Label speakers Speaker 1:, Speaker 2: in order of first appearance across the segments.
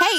Speaker 1: Hey,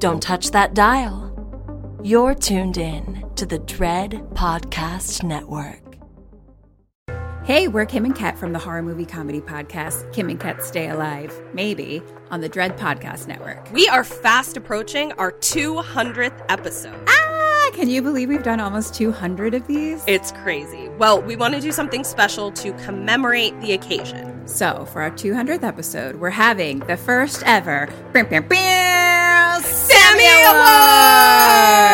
Speaker 2: Don't touch that dial. You're tuned in to the Dread Podcast Network.
Speaker 3: Hey, we're Kim and Kat from the horror movie comedy podcast, Kim and Kat Stay Alive, maybe, on the Dread Podcast Network.
Speaker 4: We are fast approaching our 200th episode.
Speaker 3: Ah, can you believe we've done almost 200 of these?
Speaker 4: It's crazy. Well, we want to do something special to commemorate the occasion.
Speaker 3: So, for our 200th episode, we're having the first ever brim, brim, brim, Sammy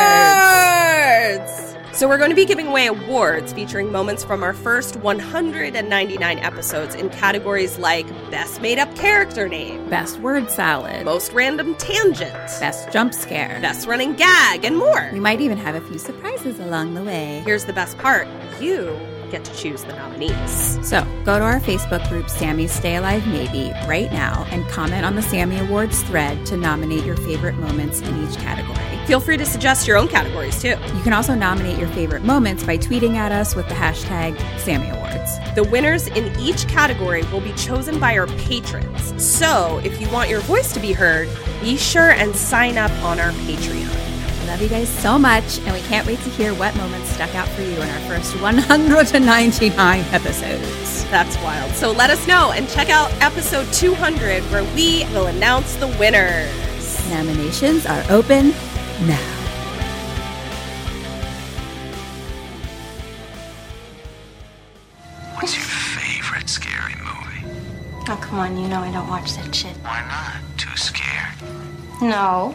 Speaker 3: Awards!
Speaker 4: Awards! So, we're going to be giving away awards featuring moments from our first 199 episodes in categories like Best Made Up Character Name,
Speaker 3: Best word salad,
Speaker 4: Most Random Tangent,
Speaker 3: best jump scare.
Speaker 4: Best Running Gag, and
Speaker 3: We
Speaker 4: more.
Speaker 3: might even have a few surprises along the way.
Speaker 4: Here's the best part you get to choose the nominees.
Speaker 3: So go to our Facebook group, Sammy Stay Alive Maybe, right now and comment on the Sammy Awards thread to nominate your favorite moments in each category.
Speaker 4: Feel free to suggest your own categories too.
Speaker 3: You can also nominate your favorite moments by tweeting at us with the hashtag Sammy Awards.
Speaker 4: The winners in each category will be chosen by our patrons. So, if you want your voice to be heard, be sure and sign up on our Patreon.
Speaker 3: We love you guys so much, and we can't wait to hear what moments stuck out for you in our first 199 episodes.
Speaker 4: That's wild. So, let us know and check out episode 200 where we will announce the winners.
Speaker 3: Nominations are open now.
Speaker 5: What's your favorite scary movie?
Speaker 6: Oh, come on, you know I don't watch that shit.
Speaker 5: Why not? Too scared.
Speaker 6: No,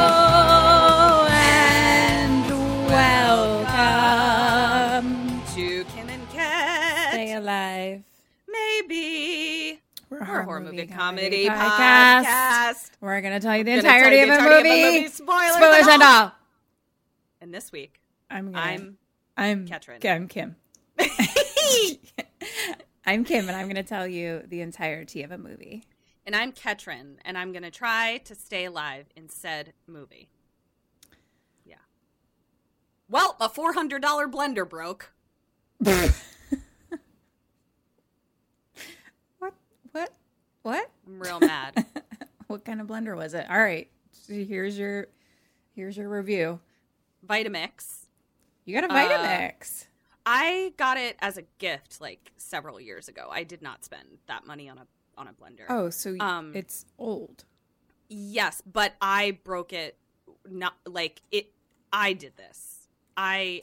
Speaker 3: Hello and welcome.
Speaker 4: To Kim and Kat.
Speaker 3: Stay alive.
Speaker 4: Maybe.
Speaker 3: We're
Speaker 4: a horror movie comedy podcast.
Speaker 3: We're gonna tell you the entirety,
Speaker 4: We're gonna tell
Speaker 3: of,
Speaker 4: you the
Speaker 3: a
Speaker 4: entirety of a
Speaker 3: movie.
Speaker 4: movie, spoilers
Speaker 3: spoilers
Speaker 4: and
Speaker 3: and
Speaker 4: all.
Speaker 3: all.
Speaker 4: And this week,
Speaker 3: I'm gonna,
Speaker 4: I'm
Speaker 3: I'm
Speaker 4: Katrin.
Speaker 3: I'm Kim. I'm Kim, and I'm gonna tell you the entirety of a movie.
Speaker 4: and I'm Ketrin, and I'm going to try to stay alive in said movie. Yeah. Well, a $400 blender broke.
Speaker 3: What? What? What?
Speaker 4: I'm real mad.
Speaker 3: What kind of blender was it? All right. So here's your here's your review.
Speaker 4: Vitamix.
Speaker 3: You got a
Speaker 4: Uh,
Speaker 3: Vitamix.
Speaker 4: I got it as a gift like several years ago. I did not spend that money on a on a blender.
Speaker 3: oh, so y-
Speaker 4: um,
Speaker 3: it's old.
Speaker 4: Yes, but I broke it not like it I did this. I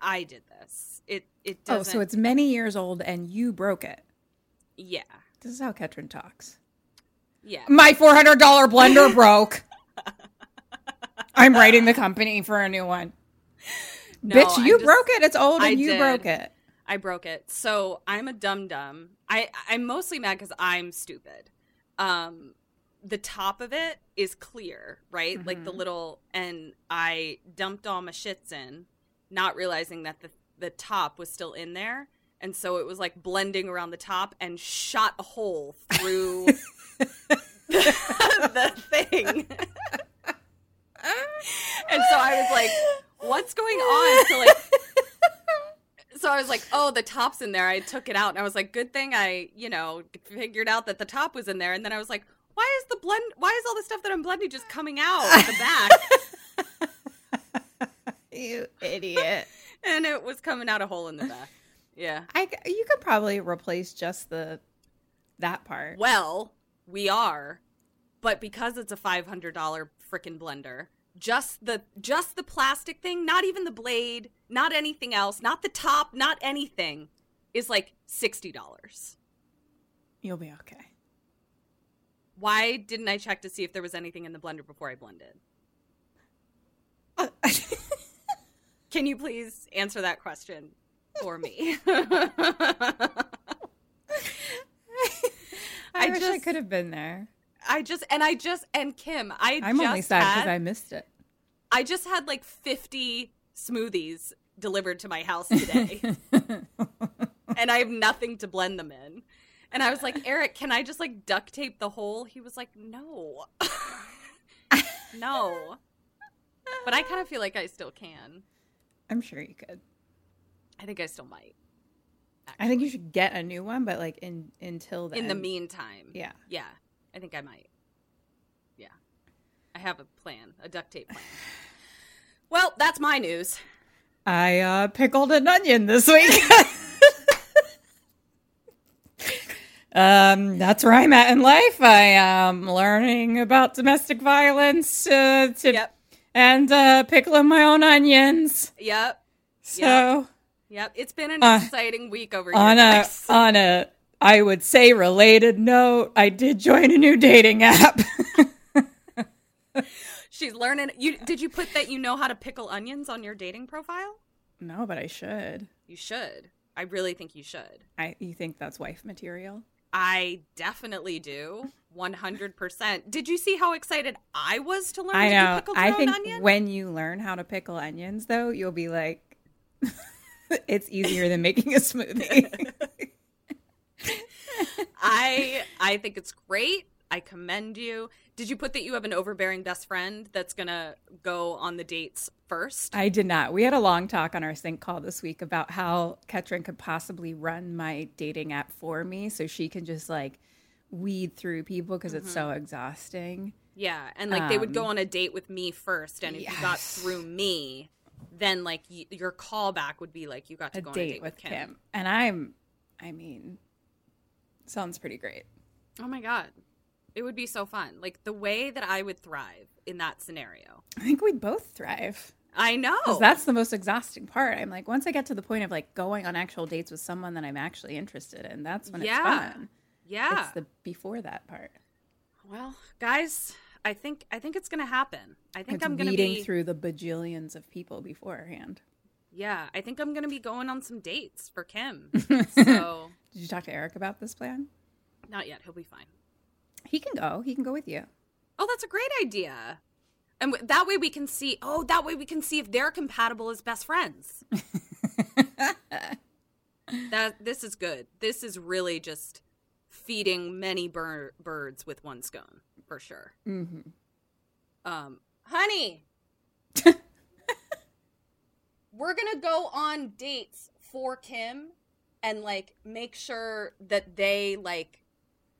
Speaker 4: I did this. It it
Speaker 3: Oh,
Speaker 4: doesn't
Speaker 3: so it's many years old, and you broke it.
Speaker 4: yeah.
Speaker 3: This is how Ketrin talks.
Speaker 4: Yeah.
Speaker 3: My four hundred dollar blender broke. I'm writing the company for a new one.
Speaker 4: No,
Speaker 3: Bitch,
Speaker 4: I'm
Speaker 3: you
Speaker 4: just-
Speaker 3: broke it. It's old, and
Speaker 4: I
Speaker 3: you
Speaker 4: did.
Speaker 3: broke it.
Speaker 4: I broke it. So I'm a dum dum. I I'm mostly mad because I'm stupid. Um, the top of it is clear, right? Like the little, and I dumped all my shits in, not realizing that the the top was still in there, and so it was like blending around the top and shot a hole through the thing. oh, the top's in there. I took it out, and I was like, good thing I, you know, figured out that the top was in there. And then I was like, why is the blend? Why is all the stuff that I'm blending just coming out at the back?
Speaker 3: you idiot.
Speaker 4: and it was coming out a hole in the back. Yeah.
Speaker 3: I c- you could probably replace just the that part.
Speaker 4: Well, we are, but because it's a five hundred dollar frickin' blender, just the just the plastic thing, not even the blade, not anything else, not the top, not anything, is like sixty dollars.
Speaker 3: You'll be okay.
Speaker 4: Why didn't I check to see if there was anything in the blender before I blended? Can you please answer that question for me?
Speaker 3: I,
Speaker 4: I
Speaker 3: wish I
Speaker 4: just-
Speaker 3: could have been there.
Speaker 4: I just and I just and Kim, I
Speaker 3: I'm
Speaker 4: just
Speaker 3: only sad because
Speaker 4: had-
Speaker 3: I missed it.
Speaker 4: I just had like 50 smoothies delivered to my house today. and I have nothing to blend them in. And I was like, Eric, can I just like duct tape the hole? He was like, no. no. But I kind of feel like I still can.
Speaker 3: I'm sure you could.
Speaker 4: I think I still might.
Speaker 3: I think you should get a new one, but like in until then.
Speaker 4: In the meantime.
Speaker 3: Yeah.
Speaker 4: Yeah. I think I might. Yeah. I have a plan, a duct tape plan. Well, that's my news.
Speaker 3: I uh, pickled an onion this week. um, that's where I'm at in life. I am learning about domestic violence uh, to
Speaker 4: Yep.
Speaker 3: and uh, pickling my own onions.
Speaker 4: Yep.
Speaker 3: So.
Speaker 4: Yep. Yep, it's been an
Speaker 3: Uh,
Speaker 4: exciting week over here.
Speaker 3: on a
Speaker 4: guys.
Speaker 3: on a I would say related note, I did join a new dating app.
Speaker 4: She's learning. You did you put that you know how to pickle onions on your dating profile?
Speaker 3: no, but I should.
Speaker 4: You should. I really think you should.
Speaker 3: I you think that's wife material?
Speaker 4: I definitely do. One hundred percent. Did you see how excited I was to learn?
Speaker 3: I
Speaker 4: that you
Speaker 3: know.
Speaker 4: pickled your
Speaker 3: I
Speaker 4: own
Speaker 3: think
Speaker 4: onion?
Speaker 3: when you learn how to pickle onions though, you'll be like it's easier than making a smoothie.
Speaker 4: I I think it's great. I commend you. Did you put that you have an overbearing best friend that's gonna go on the dates first?
Speaker 3: I did not. We had a long talk on our sync call this week about how Ketrin could possibly run my dating app for me so she can just like weed through people because it's
Speaker 4: Mm-hmm.
Speaker 3: so exhausting.
Speaker 4: Yeah, and like they would go
Speaker 3: Um,
Speaker 4: on a date with me first, and if you got
Speaker 3: yes.
Speaker 4: through me, then like y- your callback would be like you got to
Speaker 3: a
Speaker 4: go
Speaker 3: date
Speaker 4: on a date
Speaker 3: with
Speaker 4: Kim.
Speaker 3: Kim. And I'm, I mean, sounds pretty great.
Speaker 4: Oh my god, it would be so fun! Like the way that I would thrive in that scenario.
Speaker 3: I think we'd both thrive
Speaker 4: I know
Speaker 3: 'Cause that's the most exhausting part. I'm like, once I get to the point of like going on actual dates with someone that I'm actually interested in, that's when
Speaker 4: Yeah.
Speaker 3: it's fun.
Speaker 4: yeah.
Speaker 3: It's the before that part.
Speaker 4: Well, guys, I think I think it's gonna happen. I think
Speaker 3: It's
Speaker 4: I'm gonna
Speaker 3: weeding
Speaker 4: be
Speaker 3: through the bajillions of people beforehand.
Speaker 4: yeah. I think I'm gonna be going on some dates for Kim. so
Speaker 3: Did you talk to Eric about this plan?
Speaker 4: not yet. He'll be fine.
Speaker 3: He can go. He can go with you.
Speaker 4: Oh, that's a great idea. And w- that way we can see. Oh, that way we can see if they're compatible as best friends. that this is good. This is really just feeding many bir- birds with one scone for sure.
Speaker 3: Mm-hmm.
Speaker 4: Um, honey, we're gonna go on dates for Kim and like make sure that they like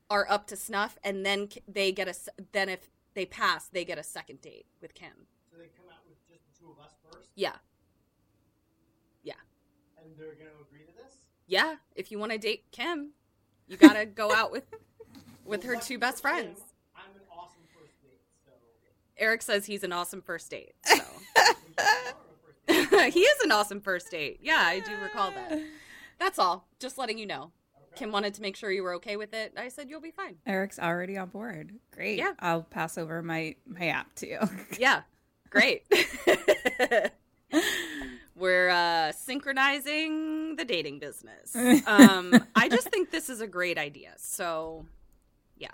Speaker 4: are up to snuff, and then K- they get a s- then if they pass, they get a second date with Kim.
Speaker 7: So they come out with just the two of us first,
Speaker 4: Yeah,
Speaker 7: and they're going to agree to this?
Speaker 4: yeah. If you want to date Kim, you gotta go out with with her two best friends.
Speaker 7: I'm an awesome first date, so
Speaker 4: Eric says he's an awesome first date. So. he is an awesome first date. Yeah, I do recall that. That's all. Just letting you know. Kim wanted to make sure you were okay with it. I said you'll be fine.
Speaker 3: Eric's already on board. Great.
Speaker 4: Yeah.
Speaker 3: I'll pass over my my app to you.
Speaker 4: Yeah. Great. we're uh, synchronizing the dating business. Um, I just think this is a great idea. So, yeah.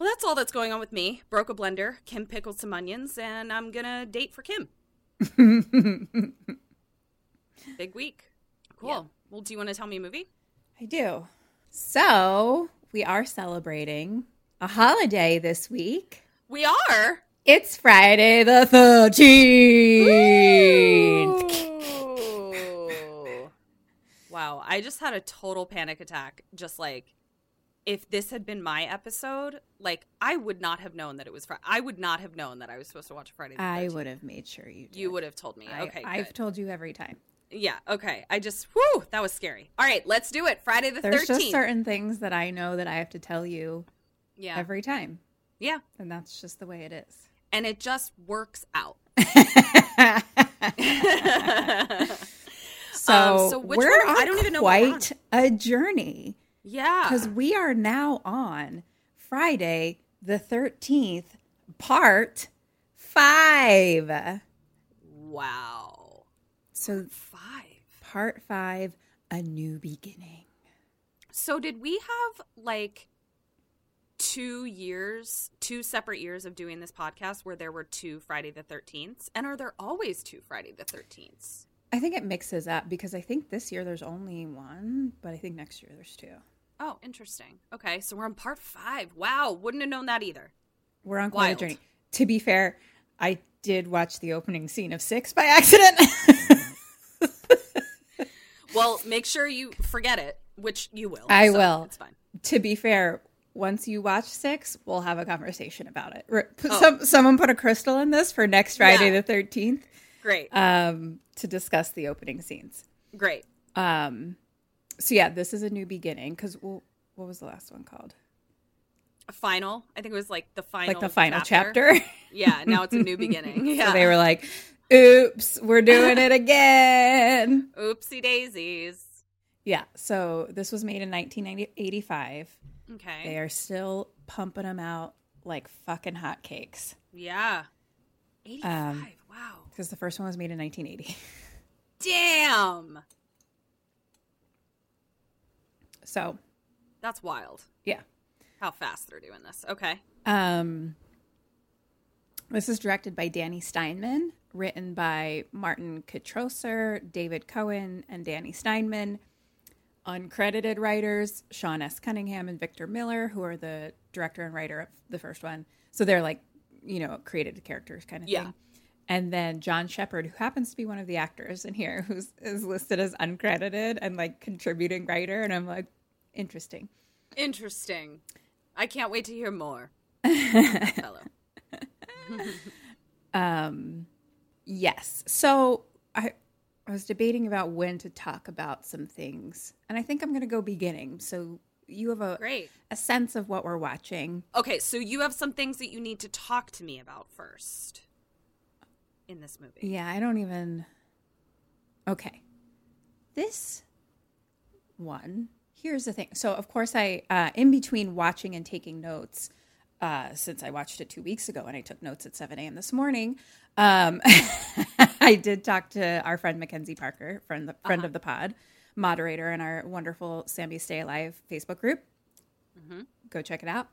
Speaker 4: Well, that's all that's going on with me. Broke a blender. Kim pickled some onions, and I'm gonna date for Kim. Big week. Cool. Well, do you want to tell me a movie?
Speaker 3: I do. So we are celebrating a holiday this week.
Speaker 4: We are.
Speaker 3: It's Friday the thirteenth.
Speaker 4: Wow. I just had a total panic attack. Just like, if this had been my episode, like I would not have known that it was. Fri- I would not have known that I was supposed to watch Friday. The
Speaker 3: I
Speaker 4: 13th.
Speaker 3: would have made sure you. Did.
Speaker 4: You would have told me.
Speaker 3: I,
Speaker 4: okay,
Speaker 3: I've
Speaker 4: good.
Speaker 3: told you every time.
Speaker 4: yeah. Okay, I just. Whew, that was scary. All right, let's do it. Friday the
Speaker 3: There's
Speaker 4: thirteenth.
Speaker 3: just certain things that I know that I have to tell you
Speaker 4: yeah.
Speaker 3: every time,
Speaker 4: yeah,
Speaker 3: and that's just the way it is.
Speaker 4: and it just works out.
Speaker 3: So,
Speaker 4: Um, so which
Speaker 3: we're
Speaker 4: one-
Speaker 3: on
Speaker 4: I don't even know what we're
Speaker 3: quite a journey
Speaker 4: yeah.
Speaker 3: because we are now on Friday the 13th, part five.
Speaker 4: Wow.
Speaker 3: So,
Speaker 4: Five.
Speaker 3: part five, a new beginning.
Speaker 4: So did we have like two years, two separate years of doing this podcast where there were two Friday the 13th? And are there always two Friday the 13th?
Speaker 3: I think it mixes up because I think this year there's only one, but I think next year there's two.
Speaker 4: Oh, interesting. Okay, so we're on part five. Wow, wouldn't have known that either.
Speaker 3: We're on quite
Speaker 4: Wild.
Speaker 3: a journey. To be fair, I did watch the opening scene of Six by accident.
Speaker 4: Well, make sure you forget it, which you will.
Speaker 3: I
Speaker 4: so
Speaker 3: will.
Speaker 4: It's fine.
Speaker 3: to be fair, once you watch six, we'll have a conversation about it. Re- put
Speaker 4: Oh.
Speaker 3: Some someone put a crystal in this for next Friday
Speaker 4: Yeah.
Speaker 3: the thirteenth
Speaker 4: Great.
Speaker 3: um, to discuss the opening scenes.
Speaker 4: Great.
Speaker 3: Um, so yeah, this is a new beginning because well, what was the last one called?
Speaker 4: Final. I think it was like the final
Speaker 3: like the final chapter.
Speaker 4: Yeah, now it's a new beginning. Yeah.
Speaker 3: so they were like, "Oops, we're doing it again."
Speaker 4: Oopsie daisies.
Speaker 3: Yeah. So this was made in 1985.
Speaker 4: Okay.
Speaker 3: They are still pumping them out like fucking hotcakes.
Speaker 4: Yeah. 85.
Speaker 3: Um,
Speaker 4: wow.
Speaker 3: Because the first one was made in 1980.
Speaker 4: Damn.
Speaker 3: So,
Speaker 4: That's wild.
Speaker 3: yeah.
Speaker 4: How fast they're doing this. Okay.
Speaker 3: Um, this is directed by Danny Steinman, written by Martin Katroser, David Cohen, and Danny Steinman. Uncredited writers Sean S. Cunningham and Victor Miller, who are the director and writer of the first one. So they're like, you know, created characters kind of
Speaker 4: Yeah.
Speaker 3: thing. And then John Shepard, who happens to be one of the actors in here, who's is listed as uncredited and like contributing writer. And I'm like, interesting.
Speaker 4: Interesting. I can't wait to hear more. Hello.
Speaker 3: Um, yes. So I, I was debating about when to talk about some things, and I think I'm going to go beginning. So you have a
Speaker 4: Great.
Speaker 3: a sense of what we're watching.
Speaker 4: Okay, so you have some things that you need to talk to me about first in this movie.
Speaker 3: Yeah, I don't even. Okay, this one. Here's the thing. So of course I, uh, in between watching and taking notes. Uh, since I watched it two weeks ago and I took notes at 7 a.m. this morning, um, I did talk to our friend Mackenzie Parker, friend friend
Speaker 4: Uh-huh.
Speaker 3: of the pod, moderator in our wonderful Sammy Stay Alive Facebook group.
Speaker 4: Mm-hmm.
Speaker 3: Go check it out.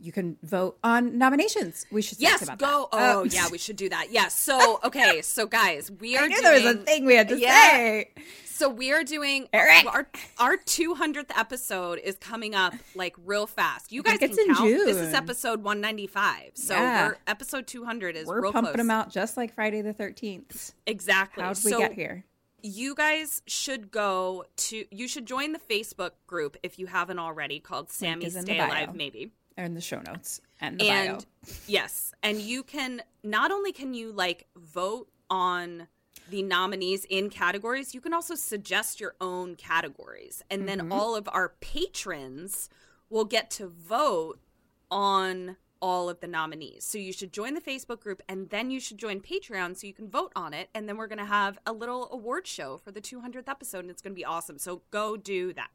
Speaker 3: You can vote on nominations. We should
Speaker 4: Yes,
Speaker 3: talk about
Speaker 4: go.
Speaker 3: that.
Speaker 4: Oh, yeah, we should do that. Yes. so, okay, so guys, we are
Speaker 3: I knew
Speaker 4: doing
Speaker 3: there was a thing we had to
Speaker 4: Yeah.
Speaker 3: say.
Speaker 4: So we are doing
Speaker 3: Eric.
Speaker 4: our our 200th episode is coming up like real fast. You guys
Speaker 3: think it's
Speaker 4: can
Speaker 3: in
Speaker 4: count. This is
Speaker 3: June.
Speaker 4: episode 195. So
Speaker 3: Yeah.
Speaker 4: we're, episode 200 is
Speaker 3: We're
Speaker 4: real
Speaker 3: pumping
Speaker 4: close.
Speaker 3: them out just like Friday the 13th.
Speaker 4: Exactly.
Speaker 3: How'd we
Speaker 4: so
Speaker 3: get here?
Speaker 4: you guys should go to you should join the Facebook group if you haven't already called Sammy
Speaker 3: is in the
Speaker 4: Stay
Speaker 3: bio.
Speaker 4: Alive maybe.
Speaker 3: They're in the show notes and the
Speaker 4: and
Speaker 3: bio.
Speaker 4: yes, and you can not only can you like vote on the nominees in categories, you can also suggest your own categories. And
Speaker 3: Mm-hmm.
Speaker 4: then all of our patrons will get to vote on all of the nominees. So you should join the Facebook group and then you should join Patreon so you can vote on it. And then we're going to have a little award show for the 200th episode and it's going to be awesome. So go do that.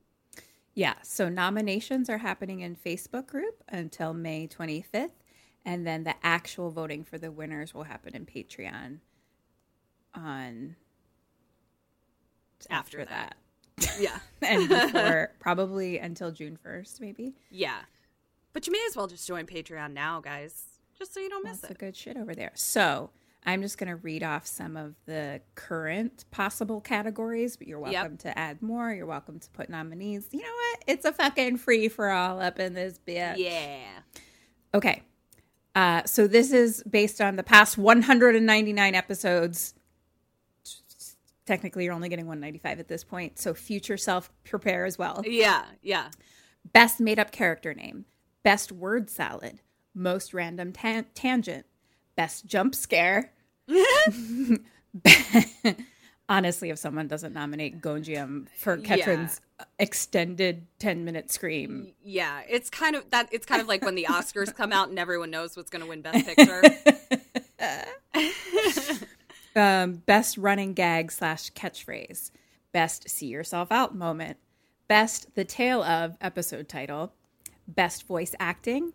Speaker 3: Yeah, so nominations are happening in Facebook group until May 25th. And then the actual voting for the winners will happen in Patreon on
Speaker 4: After
Speaker 3: after that.
Speaker 4: that. Yeah.
Speaker 3: and before, probably until June 1st, maybe.
Speaker 4: Yeah. But you may as well just join Patreon now, guys, just so you don't miss
Speaker 3: Lots of
Speaker 4: it.
Speaker 3: good shit over there. So I'm just going to read off some of the current possible categories, but you're
Speaker 4: Yep.
Speaker 3: welcome to add more. You're welcome to put nominees. You know what? It's a fucking free for all up in this bitch.
Speaker 4: Yeah.
Speaker 3: Okay. Uh, so this is based on the past 199 episodes technically you're only getting 195 at this point. So future self prepare as well.
Speaker 4: Yeah, yeah.
Speaker 3: Best made up character name, best word salad, most random tan- tangent, best jump scare. Honestly, if someone doesn't nominate Gonjiam for
Speaker 4: Yeah.
Speaker 3: Ketrin's extended 10 minute scream,
Speaker 4: Yeah, it's kind of that. It's kind of like when the Oscars come out and everyone knows what's going to win Best Picture.
Speaker 3: um, best running gag slash catchphrase, best see yourself out moment, best the tale of episode title, best voice acting,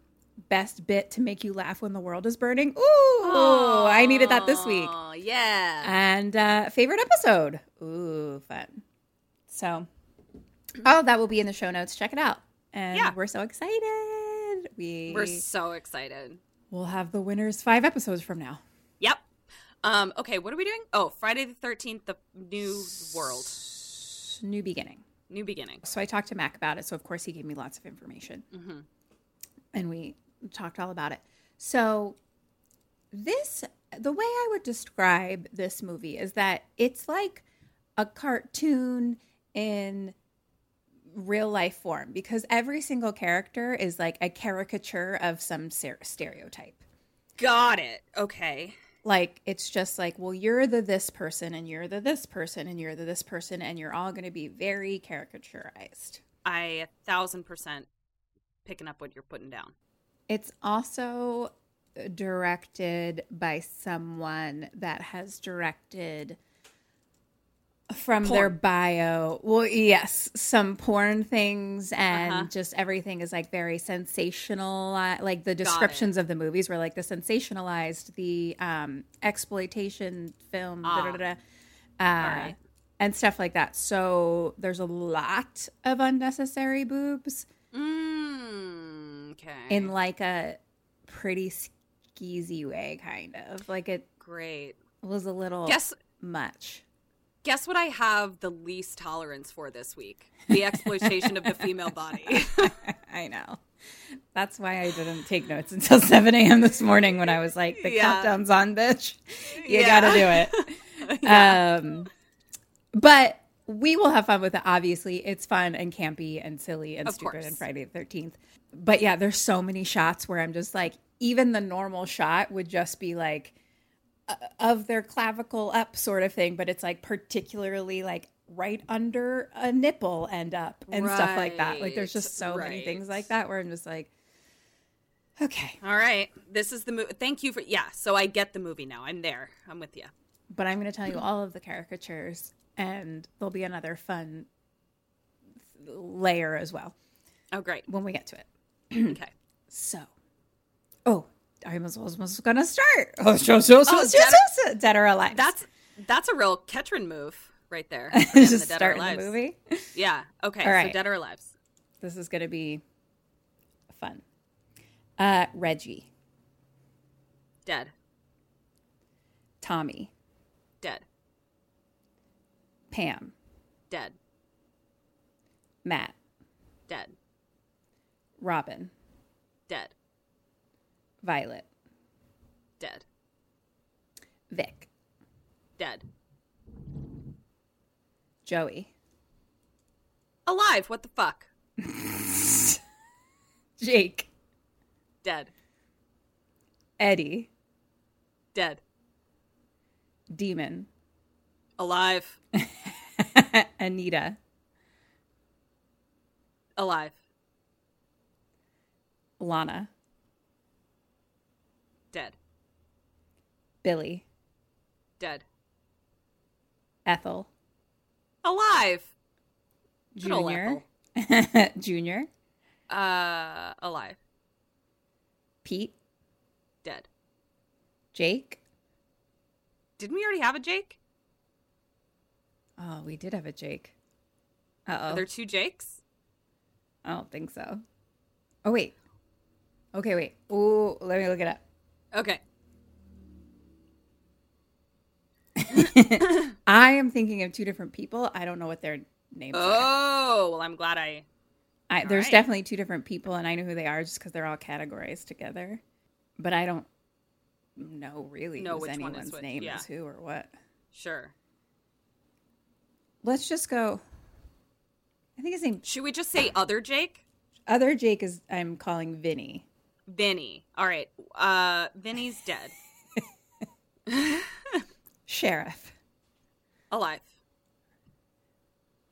Speaker 3: best bit to make you laugh when the world is burning. Ooh, I needed that this week.
Speaker 4: Oh yeah,
Speaker 3: And uh, favorite episode. Ooh, fun. So, oh, that will be in the show notes. Check it out. And
Speaker 4: Yeah.
Speaker 3: we're so excited. We
Speaker 4: we're so excited.
Speaker 3: will have the winners five episodes from now.
Speaker 4: Yep. Um. Okay. What are we doing? Oh, Friday the Thirteenth, the New World,
Speaker 3: New beginning.
Speaker 4: New Beginning.
Speaker 3: So I talked to Mac about it. So of course he gave me lots of information, and we talked all about it. So this, the way I would describe this movie is that it's like a cartoon in real life form because every single character is like a caricature of some ser- stereotype
Speaker 4: Got it. Okay.
Speaker 3: like it's just like well you're the this person and you're the this person and you're the this person and you're all going to be very caricaturized
Speaker 4: I a thousand percent picking up what you're putting down.
Speaker 3: It's also directed by someone that has directed from their
Speaker 4: Porn.
Speaker 3: bio. Well, yes, some porn things and
Speaker 4: Uh-huh.
Speaker 3: just everything is like very sensational. Like the
Speaker 4: Got it.
Speaker 3: descriptions of the movies were like the sensationalized, the um, exploitation film,
Speaker 4: Ah.
Speaker 3: da, da, da, da, uh,
Speaker 4: All right.
Speaker 3: and stuff like that. So there's a lot of unnecessary boobs
Speaker 4: Mm, okay.
Speaker 3: in like a pretty skeezy way, kind of. Like it
Speaker 4: Great.
Speaker 3: was a little
Speaker 4: Guess
Speaker 3: much.
Speaker 4: guess what I have the least tolerance for this week? The exploitation of the female body.
Speaker 3: I know. That's why I didn't take notes until 7 a.m. this morning when I was like, the
Speaker 4: Yeah.
Speaker 3: countdown's on, bitch. You
Speaker 4: Yeah.
Speaker 3: gotta do it. Um, but we will have fun with it. Obviously, it's fun and campy and silly and
Speaker 4: Of
Speaker 3: stupid
Speaker 4: course.
Speaker 3: and Friday the 13th. But yeah, there's so many shots where I'm just like, even the normal shot would just be like uh, of their clavicle up sort of thing, but it's like particularly like right under a nipple and up and stuff like that. Like there's just
Speaker 4: Right,
Speaker 3: so many things
Speaker 4: right.
Speaker 3: like that where I'm just like, okay.
Speaker 4: All right. This is the movie. Thank you for yeah. So I get the movie now. I'm there. I'm with you.
Speaker 3: But I'm going to tell you all of the caricatures, and there'll be another fun layer as well
Speaker 4: Oh great.
Speaker 3: when we get to it.
Speaker 4: okay.
Speaker 3: So, oh, I was almost going to start. Oh, so, so, so,
Speaker 4: Oh,
Speaker 3: so,
Speaker 4: dead-
Speaker 3: so, so, dead or alive.
Speaker 4: That's that's a real Ketron move right there. Again,
Speaker 3: just
Speaker 4: Dead or
Speaker 3: starting the
Speaker 4: Alives.
Speaker 3: movie.
Speaker 4: Yeah. Okay.
Speaker 3: All right.
Speaker 4: So Dead or Alive's.
Speaker 3: This is going to be fun. Uh, Reggie,
Speaker 4: Dead.
Speaker 3: Tommy,
Speaker 4: Dead.
Speaker 3: Pam,
Speaker 4: Dead.
Speaker 3: Matt,
Speaker 4: Dead.
Speaker 3: Robin,
Speaker 4: Dead.
Speaker 3: Violet,
Speaker 4: Dead.
Speaker 3: Vic,
Speaker 4: Dead.
Speaker 3: Joey,
Speaker 4: Alive. What the fuck?
Speaker 3: Jake,
Speaker 4: Dead.
Speaker 3: Eddie,
Speaker 4: Dead.
Speaker 3: Demon,
Speaker 4: Alive.
Speaker 3: Anita,
Speaker 4: Alive.
Speaker 3: Lana,
Speaker 4: Dead.
Speaker 3: Billy,
Speaker 4: Dead.
Speaker 3: Ethel,
Speaker 4: Alive. Good ol'
Speaker 3: Junior, Junior,
Speaker 4: Uh, alive.
Speaker 3: Pete,
Speaker 4: Dead.
Speaker 3: Jake.
Speaker 4: Didn't we already have a Jake?
Speaker 3: Oh, we did have a Jake.
Speaker 4: Are
Speaker 3: Uh oh.
Speaker 4: there two Jakes?
Speaker 3: I don't think so. Oh, wait. Okay, wait. Ooh, let me look it up.
Speaker 4: Okay.
Speaker 3: I am thinking of two different people. I don't know what their names are.
Speaker 4: Oh, well, I'm glad I.
Speaker 3: I,
Speaker 4: all
Speaker 3: there's
Speaker 4: right.
Speaker 3: definitely two different people, and I know who they are just because they're all categorized together. But I don't know really
Speaker 4: Know
Speaker 3: who's
Speaker 4: which one is
Speaker 3: anyone's
Speaker 4: which,
Speaker 3: name
Speaker 4: yeah.
Speaker 3: is who or what.
Speaker 4: Sure.
Speaker 3: Let's just go. I think his name.
Speaker 4: Should we just say other Jake?
Speaker 3: Other Jake is. I'm calling Vinny.
Speaker 4: Vinny. All right. Uh, Vinny's dead.
Speaker 3: Sheriff.
Speaker 4: Alive.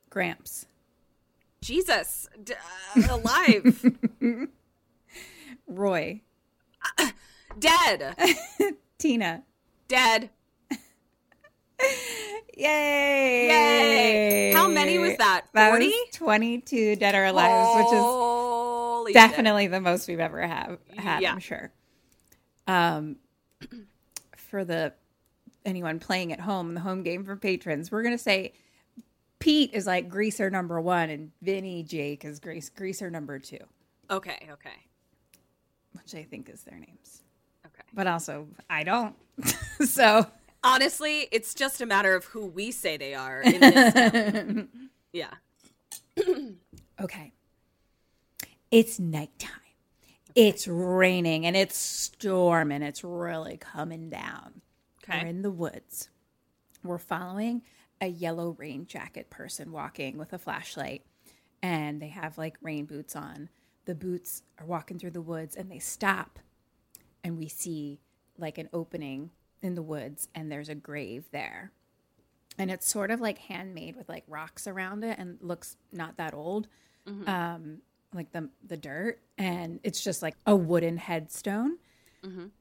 Speaker 3: Gramps.
Speaker 4: Jesus. D- uh, alive.
Speaker 3: Roy.
Speaker 4: dead.
Speaker 3: Tina.
Speaker 4: Dead.
Speaker 3: Yay!
Speaker 4: Yay! How many was that? Oh.
Speaker 3: That
Speaker 4: 40?
Speaker 3: was 22 dead or alive, which is
Speaker 4: Holy shit.
Speaker 3: definitely the most we've ever have had.
Speaker 4: Yeah.
Speaker 3: I'm sure. Um, for the anyone playing at home, the home game for patrons, we're gonna say Pete is like greaser number one, and Vinny Jake is grease greaser number two,
Speaker 4: Okay, okay.
Speaker 3: which I think is their names.
Speaker 4: Okay.
Speaker 3: But also, I don't. so
Speaker 4: Honestly, it's just a matter of who we say they are. In this town. yeah.
Speaker 3: Okay. It's nighttime. It's raining and it's storming. It's really coming down.
Speaker 4: Okay.
Speaker 3: We're in the woods. We're following a yellow rain jacket person walking with a flashlight, and they have like rain boots on. The boots are walking through the woods and they stop, and we see like an opening in the woods, and there's a grave there. And it's sort of like handmade with like rocks around it and looks not that old um, like the the dirt and it's just like a wooden headstone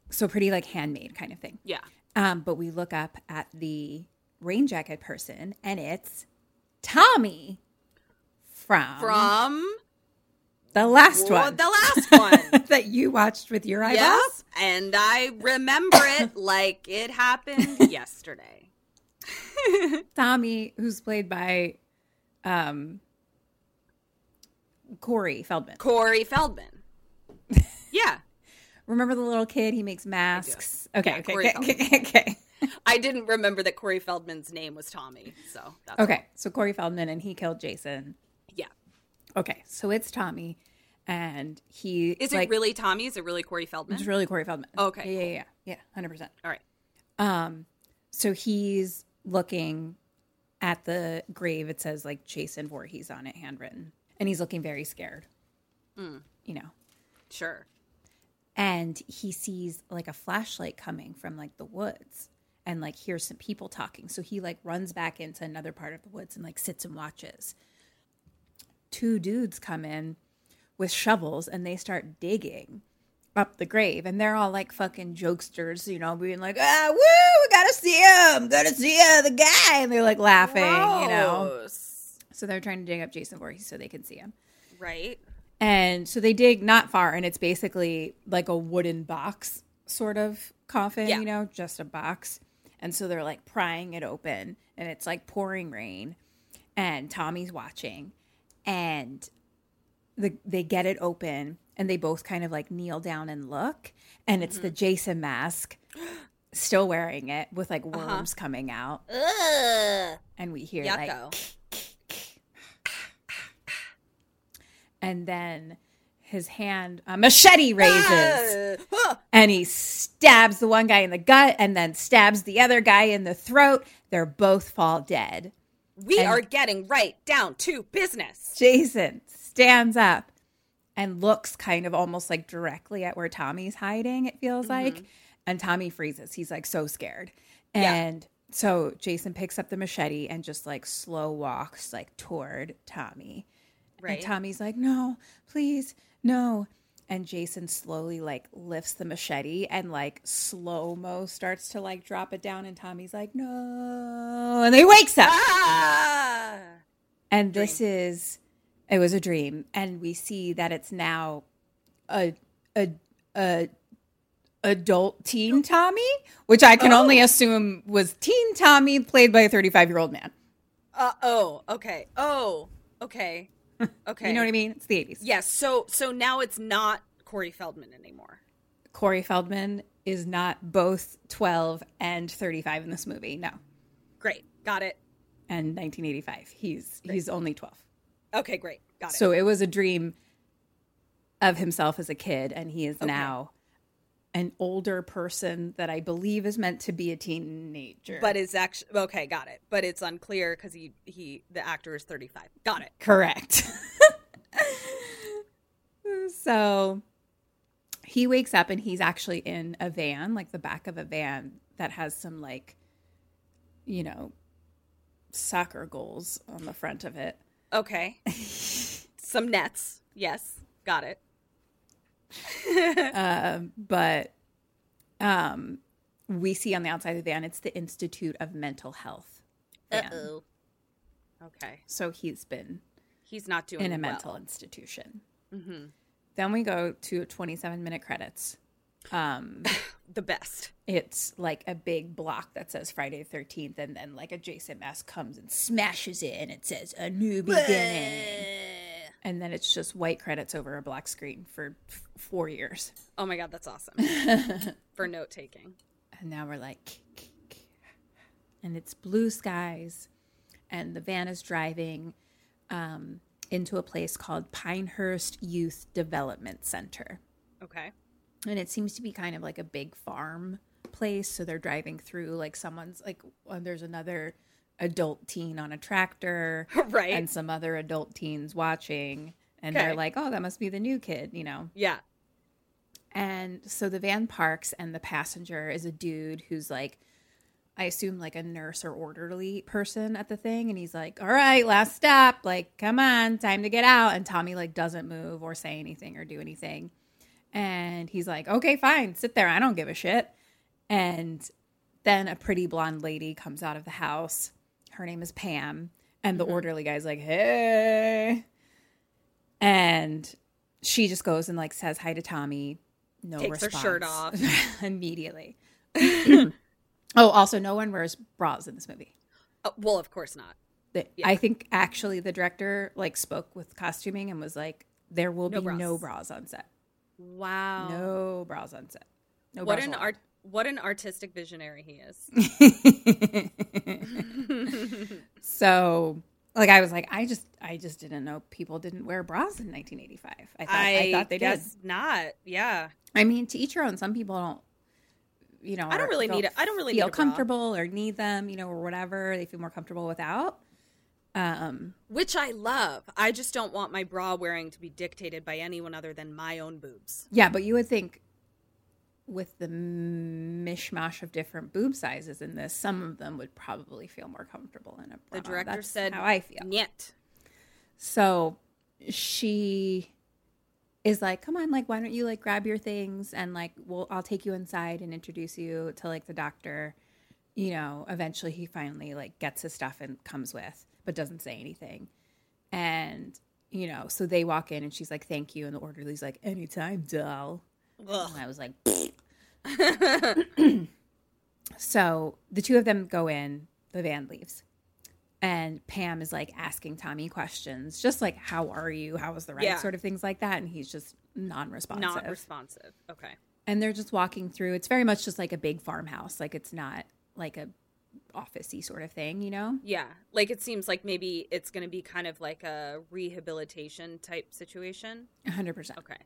Speaker 3: so pretty like handmade kind of thing
Speaker 4: Yeah.
Speaker 3: um but we look up at the rain jacket person and it's tommy from,
Speaker 4: From
Speaker 3: the last
Speaker 4: well,
Speaker 3: one
Speaker 4: the last one.
Speaker 3: that you watched with your eyeballs
Speaker 4: yes. And I remember it like it happened yesterday.
Speaker 3: tommy who's played by um corey feldman
Speaker 4: Corey Feldman. Yeah.
Speaker 3: remember the little kid he makes masks okay okay,
Speaker 4: Corey
Speaker 3: okay, okay okay
Speaker 4: I didn't remember that Corey Feldman's name was Tommy. So that's
Speaker 3: okay so corey feldman and he killed jason
Speaker 4: Yeah.
Speaker 3: Okay, so it's Tommy, and he
Speaker 4: Is
Speaker 3: like,
Speaker 4: it really Tommy? Is it really Corey Feldman?
Speaker 3: It's really Corey Feldman.
Speaker 4: Okay,
Speaker 3: yeah, yeah, yeah, yeah, hundred percent.
Speaker 4: All right.
Speaker 3: Um, so he's looking at the grave. It says like Jason Voorhees on it, handwritten, and he's looking very scared. You know,
Speaker 4: Sure.
Speaker 3: and he sees like a flashlight coming from like the woods and like hears some people talking so he like runs back into another part of the woods and like sits and watches two dudes come in with shovels and they start digging up the grave and they're all like fucking jokesters you know being like ah woo we gotta see him gotta see uh, the guy and they're like laughing you know
Speaker 4: Gross.
Speaker 3: so they're trying to dig up jason Voorhees so they can see him
Speaker 4: Right.
Speaker 3: and so they dig not far, and it's basically like a wooden box sort of coffin,
Speaker 4: Yeah.
Speaker 3: you know, just a box. And so they're like prying it open, and it's like pouring rain. And Tommy's watching, and the, they get it open, and they both kind of like kneel down and look. And it's
Speaker 4: Mm-hmm.
Speaker 3: the Jason mask, still wearing it with like
Speaker 4: Uh-huh.
Speaker 3: worms coming out. And we hear like
Speaker 4: Yucko.
Speaker 3: and then his hand a machete raises and he stabs the one guy in the gut and then stabs the other guy in the throat they're both fall dead
Speaker 4: We
Speaker 3: And-
Speaker 4: are getting right down to business.
Speaker 3: jason stands up and looks kind of almost like directly at where tommy's hiding it feels
Speaker 4: Mm-hmm.
Speaker 3: like and tommy freezes he's like so scared
Speaker 4: Yeah.
Speaker 3: and so jason picks up the machete and just like slow walks like toward tommy
Speaker 4: Right.
Speaker 3: And Tommy's like, no, please, no. And Jason slowly like lifts the machete and like slow mo starts to like drop it down. And Tommy's like, no. And they wakes up.
Speaker 4: Ah!
Speaker 3: and this is, it was a dream. And we see that it's now a, a, a, adult teen Tommy, which I
Speaker 4: Oh.
Speaker 3: can only assume was teen Tommy played by a 35 year old man.
Speaker 4: Uh, oh, okay. Oh, okay. Okay.
Speaker 3: You know what I mean? It's the 80s.
Speaker 4: Yes. So so now it's not Corey Feldman anymore.
Speaker 3: Corey Feldman is not both 12 and 35 in this movie. No.
Speaker 4: Great. Got it.
Speaker 3: And 1985. He's he's only 12.
Speaker 4: Okay, great. Got it.
Speaker 3: So it was a dream of himself as a kid and he is now an older person that I believe is meant to be a teenager.
Speaker 4: But is actually okay. Got it. But it's unclear because he he the actor is thirty five. Got it.
Speaker 3: Correct. so he wakes up and he's actually in a van, like the back of a van that has some like, you know, soccer goals on the front of it.
Speaker 4: Okay. Some nets. Yes. Got it.
Speaker 3: uh, but um, we see on the outside of the van, it's the Institute of Mental Health.
Speaker 4: Uh
Speaker 3: van.
Speaker 4: oh. Okay.
Speaker 3: So he's been
Speaker 4: He's not doing
Speaker 3: in a
Speaker 4: well.
Speaker 3: mental institution.
Speaker 4: Mm-hmm.
Speaker 3: Then we go to 27 minute credits. Um,
Speaker 4: The best.
Speaker 3: it's like a big block that says Friday the 13th, and then like a Jason Mask comes and smashes it, and it says a new beginning. And then it's just white credits over a black screen for f- four years.
Speaker 4: Oh my god, that's awesome. For note taking.
Speaker 3: And now we're like, and it's blue skies, and the van is driving um, into a place called Pinehurst Youth Development Center.
Speaker 4: Okay.
Speaker 3: and it seems to be kind of like a big farm place so they're driving through like someone's like uh, there's another adult teen on a tractor
Speaker 4: Right.
Speaker 3: and some other adult teens watching and they're
Speaker 4: Okay.
Speaker 3: like oh that must be the new kid you know
Speaker 4: Yeah.
Speaker 3: and so the van parks and the passenger is a dude who's like i assume like a nurse or orderly person at the thing and he's like all right last stop like come on time to get out and tommy like doesn't move or say anything or do anything and he's like okay fine sit there i don't give a shit and then a pretty blonde lady comes out of the house her name is pam and
Speaker 4: Mm-hmm.
Speaker 3: the orderly guy's like hey and she just goes and like says hi to Tommy. No
Speaker 4: Takes her
Speaker 3: response.
Speaker 4: shirt off.
Speaker 3: immediately. oh, also, no one wears bras in this movie.
Speaker 4: Oh, well, of course not.
Speaker 3: The-
Speaker 4: Yeah.
Speaker 3: I think actually the director like spoke with costuming and was like, "There will
Speaker 4: No
Speaker 3: be
Speaker 4: bras.
Speaker 3: no bras on set.
Speaker 4: Wow.
Speaker 3: No bras on set. No
Speaker 4: Um, what
Speaker 3: bras
Speaker 4: an
Speaker 3: allowed."
Speaker 4: art what an artistic visionary he is.
Speaker 3: so like I was like I just I just didn't know people didn't wear bras in 1985. I thought I, thought they did.
Speaker 4: guess not. Yeah.
Speaker 3: I mean, to each your own. Some people don't, you know.
Speaker 4: I don't
Speaker 3: are-
Speaker 4: really need it. I don't really
Speaker 3: feel
Speaker 4: need a bra.
Speaker 3: comfortable or need them, you know, or whatever. They feel more comfortable without. Um,
Speaker 4: Which I love. I just don't want my bra wearing to be dictated by anyone other than my own boobs.
Speaker 3: yeah, but you would think with the mishmash of different boob sizes in this, some of them would probably feel more comfortable in a bra.
Speaker 4: The director
Speaker 3: Uh, That's
Speaker 4: said
Speaker 3: how I feel.
Speaker 4: Nyet.
Speaker 3: So she is like, "Come on, like why don't you like grab your things and like we'll I'll take you inside and introduce you to like the doctor." You know, eventually he finally like gets his stuff and comes with, but doesn't say anything. And you know, so they walk in and she's like, "Thank you," and the orderly's like, "Anytime, doll."
Speaker 4: Ugh.
Speaker 3: And I was like, so the two of them go in, the van leaves. And Pam is like asking Tommy questions, just like, how are you? How was the ride?
Speaker 4: Yeah.
Speaker 3: Sort of things like that. And he's just non responsive.
Speaker 4: Not responsive. Okay.
Speaker 3: and they're just walking through. It's very much just like a big farmhouse. Like it's not like a officey sort of thing, you know?
Speaker 4: Yeah. Like it seems like maybe it's going to be kind of like a rehabilitation type situation.
Speaker 3: 100%.
Speaker 4: Okay.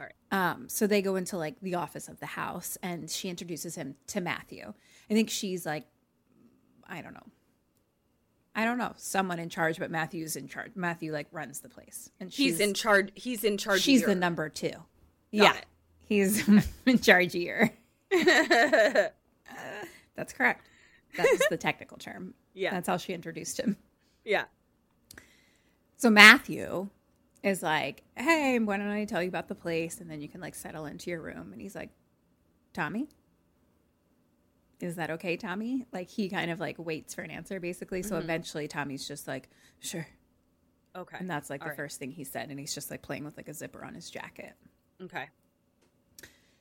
Speaker 4: All right.
Speaker 3: Um, so they go into like the office of the house and she introduces him to Matthew. I think she's like, I don't know. I don't know. Someone in charge, but Matthew's in charge. Matthew like runs the place. And she's
Speaker 4: He's in charge. He's in charge.
Speaker 3: She's the
Speaker 4: here.
Speaker 3: number two. yeah.
Speaker 4: it.
Speaker 3: He's in charge here. That's correct. That's the technical term.
Speaker 4: Yeah.
Speaker 3: That's how she introduced him.
Speaker 4: Yeah.
Speaker 3: So Matthew is like, "Hey, why don't I tell you about the place, and then you can like settle into your room?" And he's like, "Tommy, is that okay, Tommy?" Like he kind of like waits for an answer, basically. So
Speaker 4: Mm-hmm.
Speaker 3: eventually, Tommy's just like, "Sure,"
Speaker 4: Okay.
Speaker 3: and that's like
Speaker 4: All
Speaker 3: the
Speaker 4: right.
Speaker 3: first thing he said, and he's just like playing with like a zipper on his jacket.
Speaker 4: Okay.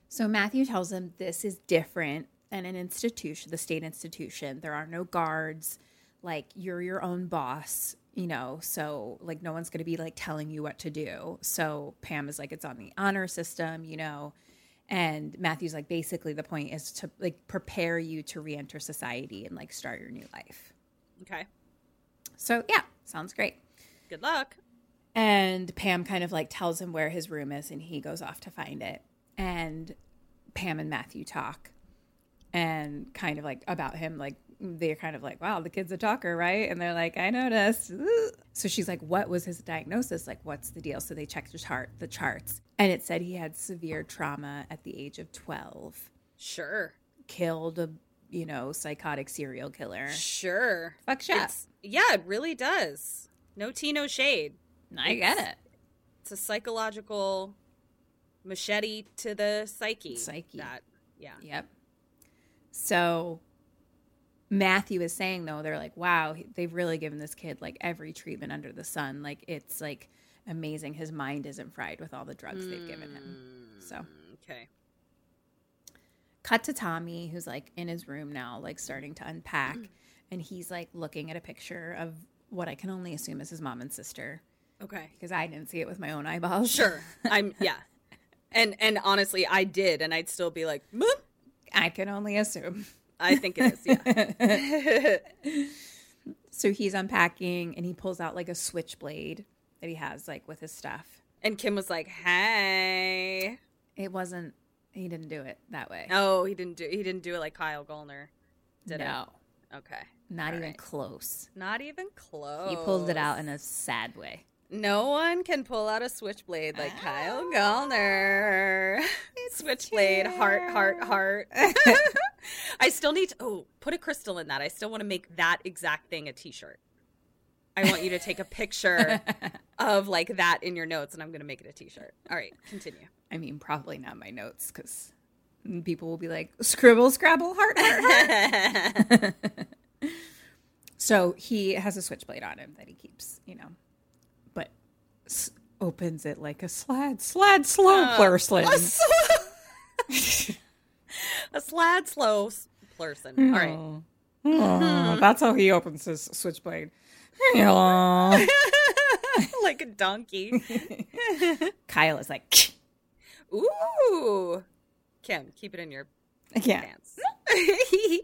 Speaker 3: So Matthew tells him this is different and an institution, the state institution. There are no guards. Like you're your own boss, you know. So like no one's going to be like telling you what to do. So Pam is like it's on the honor system, you know. And Matthew's like basically the point is to like prepare you to reenter society and like start your new life.
Speaker 4: Okay.
Speaker 3: So yeah, sounds great.
Speaker 4: Good luck.
Speaker 3: And Pam kind of like tells him where his room is and he goes off to find it. And Pam and Matthew talk and kind of like about him like they're kind of like wow the kid's a talker right and they're like i noticed so she's like what was his diagnosis like what's the deal so they checked his heart the charts and it said he had severe trauma at the age of 12
Speaker 4: Sure.
Speaker 3: killed a you know psychotic serial killer
Speaker 4: Sure.
Speaker 3: fuck yeah
Speaker 4: It's- yeah, it really does. No tea, no shade.
Speaker 3: i get it
Speaker 4: It's a psychological machete to the psyche.
Speaker 3: Psyche.
Speaker 4: That, yeah.
Speaker 3: Yep. So Matthew is saying though, they're like, wow, he- they've really given this kid like every treatment under the sun. Like it's like amazing. His mind isn't fried with all the drugs they've given him. So
Speaker 4: Mm, Okay.
Speaker 3: cut to Tommy, who's like in his room now, like starting to unpack, and he's like looking at a picture of what I can only assume is his mom and sister
Speaker 4: Okay.
Speaker 3: because I didn't see it with my own eyeballs.
Speaker 4: Sure. I'm yeah. And and honestly, I did, and I'd still be like, "Meh."
Speaker 3: I can only assume.
Speaker 4: I think it is. Yeah.
Speaker 3: So he's unpacking and he pulls out like a switchblade that he has like with his stuff.
Speaker 4: and Kim was like, "Hey."
Speaker 3: It wasn't. He didn't do it that way.
Speaker 4: Oh, he didn't do. He didn't do it like Kyle Gollner. Did it?
Speaker 3: no,
Speaker 4: Okay.
Speaker 3: not even close.
Speaker 4: Not even close.
Speaker 3: He pulled it out in a sad way.
Speaker 4: No one can pull out a switchblade like Kyle Gallner. switchblade, heart, heart, heart. I still need to, oh, put a crystal in that. I still want to make that exact thing a t shirt. I want you to take a picture of like that in your notes and I'm going to make it a t shirt. All right, continue.
Speaker 3: I mean, probably not my notes because people will be like, scribble, scrabble, heart, heart, heart." so he has a switchblade on him that he keeps, you know, but s- opens it like a slad, slad, slow,
Speaker 4: Oh.
Speaker 3: plur, slim.
Speaker 4: A slad slow s- person. All right.
Speaker 3: Aw, that's how he opens his switchblade. Aw.
Speaker 4: like a donkey.
Speaker 3: Kyle is like,
Speaker 4: Ooh. Kim, keep it in your
Speaker 3: I can't.
Speaker 4: pants.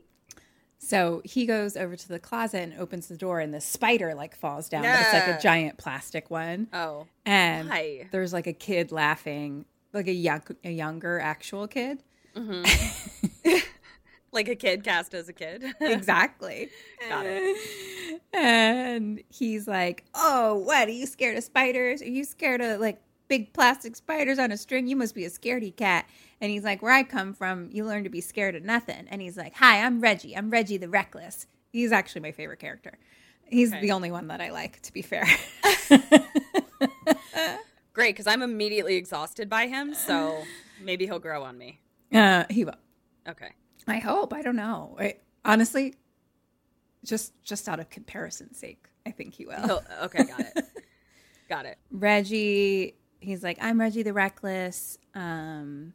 Speaker 3: So he goes over to the closet and opens the door, and the spider like falls down. But it's like a giant plastic one,
Speaker 4: Oh.
Speaker 3: and
Speaker 4: Why?
Speaker 3: there's like a kid laughing, like a young, a younger actual kid.
Speaker 4: Like a kid cast as a kid.
Speaker 3: Exactly.
Speaker 4: Got it.
Speaker 3: and he's like, "Oh, what? Are you scared of spiders? Are you scared of like big plastic spiders on a string? You must be a scaredy cat." And he's like, "Where I come from, you learn to be scared of nothing." And he's like, "Hi, I'm Reggie. I'm Reggie the Reckless. He's actually my favorite character. He's the only one that I like, to be fair."
Speaker 4: Great, because I'm immediately exhausted by him, so maybe he'll grow on me.
Speaker 3: uh, he will.
Speaker 4: Okay.
Speaker 3: I hope. I don't know. I, honestly, just just out of comparison's sake, I think he will.
Speaker 4: He'll, okay, got it. got it.
Speaker 3: Reggie, he's like, I'm Reggie the Reckless. Um,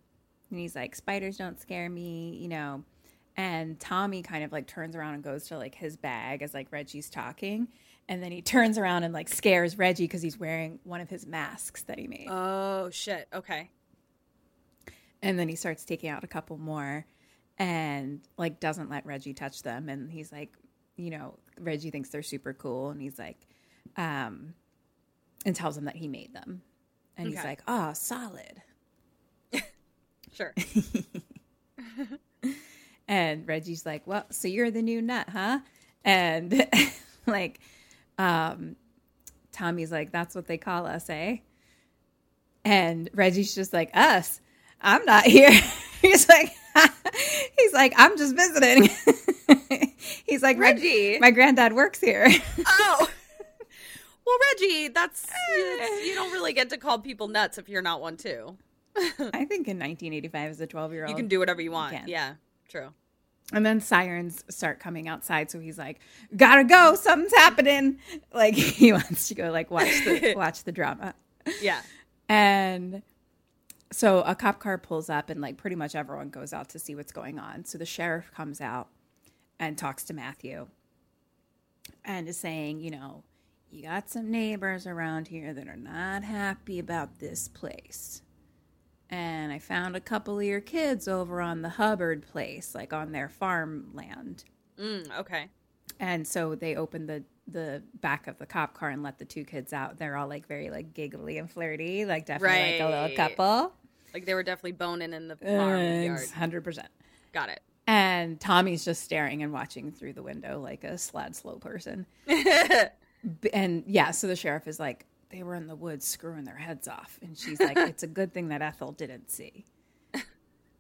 Speaker 3: and he's like, spiders don't scare me, you know. And Tommy kind of like turns around and goes to like his bag as like Reggie's talking. And then he turns around and like scares Reggie because he's wearing one of his masks that he made.
Speaker 4: Oh, shit. Okay.
Speaker 3: And then he starts taking out a couple more and like doesn't let Reggie touch them. And he's like, you know, Reggie thinks they're super cool. And he's like, um, and tells him that he made them. And he's
Speaker 4: Okay.
Speaker 3: like, oh, solid.
Speaker 4: Sure.
Speaker 3: And Reggie's like, well, so you're the new nut, huh? And like, um, Tommy's like, that's what they call us, eh? And Reggie's just like, us. I'm not here. he's like, he's like, I'm just visiting. he's like, Reggie, my granddad works here.
Speaker 4: oh! Well, Reggie, that's. it's- you don't really get to call people nuts if you're not one, too.
Speaker 3: I think in 1985 as a 12 year old,
Speaker 4: You can do whatever you want.
Speaker 3: can.
Speaker 4: yeah, true.
Speaker 3: And then sirens start coming outside, so he's like, "Gotta go, something's happening." Like he wants to go, like watch the watch the drama.
Speaker 4: Yeah.
Speaker 3: And so a cop car pulls up, and like pretty much everyone goes out to see what's going on. So the sheriff comes out and talks to Matthew, and is saying, you know, you got some neighbors around here that are not happy about this place and I found a couple of your kids over on the Hubbard place, like on their farmland.
Speaker 4: Mm, okay.
Speaker 3: And so they opened the the back of the cop car and let the two kids out. They're all like very like giggly and flirty, like definitely like a little
Speaker 4: Right.
Speaker 3: couple.
Speaker 4: Like they were definitely boning in the farm yard.
Speaker 3: Hundred percent.
Speaker 4: Got it.
Speaker 3: And Tommy's just staring and watching through the window like a slad slow person. B- and yeah, so the sheriff is like, they were in the woods screwing their heads off. And she's like, it's a good thing that Ethel didn't see.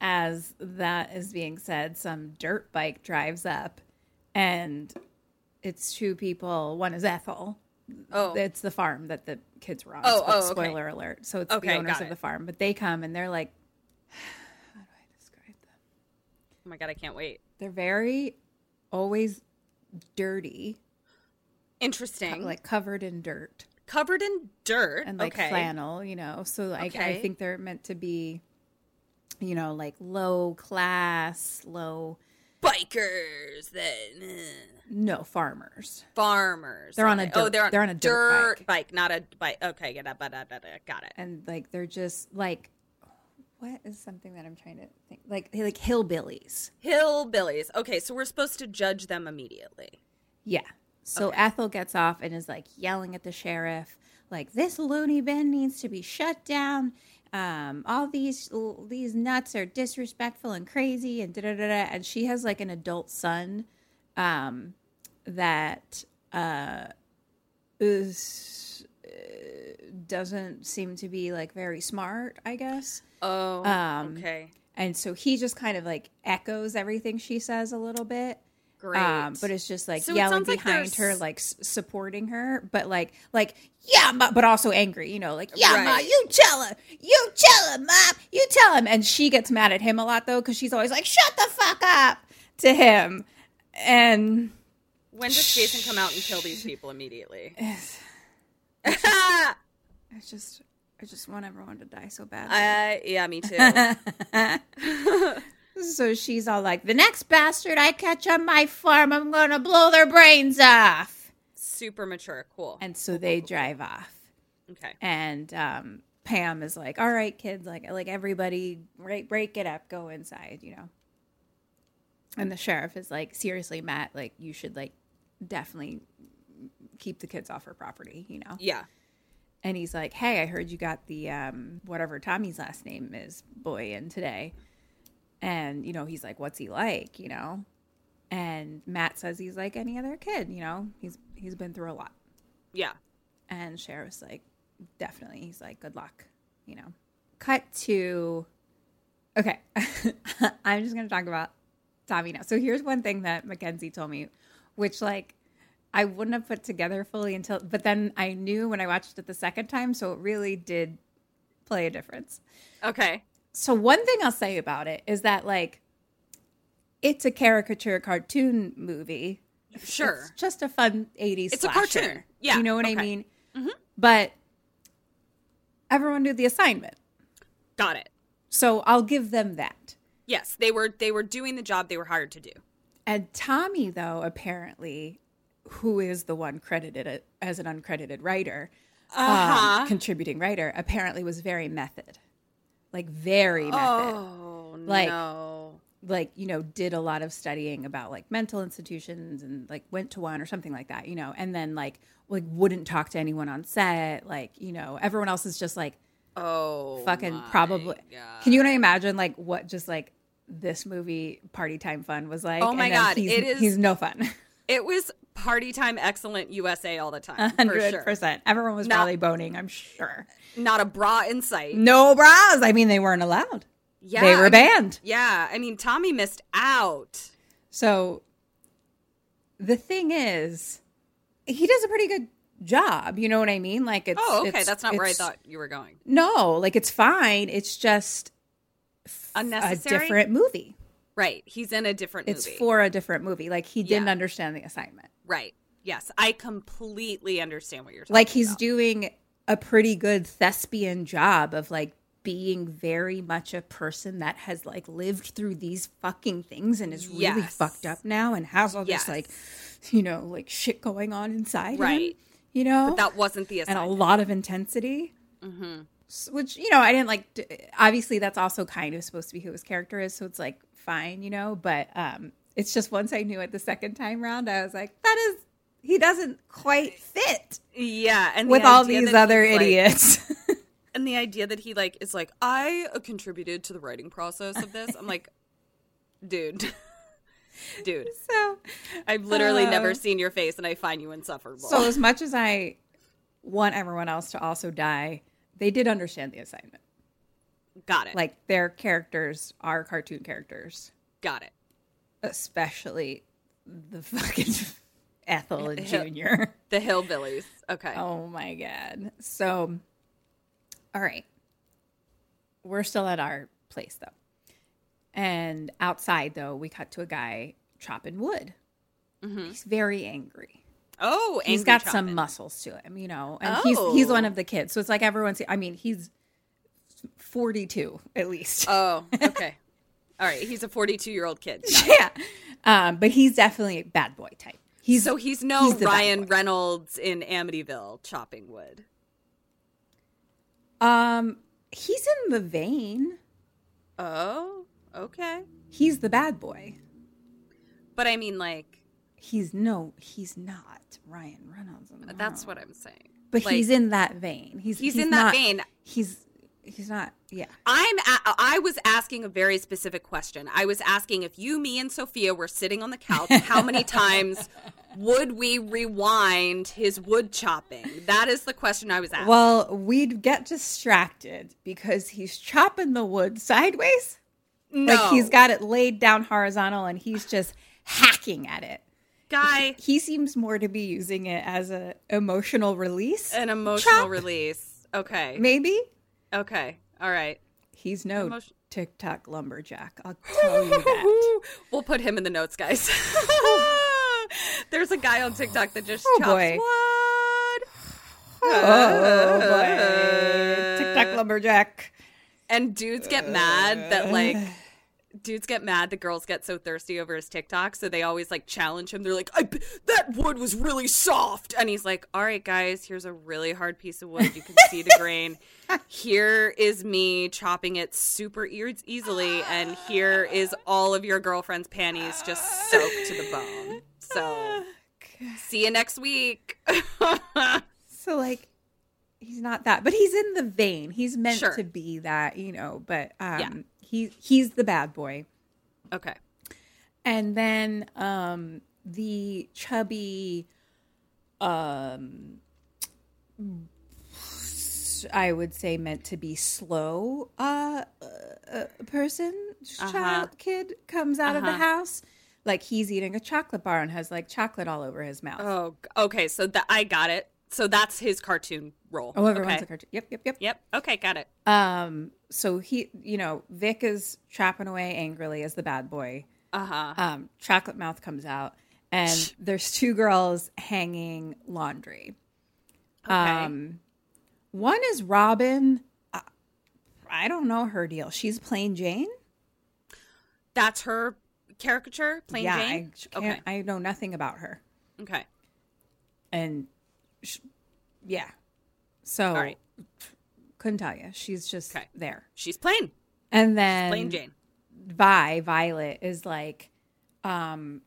Speaker 3: As that is being said, some dirt bike drives up and it's two people. One is Ethel.
Speaker 4: Oh.
Speaker 3: It's the farm that the kids were on.
Speaker 4: Oh,
Speaker 3: Spo-
Speaker 4: oh, okay.
Speaker 3: spoiler alert. So it's
Speaker 4: Okay,
Speaker 3: the owners
Speaker 4: got
Speaker 3: of
Speaker 4: it.
Speaker 3: the farm. But they come and they're like, how do I describe them?
Speaker 4: Oh my god, I can't wait.
Speaker 3: They're very always dirty, co-
Speaker 4: Interesting.
Speaker 3: like covered in dirt
Speaker 4: covered in dirt
Speaker 3: and like
Speaker 4: okay.
Speaker 3: flannel, you know. So like I
Speaker 4: Okay.
Speaker 3: think they're meant to be, you know, like low class, low
Speaker 4: Bikers, then
Speaker 3: no farmers.
Speaker 4: farmers.
Speaker 3: They're on a
Speaker 4: okay. oh,
Speaker 3: dirt-
Speaker 4: they're on,
Speaker 3: they're on a dirt
Speaker 4: bike. not a bike. Okay, yeah, da- ba- da- da- da, got it.
Speaker 3: And like they're just like what is something that I'm trying to think? Like they're like hillbillies.
Speaker 4: Hillbillies. Okay, so we're supposed to judge them immediately.
Speaker 3: Yeah. So Ethel gets off and is like yelling at the sheriff, like this loony bin needs to be shut down. Um, all these these nuts are disrespectful and crazy and da da da. da." And she has like an adult son, um, that uh, is, uh, doesn't seem to be like very smart, I guess.
Speaker 4: Oh,
Speaker 3: Um,
Speaker 4: okay,
Speaker 3: And so he just kind of like echoes everything she says a little bit Um,
Speaker 4: great.
Speaker 3: but it's just like
Speaker 4: So it
Speaker 3: yelling
Speaker 4: sounds like
Speaker 3: behind
Speaker 4: there's-
Speaker 3: her, like s- supporting her, but like like yeah, ma, but also angry. You know, like yeah, ma,
Speaker 4: Right.
Speaker 3: you tell her, you tell her, mom, you tell him. And she gets mad at him a lot though, because she's always like, shut the fuck up to him. And
Speaker 4: when does Jason come out and kill these people immediately?
Speaker 3: I just, I just want everyone to die so bad.
Speaker 4: Uh, yeah, me too.
Speaker 3: so she's all like, the next bastard I catch on my farm, I'm gonna blow their brains off.
Speaker 4: Super mature. Cool.
Speaker 3: And so they drive off.
Speaker 4: okay.
Speaker 3: and um, Pam is like, "All right, kids, like like everybody, break break it up, go inside," you know. And the sheriff is like, "Seriously, Matt, like you should like definitely keep the kids off her property," you know.
Speaker 4: Yeah.
Speaker 3: And he's like, "Hey, I heard you got the um, whatever Tommy's last name is boy in today," and you know he's like, "What's he like?" You know. And Matt says he's like any other kid, you know. He's he's been through a lot.
Speaker 4: Yeah.
Speaker 3: And Sheriff's like, definitely. He's like, good luck, you know. Cut to, okay, I'm just going to talk about Tommy now. So here's one thing that Mackenzie told me, which like I wouldn't have put together fully until, but then I knew when I watched it the second time. So it really did play a difference.
Speaker 4: Okay.
Speaker 3: So one thing I'll say about it is that like, it's a caricature cartoon movie,
Speaker 4: Sure.
Speaker 3: it's just a fun 80s
Speaker 4: It's a
Speaker 3: slasher.
Speaker 4: cartoon. Yeah,
Speaker 3: You know what I
Speaker 4: okay. Mm-hmm.
Speaker 3: mean? But everyone knew the assignment.
Speaker 4: Got it.
Speaker 3: So I'll give them that.
Speaker 4: Yes, they were they were doing the job they were hired to do.
Speaker 3: And Tommy, though, apparently, who is the one credited a- as an uncredited writer, um,
Speaker 4: Uh-huh.
Speaker 3: contributing writer, apparently was very method. Like, very method.
Speaker 4: Oh
Speaker 3: Like-
Speaker 4: no.
Speaker 3: like you know did a lot of studying about like mental institutions and like went to one or something like that you know and then like like wouldn't talk to anyone on set like you know everyone else is just like
Speaker 4: Oh.
Speaker 3: fucking
Speaker 4: my
Speaker 3: probably
Speaker 4: God.
Speaker 3: can you imagine like what just like this movie party time fun was like
Speaker 4: Oh my
Speaker 3: And
Speaker 4: God,
Speaker 3: he's,
Speaker 4: it is-
Speaker 3: he's no fun
Speaker 4: It was party time excellent USA all the time. For
Speaker 3: 100%
Speaker 4: sure.
Speaker 3: everyone was
Speaker 4: Not-
Speaker 3: probably boning i'm sure
Speaker 4: Not a bra in sight.
Speaker 3: no bras i mean they weren't allowed
Speaker 4: Yeah.
Speaker 3: they
Speaker 4: I
Speaker 3: were
Speaker 4: mean-
Speaker 3: banned
Speaker 4: yeah. I mean Tommy missed out.
Speaker 3: So the thing is, he does a pretty good job. You know what I mean? Like it's
Speaker 4: Oh, okay.
Speaker 3: it's-
Speaker 4: That's not where I
Speaker 3: it's-
Speaker 4: thought you were going.
Speaker 3: No, like it's fine. It's just a
Speaker 4: Unnecessary.
Speaker 3: different movie.
Speaker 4: Right. He's in a different
Speaker 3: It's
Speaker 4: movie.
Speaker 3: for a different movie. Like he didn't
Speaker 4: Yeah.
Speaker 3: understand the assignment.
Speaker 4: right. Yes. I completely understand what you're talking
Speaker 3: Like he's
Speaker 4: about.
Speaker 3: doing a pretty good thespian job of like being very much a person that has like lived through these fucking things and is really
Speaker 4: Yes.
Speaker 3: fucked up now and has all this
Speaker 4: Yes.
Speaker 3: like you know like shit going on inside him,
Speaker 4: Right.
Speaker 3: you know
Speaker 4: But that Mm-hmm. wasn't the
Speaker 3: and a
Speaker 4: assignment.
Speaker 3: lot of intensity. S- Which, you know, I didn't like. d- Obviously, that's also kind of supposed to be who his character is. So it's like, fine, you know. But um, it's just once I knew it the second time round, I was like, that is, he doesn't quite fit
Speaker 4: yeah. And the
Speaker 3: with all
Speaker 4: idea
Speaker 3: these
Speaker 4: that
Speaker 3: other
Speaker 4: he's, like-
Speaker 3: idiots.
Speaker 4: and the idea that he like is like I contributed to the writing process of this. I'm like, dude, dude.
Speaker 3: So
Speaker 4: I've literally
Speaker 3: uh,
Speaker 4: never seen your face, and I find you insufferable.
Speaker 3: So as much as I want everyone else to also die, they did understand the assignment.
Speaker 4: got it.
Speaker 3: Like their characters are cartoon characters,
Speaker 4: got it.
Speaker 3: especially the fucking Ethel and Junior.
Speaker 4: The hillbillies. Okay.
Speaker 3: Oh my god. So all right. We're still at our place though. And outside though, we cut to a guy chopping wood. He's very angry.
Speaker 4: Oh,
Speaker 3: He's
Speaker 4: angry
Speaker 3: got
Speaker 4: Chapman.
Speaker 3: some muscles to him, you know. And he's he's
Speaker 4: Oh.
Speaker 3: one of the kids. So it's like everyone's I mean, he's 42 at least.
Speaker 4: Oh, okay. All right. He's a 42 year old kid. Got it.
Speaker 3: yeah. Um, but he's definitely a bad boy type. He's
Speaker 4: so he's no
Speaker 3: he's the bad
Speaker 4: Ryan
Speaker 3: boy.
Speaker 4: Reynolds in Amityville chopping wood.
Speaker 3: um he's in the vein.
Speaker 4: Oh, okay.
Speaker 3: He's the bad boy.
Speaker 4: But I mean, like,
Speaker 3: He's no, he's not Ryan Reynolds. in the
Speaker 4: that's
Speaker 3: world.
Speaker 4: what I'm saying.
Speaker 3: But
Speaker 4: Like,
Speaker 3: he's in that vein. He's
Speaker 4: He's in that
Speaker 3: not-
Speaker 4: vein.
Speaker 3: He's he's not. Yeah.
Speaker 4: I'm. A- I was asking a very specific question. I was asking if you, me, and Sophia were sitting on the couch, how many times would we rewind his wood chopping? That is the question I was asking.
Speaker 3: Well, we'd get distracted because he's chopping the wood sideways.
Speaker 4: no,
Speaker 3: Like he's got it laid down horizontal and he's just hacking at it.
Speaker 4: guy
Speaker 3: He seems more to be using it as a emotional release.
Speaker 4: an emotional
Speaker 3: chop,
Speaker 4: release. Okay.
Speaker 3: Maybe
Speaker 4: Okay. All right.
Speaker 3: he's no
Speaker 4: Emotion-
Speaker 3: TikTok lumberjack. I'll tell you that.
Speaker 4: We'll put him in the notes, guys. There's a guy on TikTok that just
Speaker 3: Oh,
Speaker 4: chops
Speaker 3: boy.
Speaker 4: wood.
Speaker 3: Oh
Speaker 4: Uh,
Speaker 3: boy. TikTok lumberjack.
Speaker 4: And dudes get mad
Speaker 3: Uh.
Speaker 4: that like dudes get mad that girls get so thirsty over his TikTok, so they always like challenge him. They're like, I, "That wood was really soft," and he's like, "All right, guys, here's a really hard piece of wood. You can see the grain. Here is me chopping it super e- easily, and here is all of your girlfriend's panties just soaked to the bone." So, see you next week.
Speaker 3: So like he's not that, but he's in the vein. He's meant
Speaker 4: Sure.
Speaker 3: to be that, you know, but um he he's the bad boy.
Speaker 4: okay.
Speaker 3: And then um the chubby um I would say meant to be slow uh, uh person
Speaker 4: Uh-huh.
Speaker 3: child kid comes out of the house like he's eating a chocolate bar and has like chocolate all over his mouth.
Speaker 4: Oh, g- okay. So that I got it. So that's his cartoon role.
Speaker 3: Oh, everyone's
Speaker 4: okay.
Speaker 3: a cartoon. Yep, yep, yep.
Speaker 4: Yep. Okay, got it.
Speaker 3: Um, so he, you know, Vic is chopping away angrily as the bad boy.
Speaker 4: Uh huh.
Speaker 3: Um, chocolate mouth comes out, and there's two girls hanging laundry.
Speaker 4: Okay.
Speaker 3: Um, one is Robin. I, I don't know her deal. She's plain Jane.
Speaker 4: That's her caricature, plain
Speaker 3: yeah,
Speaker 4: Jane.
Speaker 3: I
Speaker 4: okay.
Speaker 3: can't, I know nothing about her.
Speaker 4: okay.
Speaker 3: And sh yeah, so
Speaker 4: right.
Speaker 3: couldn't tell you. She's just
Speaker 4: Okay.
Speaker 3: there.
Speaker 4: She's plain.
Speaker 3: And then
Speaker 4: Plain Jane.
Speaker 3: Vi Violet is like um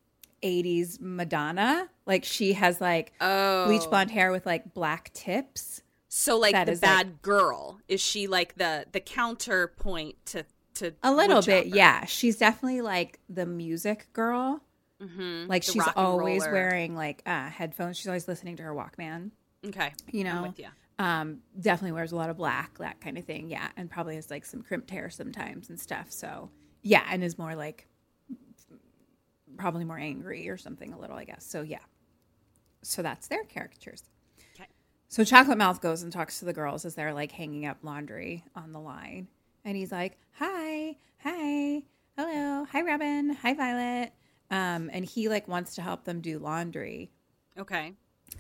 Speaker 3: 80s Madonna. Like she has like
Speaker 4: Oh.
Speaker 3: bleach blonde hair with like black tips.
Speaker 4: So like
Speaker 3: That
Speaker 4: the
Speaker 3: is, like-
Speaker 4: bad girl. Is she like the the counterpoint to to
Speaker 3: A little
Speaker 4: Woodchopper?
Speaker 3: bit, yeah. She's definitely like the music girl.
Speaker 4: Mhm.
Speaker 3: Like
Speaker 4: The
Speaker 3: she's
Speaker 4: rock and
Speaker 3: always
Speaker 4: roller.
Speaker 3: wearing like uh, headphones. She's always listening to her Walkman.
Speaker 4: Okay.
Speaker 3: You know,
Speaker 4: I'm with ya.
Speaker 3: um, definitely wears a lot of black, that kind of thing. Yeah, and probably has like some crimped hair sometimes and stuff. So yeah, and is more like probably more angry or something a little, I guess. So yeah, so that's their caricatures.
Speaker 4: Okay.
Speaker 3: So Chocolate Mouth goes and talks to the girls as they're like hanging up laundry on the line. And he's like, Hi, hi, hello, hi, Robin, hi, Violet. Um, and he like wants to help them do laundry.
Speaker 4: Okay.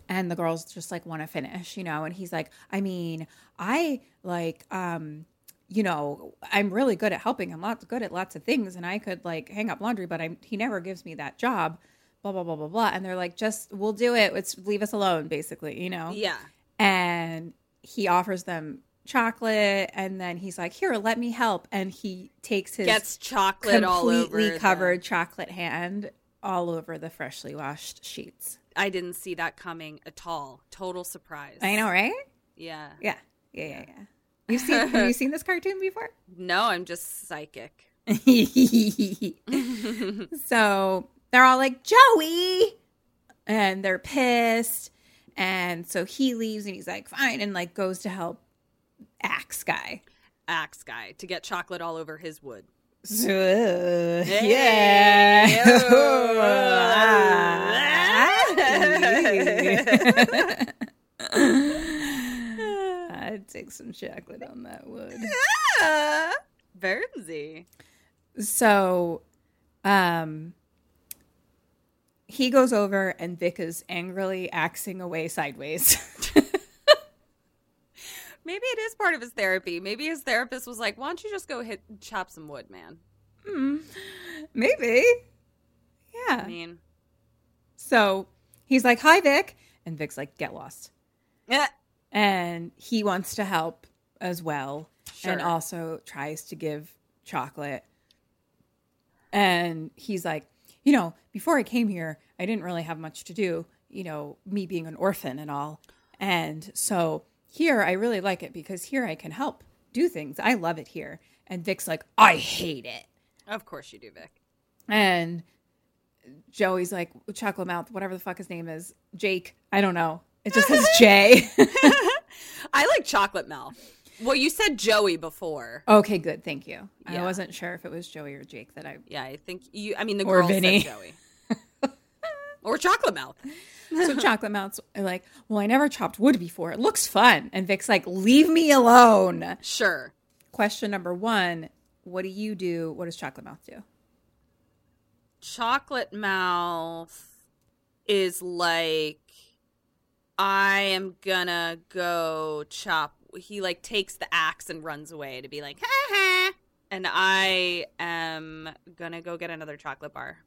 Speaker 3: And the girls just like want to finish, you know. And he's like, I mean, I like, um, you know, I'm really good at helping. I'm lots good at lots of things, and I could like hang up laundry, but I'm he never gives me that job. Blah blah blah blah blah. And they're like, just we'll do it. It's leave us alone, basically, you know
Speaker 4: Yeah.
Speaker 3: and he offers them chocolate and then he's like here let me help and he takes his
Speaker 4: Gets chocolate all over.
Speaker 3: completely
Speaker 4: the-
Speaker 3: covered chocolate hand all over the freshly washed sheets
Speaker 4: I didn't see that coming at all. Total surprise.
Speaker 3: i know right
Speaker 4: Yeah.
Speaker 3: yeah yeah yeah yeah You've seen have you seen this cartoon before?
Speaker 4: No, I'm just psychic.
Speaker 3: so they're all like Joey, and they're pissed, and so he leaves, and he's like, fine, and like goes to help Axe Guy.
Speaker 4: Axe guy to get chocolate all over his wood.
Speaker 3: So, uh, yeah. Ah. I'd take some chocolate on that wood.
Speaker 4: Ah, Bernsey.
Speaker 3: So, um, he goes over and Vic is angrily axing away sideways.
Speaker 4: Maybe it is part of his therapy. Maybe his therapist was like, "Why don't you just go hit chop some wood, man?"
Speaker 3: Hmm. Maybe. Yeah.
Speaker 4: I mean,
Speaker 3: So he's like, Hi, Vic. And Vic's like, Get lost.
Speaker 4: eh,
Speaker 3: And he wants to help as well and
Speaker 4: Sure.
Speaker 3: also tries to give chocolate. And he's like, You know, before I came here, I didn't really have much to do, you know, me being an orphan and all. And so here I really like it because here I can help do things. I love it here. And Vic's like, I hate it.
Speaker 4: of course you do, Vic.
Speaker 3: And Joey's like, Chocolate Mouth, whatever the fuck his name is, Jake, I don't know. It just says Jay.
Speaker 4: I like chocolate mouth. Well, you said Joey before.
Speaker 3: okay, good. Thank you. I
Speaker 4: Yeah.
Speaker 3: wasn't sure if it was Joey or Jake that I.
Speaker 4: Yeah, I think you. I mean, the
Speaker 3: Or
Speaker 4: girl
Speaker 3: Vinny.
Speaker 4: said Joey. or chocolate mouth.
Speaker 3: So Chocolate Mouth's like, Well, I never chopped wood before. It looks fun. And Vic's like, Leave me alone.
Speaker 4: Sure.
Speaker 3: Question number one What do you do? What does Chocolate Mouth do?
Speaker 4: chocolate mouth is like i am gonna go chop he like takes the axe and runs away to be like ha ha and i am gonna go get another chocolate bar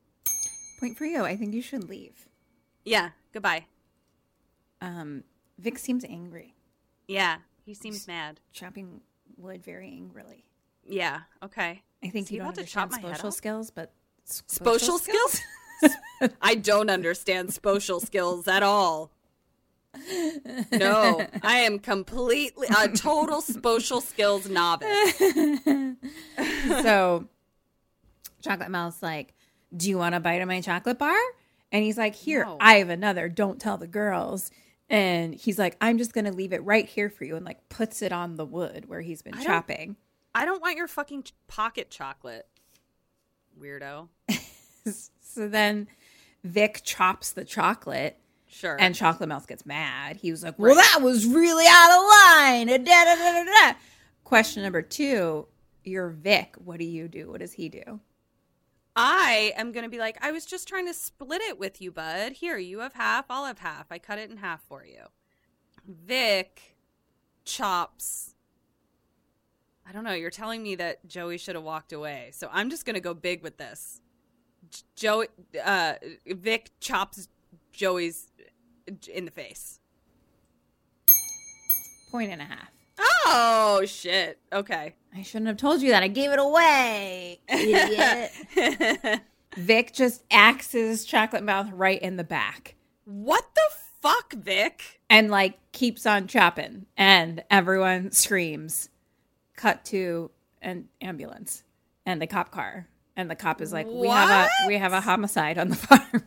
Speaker 3: Point for you. I think you should leave.
Speaker 4: yeah goodbye
Speaker 3: Um, Vic seems angry,
Speaker 4: yeah he seems mad
Speaker 3: chopping wood very angrily.
Speaker 4: yeah okay
Speaker 3: I think
Speaker 4: Is he
Speaker 3: you don't
Speaker 4: about to
Speaker 3: understand
Speaker 4: chop my head
Speaker 3: social
Speaker 4: off?
Speaker 3: skills, but s-
Speaker 4: Spocial skills? I don't understand spocial skills at all. No, I am completely a total spocial skills novice.
Speaker 3: so chocolate mouth's like do you want a bite of my chocolate bar and he's like here
Speaker 4: No.
Speaker 3: i have another don't tell the girls and he's like i'm just gonna leave it right here for you and like puts it on the wood where he's been
Speaker 4: I don't-
Speaker 3: chopping
Speaker 4: I don't want your fucking ch- pocket chocolate, weirdo.
Speaker 3: so then vic chops the chocolate
Speaker 4: Sure.
Speaker 3: and chocolate mouth gets mad he was like well that was really out of line and da, da, da, da, da. question number two you're vic what do you do what does he do
Speaker 4: I am going to be like, I was just trying to split it with you, bud. Here, you have half, I'll have half. I cut it in half for you. Vic chops. I don't know. You're telling me that Joey should have walked away. So I'm just going to go big with this. J- Joey, uh, Vic chops Joey's uh, in the face.
Speaker 3: point and a half
Speaker 4: Oh, shit. Okay.
Speaker 3: I shouldn't have told you that. I gave it away. Idiot. Vic just axes Chocolate Mouth right in the back
Speaker 4: What the fuck, Vic?
Speaker 3: and like keeps on chopping and everyone screams. Cut to an ambulance and the cop car. And the cop is like, We have a we have a homicide on the farm.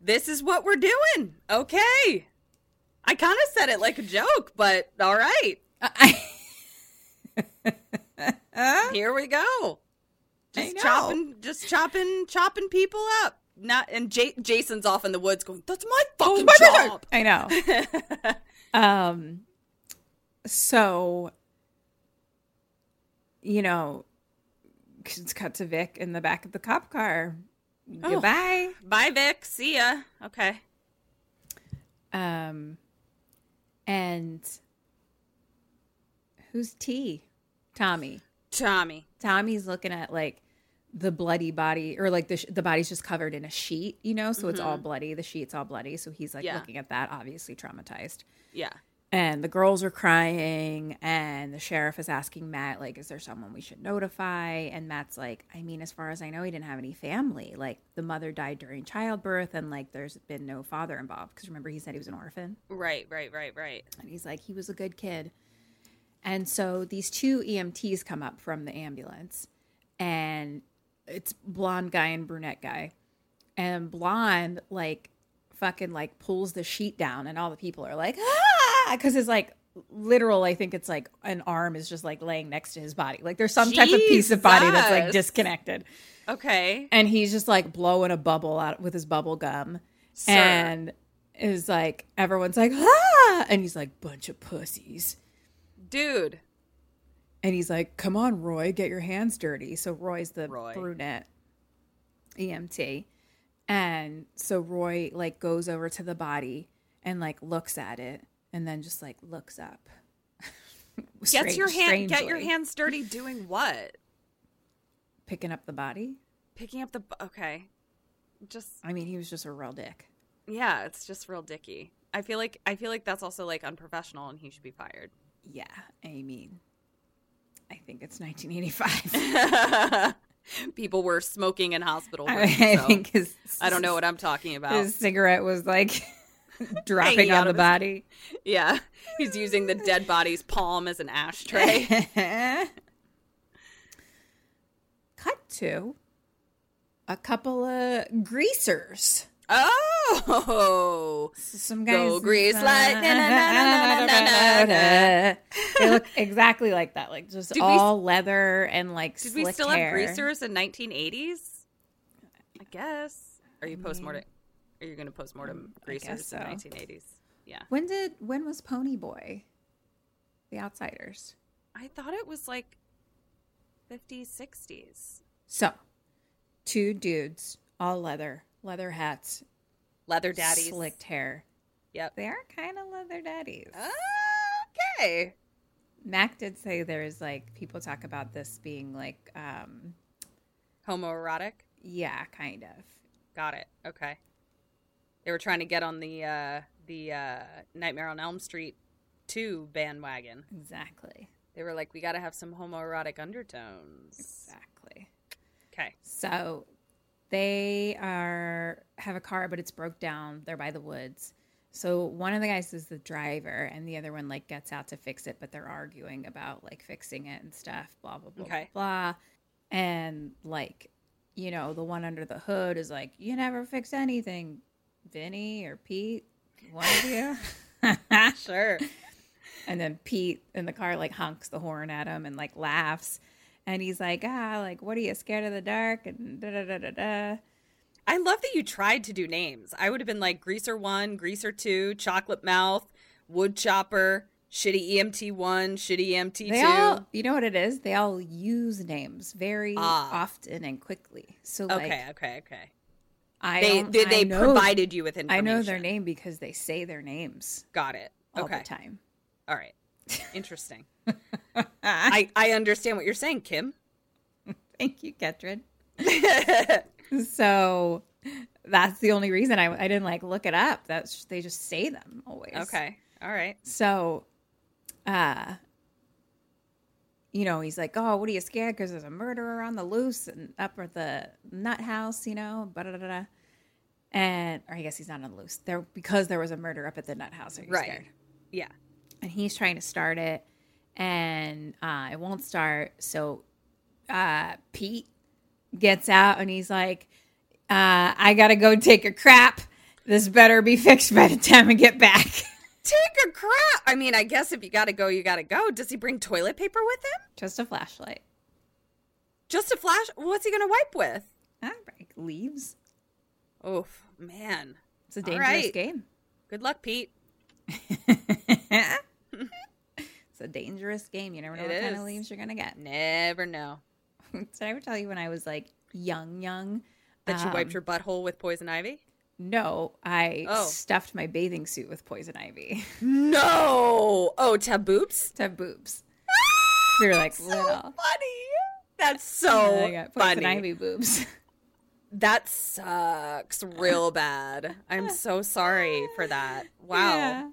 Speaker 4: this is what we're doing. Okay. I kind of said it like a joke, but all right.
Speaker 3: Oh,
Speaker 4: Here we go. Just
Speaker 3: know.
Speaker 4: chopping, just chopping, chopping people up. Not and J- Jason's off in the woods going, "That's my
Speaker 3: Oh,
Speaker 4: fucking job."
Speaker 3: I know. um so you know it's cut to Vic in the back of the cop car. Oh.
Speaker 4: Oh.
Speaker 3: Goodbye.
Speaker 4: Bye, Vic. See ya. Okay.
Speaker 3: Um and who's T? Tommy.
Speaker 4: Tommy.
Speaker 3: Tommy's looking at like the bloody body or like the sh- the body's just covered in a sheet, you know, so it's all bloody, the sheet's all bloody, so he's like
Speaker 4: Mm-hmm. Yeah.
Speaker 3: looking at that obviously traumatized.
Speaker 4: Yeah.
Speaker 3: and the girls are crying and the sheriff is asking matt like is there someone we should notify and matt's like i mean as far as i know he didn't have any family like the mother died during childbirth and like there's been no father involved because remember he said he was an orphan
Speaker 4: Right. Right. Right. Right.
Speaker 3: and he's like he was a good kid And so these two EMTs come up from the ambulance, and it's blonde guy and brunette guy. And blonde, like, fucking like pulls the sheet down, and all the people are like, ah, because it's like literal. I think it's like an arm is just like laying next to his body. Like, there's some type of piece of body that's like
Speaker 4: Jesus.
Speaker 3: disconnected.
Speaker 4: Okay.
Speaker 3: And he's just like blowing a bubble out with his bubble gum.
Speaker 4: Sir.
Speaker 3: And is like everyone's like, ah and he's like, bunch of pussies.
Speaker 4: Dude.
Speaker 3: And he's like, come on, Roy, get your hands dirty. So Roy's the brunette EMT. And so Roy like goes over to the body and like looks at it and then just like looks up.
Speaker 4: Get your hand
Speaker 3: Strange-
Speaker 4: get your
Speaker 3: strangely.
Speaker 4: hands dirty doing what?
Speaker 3: picking up the body.
Speaker 4: Picking up the bu- okay. Just
Speaker 3: I mean, he was just a real dick.
Speaker 4: yeah, it's just real dicky. I feel like I feel like that's also like unprofessional and he should be fired.
Speaker 3: Yeah, I mean, I think it's 1985.
Speaker 4: People were smoking in hospital
Speaker 3: I-
Speaker 4: rooms.
Speaker 3: I
Speaker 4: so
Speaker 3: think his-
Speaker 4: I don't know what I'm talking about.
Speaker 3: His cigarette was like
Speaker 4: Hanging
Speaker 3: dropping on
Speaker 4: out
Speaker 3: the
Speaker 4: of his-
Speaker 3: body.
Speaker 4: Yeah. He's using the dead body's palm as an ashtray.
Speaker 3: Cut to a couple of greasers.
Speaker 4: oh.
Speaker 3: Some guys.
Speaker 4: Go grease light. Na, na, na, na, na, na, na, na.
Speaker 3: they look exactly like that, like just
Speaker 4: Did we s-
Speaker 3: all leather and like
Speaker 4: Did
Speaker 3: slick
Speaker 4: we still
Speaker 3: hair.
Speaker 4: have greasers in 1980s? I guess. Are you post mortem? Are you going to post mortem greasers
Speaker 3: Mm, guess so.
Speaker 4: in 1980s? Yeah.
Speaker 3: When did when was Pony Boy? The Outsiders.
Speaker 4: I thought it was like 50s, 60s.
Speaker 3: So, two dudes, all leather, leather hats,
Speaker 4: Leather daddies.
Speaker 3: slicked hair.
Speaker 4: Yep.
Speaker 3: They are kind of leather daddies.
Speaker 4: Oh. Okay.
Speaker 3: Mac did say there's like people talk about this being like, um,
Speaker 4: Homoerotic.
Speaker 3: yeah, kind of.
Speaker 4: Got it. Okay. They were trying to get on the uh the uh Nightmare on Elm Street 2 bandwagon.
Speaker 3: Exactly.
Speaker 4: They were like we got to have some homoerotic undertones.
Speaker 3: Exactly.
Speaker 4: Okay.
Speaker 3: So they are have a car, but it's broke down. They're by the woods. So one of the guys is the driver, and the other one like gets out to fix it, but they're arguing about like fixing it and stuff. Blah blah blah
Speaker 4: Okay.
Speaker 3: blah. And like, you know, the one under the hood is like, "You never fix anything, Vinny or Pete, one of you."
Speaker 4: Sure.
Speaker 3: And then Pete in the car like honks the horn at him and like laughs. And he's like, ah, like, what are you scared of the dark? And da da da da da.
Speaker 4: I love that you tried to do names. I would have been like Greaser 1, Greaser 2, Chocolate Mouth, Wood Chopper, Shitty E EMT 1, Shitty E EMT 2.
Speaker 3: They all, you know what it is? They all use names very
Speaker 4: Ah.
Speaker 3: often and quickly. So, like,
Speaker 4: okay, okay, okay.
Speaker 3: I
Speaker 4: They
Speaker 3: don't-
Speaker 4: they,
Speaker 3: I
Speaker 4: they
Speaker 3: know-
Speaker 4: provided you with
Speaker 3: I
Speaker 4: information.
Speaker 3: know their name because they say their names
Speaker 4: Got it.
Speaker 3: all
Speaker 4: okay.
Speaker 3: the time.
Speaker 4: All right. Interesting. I I understand what you're saying, Kim.
Speaker 3: Thank you, Ketrin. so that's the only reason I, I didn't like look it up. That's they just say them always.
Speaker 4: Okay. All right.
Speaker 3: So, uh, you know, he's like, "Oh, what are you scared? Because there's a murderer on the loose and up at the nut house, you know." Blah, blah, blah, blah. And or I guess he's not on the loose there because there was a murder up at the nut house. Are you
Speaker 4: Right.
Speaker 3: scared?
Speaker 4: Yeah.
Speaker 3: And he's trying to start it, and uh, it won't start. So uh, Pete gets out and he's like, uh, "I gotta go take a crap. This better be fixed by the time I get back."
Speaker 4: Take a crap. I mean, I guess if you got to go, you got to go. Does he bring toilet paper with him?
Speaker 3: Just a flashlight.
Speaker 4: Just a flash? What's he going to wipe with?
Speaker 3: Ah, right. Leaves.
Speaker 4: Oh, man.
Speaker 3: It's a
Speaker 4: All
Speaker 3: dangerous
Speaker 4: right.
Speaker 3: game.
Speaker 4: Good luck, Pete.
Speaker 3: it's a dangerous game. You never know
Speaker 4: It
Speaker 3: what kind
Speaker 4: is.
Speaker 3: of leaves you're gonna get.
Speaker 4: Never know.
Speaker 3: Did I ever tell you when I was like young, young?
Speaker 4: That you
Speaker 3: Um,
Speaker 4: wiped your butthole with poison ivy?
Speaker 3: No, I
Speaker 4: Oh.
Speaker 3: stuffed my bathing suit with poison ivy
Speaker 4: No. Oh, taboops?
Speaker 3: to boobs. we were like little.
Speaker 4: Funny. That's
Speaker 3: And I
Speaker 4: so
Speaker 3: got poison
Speaker 4: funny.
Speaker 3: ivy boobs.
Speaker 4: That sucks real bad. I'm so sorry for that. Wow.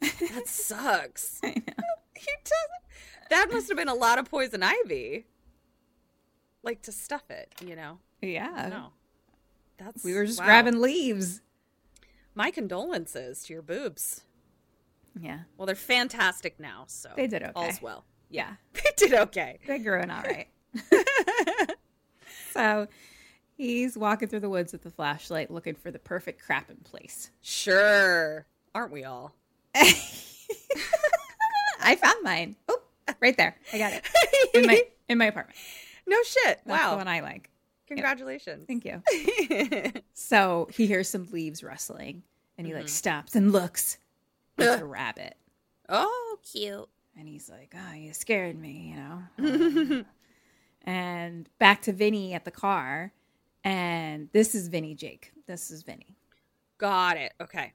Speaker 3: Yeah.
Speaker 4: That sucks. He doesn't. That must have been a lot of poison ivy. Like to stuff it, you know.
Speaker 3: Yeah.
Speaker 4: No. That's
Speaker 3: We were just
Speaker 4: wow.
Speaker 3: grabbing leaves.
Speaker 4: My condolences to your boobs.
Speaker 3: Yeah.
Speaker 4: Well, they're fantastic now, so
Speaker 3: They did okay.
Speaker 4: All's well.
Speaker 3: Yeah.
Speaker 4: They did okay.
Speaker 3: They're growing all right. so he's walking through the woods with the flashlight looking for the perfect crap in place.
Speaker 4: Sure. Aren't we all?
Speaker 3: I found mine. Oh, right there. I got it. In my in my apartment.
Speaker 4: No shit.
Speaker 3: That's
Speaker 4: wow.
Speaker 3: the one I like.
Speaker 4: Congratulations.
Speaker 3: Thank you. so he hears some leaves rustling and he like stops and looks. It's a rabbit.
Speaker 4: Oh, cute.
Speaker 3: And he's like, Oh, you scared me, you know? Um, and back to Vinny at the car. And this is Vinny Jake. This is Vinny,
Speaker 4: Got it. Okay.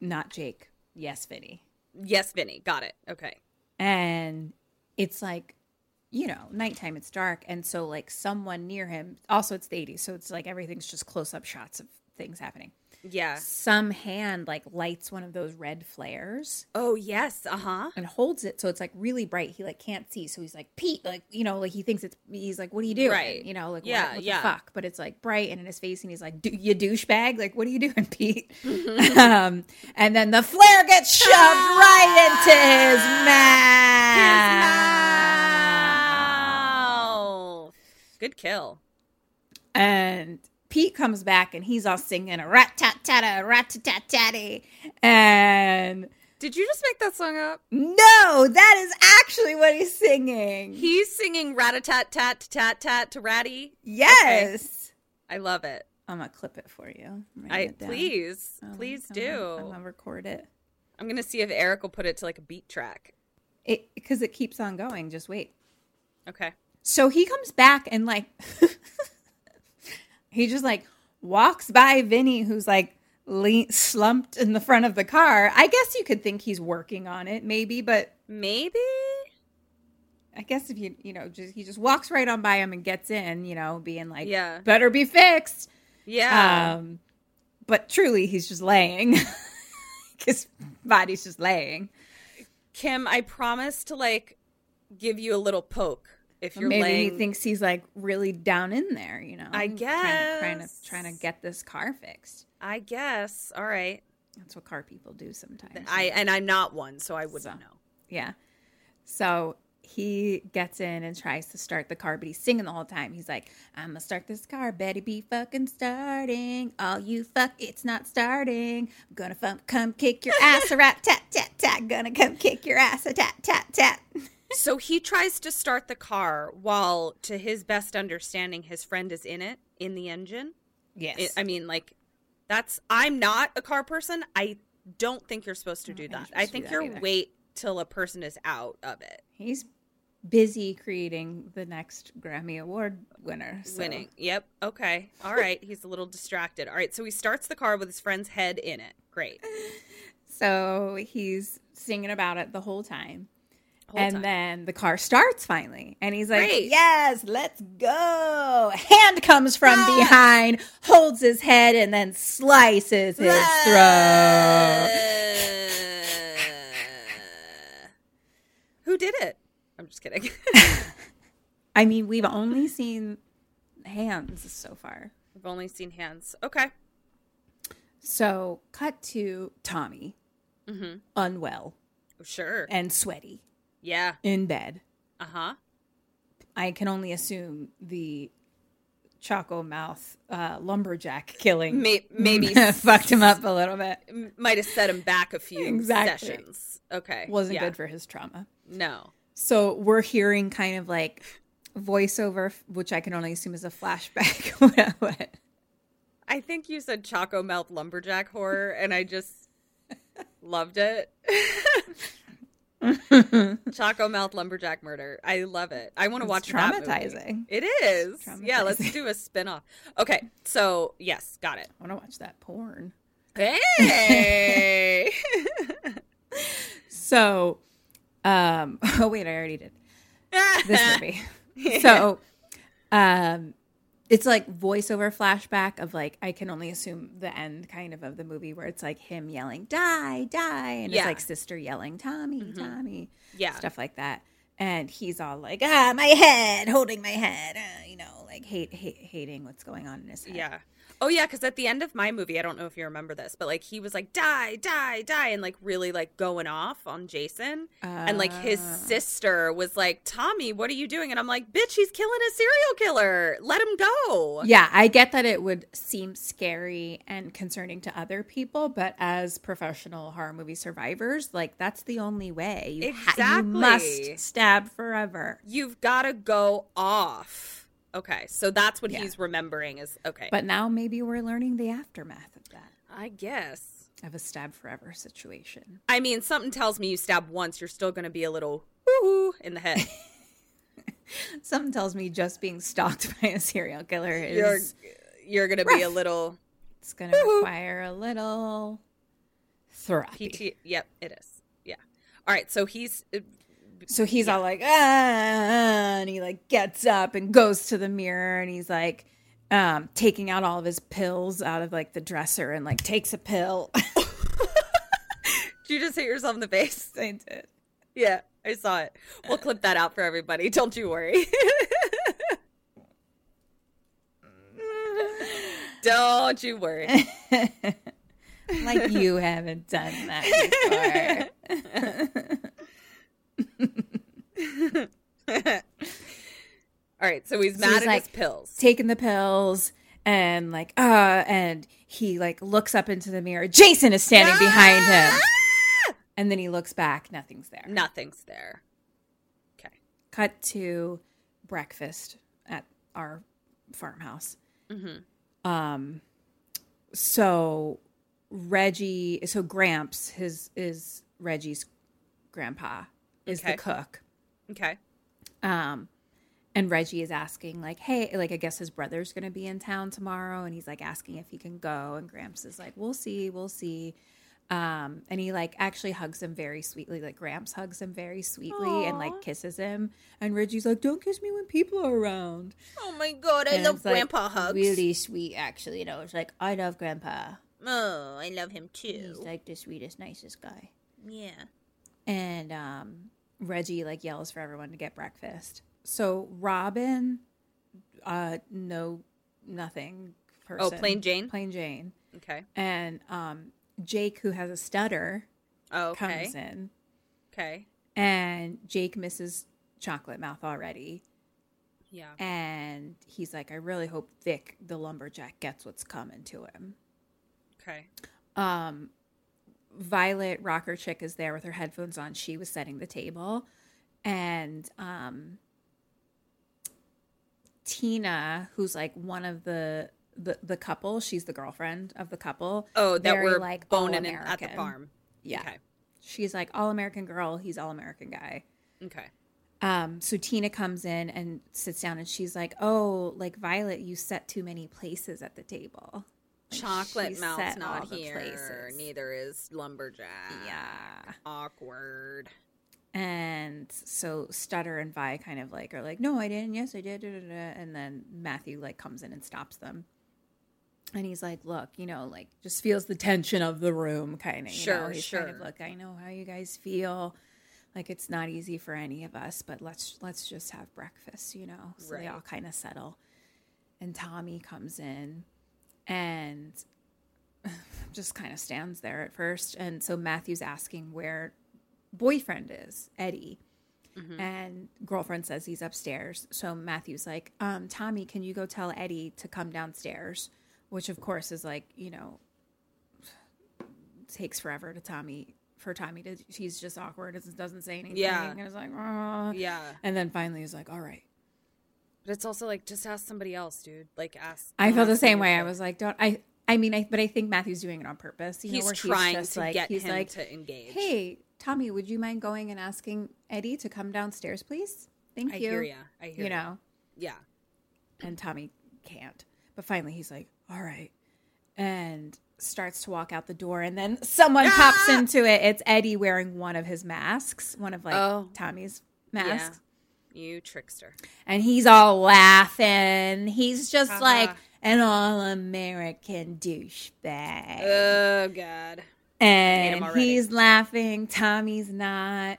Speaker 3: not Jake. Yes, Vinny.
Speaker 4: Yes, Vinny. Got it. Okay.
Speaker 3: and it's like you know nighttime it's dark and so like someone near him also it's the 80s so it's like everything's just close up shots of things happening
Speaker 4: Yeah.
Speaker 3: some hand like lights one of those red flares
Speaker 4: Oh, yes. Uh huh.
Speaker 3: and holds it so it's like really bright he like can't see so he's like pete like you know like he thinks it's he's like what are you doing
Speaker 4: Right.
Speaker 3: you know like
Speaker 4: Yeah,
Speaker 3: what, what
Speaker 4: yeah.
Speaker 3: the fuck but it's like bright and in his face and he's like do you douchebag like what are you doing pete
Speaker 4: Mm-hmm.
Speaker 3: um and then the flare gets shoved right into his
Speaker 4: Ah!
Speaker 3: mouth
Speaker 4: Wow. Good kill.
Speaker 3: and pete comes back and he's all singing a rat tat tat rat tat tat tatty and
Speaker 4: Did you just make that song up?
Speaker 3: no that is actually what he's singing
Speaker 4: He's singing rat a tat tat tat tat to Ratty.
Speaker 3: yes
Speaker 4: I love it.
Speaker 3: I'm gonna clip it for you. Write
Speaker 4: I
Speaker 3: it down.
Speaker 4: please,
Speaker 3: Um,
Speaker 4: please
Speaker 3: I'm
Speaker 4: do.
Speaker 3: Gonna, I'm gonna record it.
Speaker 4: I'm gonna see if Eric will put it to like a beat track.
Speaker 3: It because it keeps on going. Just wait.
Speaker 4: Okay.
Speaker 3: So he comes back and like he just like walks by Vinny, who's like lean, slumped in the front of the car. I guess you could think he's working on it, maybe, but
Speaker 4: Maybe.
Speaker 3: I guess if you you know just he just walks right on by him and gets in, you know, being like,
Speaker 4: Yeah.
Speaker 3: better be fixed.
Speaker 4: Yeah.
Speaker 3: Um, but truly, he's just laying. His body's just laying.
Speaker 4: Kim, I promise to like give you a little poke if you're
Speaker 3: Maybe
Speaker 4: laying.
Speaker 3: he thinks he's like really down in there, you know.
Speaker 4: I
Speaker 3: trying to- trying to
Speaker 4: guess.
Speaker 3: trying to get this car fixed.
Speaker 4: I guess. All right.
Speaker 3: That's what car people do sometimes.
Speaker 4: I and I'm not one, so I wouldn't
Speaker 3: So.
Speaker 4: know.
Speaker 3: yeah. So he gets in and tries to start the car, but he's singing the whole time. He's like, "I'm gonna start this car, Betty be fucking starting. All you fuck, it's not starting. I'm gonna fum- come kick your ass, a rat tat tat tat. Gonna come kick your ass, a tat tat tat."
Speaker 4: so he tries to start the car while, to his best understanding, his friend is in it in the engine.
Speaker 3: Yes,
Speaker 4: It- I mean, like, that's. I'm not a car person. I don't think you're supposed to do
Speaker 3: think you're
Speaker 4: that. I
Speaker 3: supposed to
Speaker 4: think
Speaker 3: do that
Speaker 4: you're
Speaker 3: either.
Speaker 4: wait till a person is out of it.
Speaker 3: he's busy creating the next Grammy Award winner. so-
Speaker 4: Winning. Yep. Okay. All right. He's a little distracted. All right. So he starts the car with his friend's head in it. Great.
Speaker 3: So he's singing about it the whole time.
Speaker 4: Whole
Speaker 3: and
Speaker 4: time.
Speaker 3: then the car starts finally. And he's like,
Speaker 4: Great.
Speaker 3: Yes, let's go. A hand comes from
Speaker 4: Ah.
Speaker 3: behind, holds his head, and then slices his throat.
Speaker 4: Ah. Who did it? I'm just kidding.
Speaker 3: I mean, we've only seen hands so far.
Speaker 4: I've only seen hands. Okay.
Speaker 3: So cut to Tommy,
Speaker 4: Mhm.
Speaker 3: unwell
Speaker 4: Sure.
Speaker 3: and sweaty
Speaker 4: Yeah.
Speaker 3: in bed.
Speaker 4: Uh huh.
Speaker 3: I can only assume the Choco Mouth uh, lumberjack killing
Speaker 4: May- maybe
Speaker 3: fucked him up a little bit.
Speaker 4: m- might have set him back a few
Speaker 3: Exactly.
Speaker 4: sessions. Okay.
Speaker 3: Wasn't
Speaker 4: Yeah.
Speaker 3: good for his trauma.
Speaker 4: No.
Speaker 3: So we're hearing kind of like voiceover, which I can only assume is a flashback. What-
Speaker 4: I think you said Choco Mouth Lumberjack horror, and I just loved it. Choco Mouth Lumberjack murder. I love it. I want to
Speaker 3: It's
Speaker 4: watch that movie.
Speaker 3: traumatizing.
Speaker 4: It is. Yeah, let's
Speaker 3: traumatizing.
Speaker 4: do a spin off. Okay, so yes, got it.
Speaker 3: I want to watch that porn.
Speaker 4: Hey!
Speaker 3: So, um, oh wait, I already did this movie. so, um, it's like voiceover flashback of like I can only assume the end kind of of the movie where it's like him yelling die die and
Speaker 4: Yeah. Mm-hmm.
Speaker 3: it's like sister yelling Tommy Tommy
Speaker 4: Yeah.
Speaker 3: stuff like that and he's all like ah my head holding my head uh, you know like hate, hate hating what's going on in his head.
Speaker 4: Yeah. Oh yeah, because at the end of my movie, I don't know if you remember this, but like he was like die, die, die, and like really like going off on Jason, and like his
Speaker 3: Ah.
Speaker 4: sister was like, "Tommy, what are you doing?" And I'm like, "Bitch, he's killing a serial killer. Let him go."
Speaker 3: Yeah, I get that it would seem scary and concerning to other people, but as professional horror movie survivors, like that's the only way. You, ha- you
Speaker 4: Exactly.
Speaker 3: must stab forever.
Speaker 4: You've got to go off. Okay, so that's what he's remembering is okay.
Speaker 3: But now maybe we're learning the aftermath of that,
Speaker 4: I guess.
Speaker 3: of a stab forever situation.
Speaker 4: I mean, something tells me you stab once, you're still going to be a little woo in the head.
Speaker 3: Something tells me just being stalked by a serial killer is
Speaker 4: you're you're going to be a little
Speaker 3: it's going to require a little therapy.
Speaker 4: PT. Yep, it is. Yeah. All right. So he's uh,
Speaker 3: So he's all like, ah, and he like gets up and goes to the mirror and he's like, um, taking out all of his pills out of like the dresser and like takes a pill.
Speaker 4: Did you just hit yourself in the face?
Speaker 3: I did.
Speaker 4: Yeah, I saw it. We'll clip that out for everybody. Don't you worry. Don't you worry.
Speaker 3: like you haven't done that
Speaker 4: All right, so he's
Speaker 3: So
Speaker 4: mad
Speaker 3: he's
Speaker 4: at
Speaker 3: like-
Speaker 4: his pills.
Speaker 3: taking the pills and like uh and he like looks up into the mirror jason is standing behind him and then he looks back nothing's there
Speaker 4: Nothing's there. Okay.
Speaker 3: cut to breakfast at our farmhouse
Speaker 4: Mhm.
Speaker 3: um so reggie so gramps his is reggie's grandpa is
Speaker 4: Okay.
Speaker 3: the cook
Speaker 4: Okay.
Speaker 3: Um, and Reggie is asking, like, hey, like, I guess his brother's going to be in town tomorrow. And he's like asking if he can go. And Gramps is like, we'll see, we'll see. Um, and he like actually hugs him very sweetly. Like, Gramps hugs him very sweetly and like kisses him. And Reggie's like, don't kiss me when people are around.
Speaker 4: Oh my god,
Speaker 3: And it's, like, Really sweet, actually. You know, it's like, I love Grandpa.
Speaker 4: Oh, I love him
Speaker 3: He's like the sweetest, nicest guy.
Speaker 4: Yeah.
Speaker 3: and um, Reggie like yells for everyone to get breakfast. So Robin, uh, no, nothing. Person,
Speaker 4: Oh, plain Jane?
Speaker 3: plain Jane,
Speaker 4: Okay.
Speaker 3: and um, Jake who has a stutter
Speaker 4: Oh, okay.
Speaker 3: comes in,
Speaker 4: Okay.
Speaker 3: and Jake misses chocolate mouth already,
Speaker 4: Yeah.
Speaker 3: and he's like, I really hope Vic the lumberjack gets what's coming to him.
Speaker 4: Okay.
Speaker 3: um Violet rocker chick is there with her headphones on. She was setting the table and um Tina, who's like one of the the, the couple, she's the girlfriend of the couple.
Speaker 4: Oh, that
Speaker 3: very,
Speaker 4: we're boning in at
Speaker 3: all-American.
Speaker 4: the farm.
Speaker 3: Yeah.
Speaker 4: Okay.
Speaker 3: She's like all American girl, he's all American guy.
Speaker 4: Okay.
Speaker 3: Um, so Tina comes in and sits down and she's like, Oh, like Violet, you set too many places at the table. Like,
Speaker 4: Chocolate
Speaker 3: she
Speaker 4: Mouth's
Speaker 3: set all
Speaker 4: not
Speaker 3: the
Speaker 4: here.
Speaker 3: places.
Speaker 4: Neither is Lumberjack.
Speaker 3: Yeah.
Speaker 4: Awkward.
Speaker 3: And so Stutter and Vi kind of like are like, no, I didn't. Yes, I did. da, da, da." And then Matthew like comes in and stops them. And he's like, look, you know, like just feels the tension of the room kind of. you know?
Speaker 4: Sure,
Speaker 3: he's Kind of
Speaker 4: sure.
Speaker 3: like, I know how you guys feel. Like it's not easy for any of us, but let's let's just have breakfast, you know. So they
Speaker 4: Right.
Speaker 3: all kind of settle. And Tommy comes in and just kind of stands there at first. And so Matthew's asking where boyfriend is, Eddie.
Speaker 4: Mm-hmm.
Speaker 3: And girlfriend says he's upstairs. So Matthew's like, um, Tommy, can you go tell Eddie to come downstairs? Which, of course, is like, you know, takes forever to Tommy, for Tommy to, he's just awkward, doesn't doesn't say anything.
Speaker 4: Yeah.
Speaker 3: And it's like, "Ah."
Speaker 4: Yeah.
Speaker 3: And then finally he's like, all right.
Speaker 4: But it's also like just ask somebody else, dude. Like ask.
Speaker 3: I
Speaker 4: don't
Speaker 3: felt the
Speaker 4: ask me
Speaker 3: same
Speaker 4: to
Speaker 3: way. I
Speaker 4: cook.
Speaker 3: was like, don't I? I mean, I but I think Matthew's doing it on purpose. You know,
Speaker 4: He's
Speaker 3: where
Speaker 4: trying
Speaker 3: just
Speaker 4: to
Speaker 3: like,
Speaker 4: get
Speaker 3: he's
Speaker 4: him
Speaker 3: like,
Speaker 4: to engage.
Speaker 3: Hey, Tommy, would you mind going and asking Eddie to come downstairs, please? Thank
Speaker 4: I
Speaker 3: you.
Speaker 4: hear ya. I hear
Speaker 3: you
Speaker 4: ya.
Speaker 3: know,
Speaker 4: Yeah.
Speaker 3: and Tommy can't. But finally, he's like, all right, and starts to walk out the door, and then someone
Speaker 4: Ah!
Speaker 3: pops into it. It's Eddie wearing one of his masks, one of like
Speaker 4: Oh.
Speaker 3: Tommy's masks.
Speaker 4: You trickster.
Speaker 3: and he's all laughing. He's just
Speaker 4: Uh-huh.
Speaker 3: like an all American douchebag.
Speaker 4: Oh God.
Speaker 3: and
Speaker 4: already.
Speaker 3: he's laughing. Tommy's not.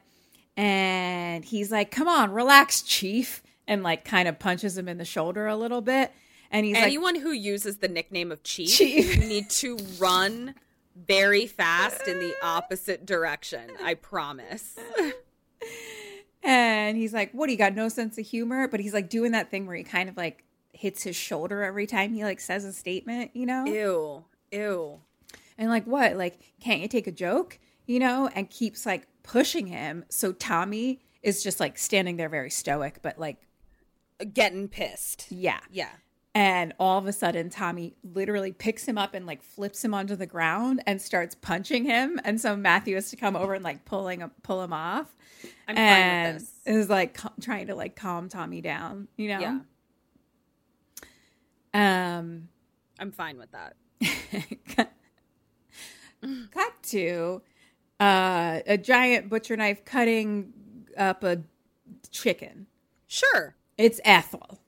Speaker 3: And he's like, come on, relax, chief. and like kind of punches him in the shoulder a little bit. And he's like,
Speaker 4: Anyone who uses the nickname of Chief, you need to run very fast in the opposite direction. I promise.
Speaker 3: and he's like, what? He got no sense of humor, but he's like doing that thing where he kind of like hits his shoulder every time he like says a statement, you know?
Speaker 4: Ew, ew.
Speaker 3: And like, what? Like, can't you take a joke? You know? And keeps like pushing him. So Tommy is just like standing there very stoic, but like,
Speaker 4: Getting pissed.
Speaker 3: yeah.
Speaker 4: Yeah.
Speaker 3: And all of a sudden, Tommy literally picks him up and like flips him onto the ground and starts punching him. And so Matthew has to come over and like pulling him, pull him off.
Speaker 4: I'm fine
Speaker 3: and
Speaker 4: with this.
Speaker 3: is like ca- trying to like calm Tommy down, you
Speaker 4: Yeah.
Speaker 3: know? Yeah. Um,
Speaker 4: I'm fine with that.
Speaker 3: cut to uh, a giant butcher knife cutting up a chicken.
Speaker 4: Sure.
Speaker 3: It's Ethel.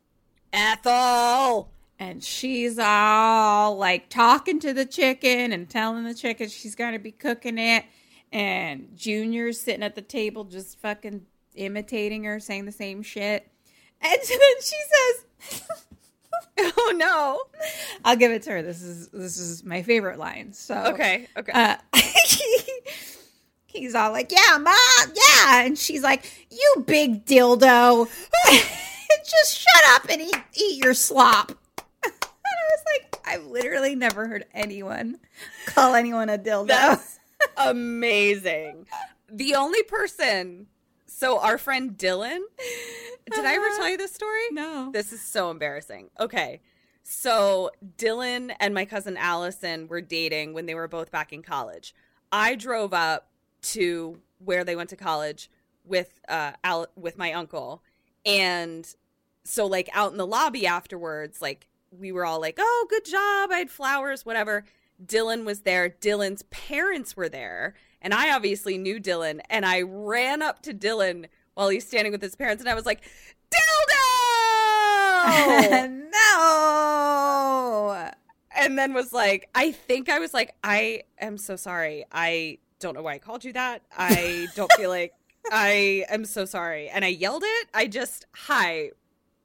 Speaker 4: Ethel.
Speaker 3: And she's all like talking to the chicken and telling the chicken she's going to be cooking it. And Junior's sitting at the table just fucking imitating her, saying the same shit. And then she says,
Speaker 4: Oh no.
Speaker 3: I'll give it to her. This is this is my favorite line. So
Speaker 4: Okay. Okay.
Speaker 3: uh, he's all like, "Yeah, mom, yeah," and she's like, "You big dildo, just shut up and eat eat your slop." and I was like, I've literally never heard anyone call anyone a dildo.
Speaker 4: That's amazing. The only person. So our friend Dylan. Did I ever tell you this story?
Speaker 3: no,
Speaker 4: This is so embarrassing. Okay. So Dylan and my cousin Allison were dating when they were both back in college. I drove up to where they went to college with uh Al- with my uncle and so like out in the lobby afterwards like we were all like oh good job I had flowers whatever Dylan was there Dylan's parents were there and I obviously knew Dylan and I ran up to Dylan while he's standing with his parents and I was like dildo
Speaker 3: no.
Speaker 4: and then was like, I think I was like, I am so sorry. I don't know why I called you that. I don't feel like I am so sorry. And I yelled it. I just, hi,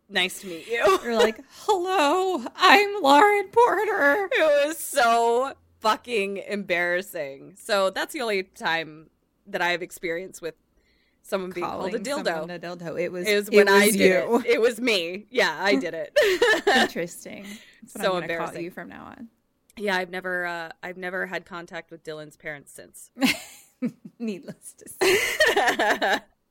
Speaker 4: nice to meet you.
Speaker 3: You're like, "Hello, I'm Lauren Porter."
Speaker 4: It was so fucking embarrassing. So that's the only time that I have experience with someone being called a
Speaker 3: Calling someone
Speaker 4: dildo.
Speaker 3: a dildo. It was
Speaker 4: is
Speaker 3: it
Speaker 4: when I
Speaker 3: was
Speaker 4: did
Speaker 3: you.
Speaker 4: it. It was me. Yeah, I did it.
Speaker 3: Interesting. That's what I'm
Speaker 4: So
Speaker 3: gonna Call
Speaker 4: embarrassing.
Speaker 3: you from now on.
Speaker 4: yeah, I've never, uh, I've never had contact with Dylan's parents since.
Speaker 3: Needless to say.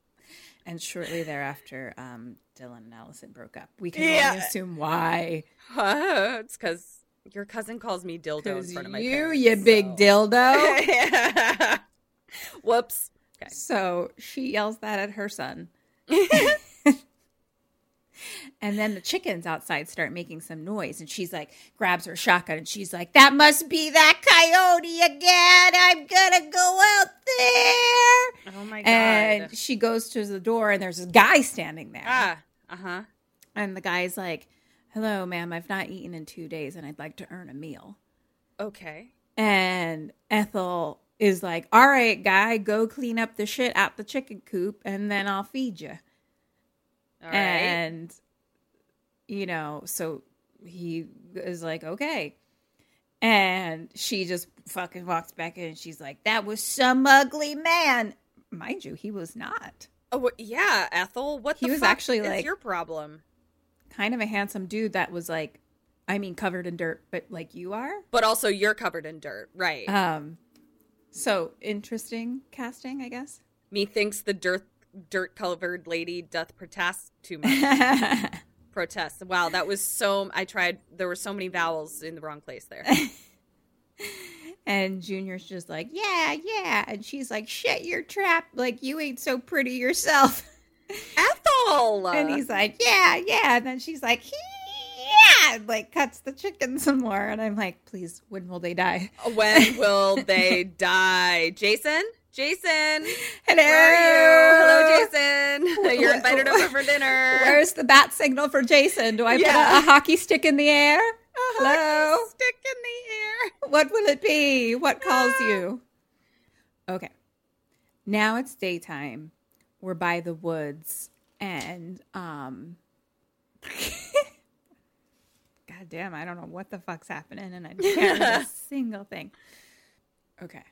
Speaker 3: and shortly thereafter, um, Dylan and Allison broke up. We can
Speaker 4: Yeah.
Speaker 3: only assume why.
Speaker 4: Uh, it's because your cousin calls me dildo in
Speaker 3: 'Cause
Speaker 4: front of my
Speaker 3: you,
Speaker 4: parents,
Speaker 3: you big
Speaker 4: so-
Speaker 3: dildo.
Speaker 4: Whoops. Okay.
Speaker 3: so she yells that at her son. and then the chickens outside start making some noise, and she's like, grabs her shotgun, and she's like, "That must be that coyote again. I'm gonna go out there."
Speaker 4: Oh my god.
Speaker 3: And she goes to the door, and there's a guy standing there.
Speaker 4: ah. Uh huh.
Speaker 3: And the guy's like, Hello, ma'am, I've not eaten in two days and I'd like to earn a meal.
Speaker 4: Okay.
Speaker 3: And Ethel is like, All right, guy, go clean up the shit out the chicken coop and then I'll feed you.
Speaker 4: All right.
Speaker 3: And, you know, so he is like, Okay. And she just fucking walks back in and she's like, That was some ugly man. Mind you, he was not.
Speaker 4: oh wh- yeah, Ethel. What
Speaker 3: He
Speaker 4: the
Speaker 3: was
Speaker 4: fuck
Speaker 3: actually,
Speaker 4: is
Speaker 3: like-
Speaker 4: your problem,
Speaker 3: Kind of a handsome dude that was like, I mean, covered in dirt, but like you are.
Speaker 4: but also you're covered in dirt, right?
Speaker 3: Um, so interesting casting, I guess.
Speaker 4: Methinks the dirt dirt covered lady doth protest too much. protest. Wow, that was so. I tried. There were so many vowels in the wrong place there.
Speaker 3: and Junior's just like, yeah, yeah, and she's like, shit, you're trapped. Like you ain't so pretty yourself.
Speaker 4: Ethel.
Speaker 3: and he's like, yeah, yeah, and then she's like, yeah, and, like cuts the chicken some more. And I'm like, please, when will they die?
Speaker 4: When will they die? Jason? Jason?
Speaker 3: Hello,
Speaker 4: Where are you? Hello, Jason. You're
Speaker 3: Wh-
Speaker 4: invited
Speaker 3: wh-
Speaker 4: over for dinner.
Speaker 3: Where's the bat signal for Jason? Do I put
Speaker 4: Yeah.
Speaker 3: a, a hockey stick in the air? Hello.
Speaker 4: Stick in Ah.
Speaker 3: What will it be? What calls you? Okay. Now it's daytime. We're by the woods and um God damn, I don't know what the fuck's happening, and I can't read a single thing. Okay,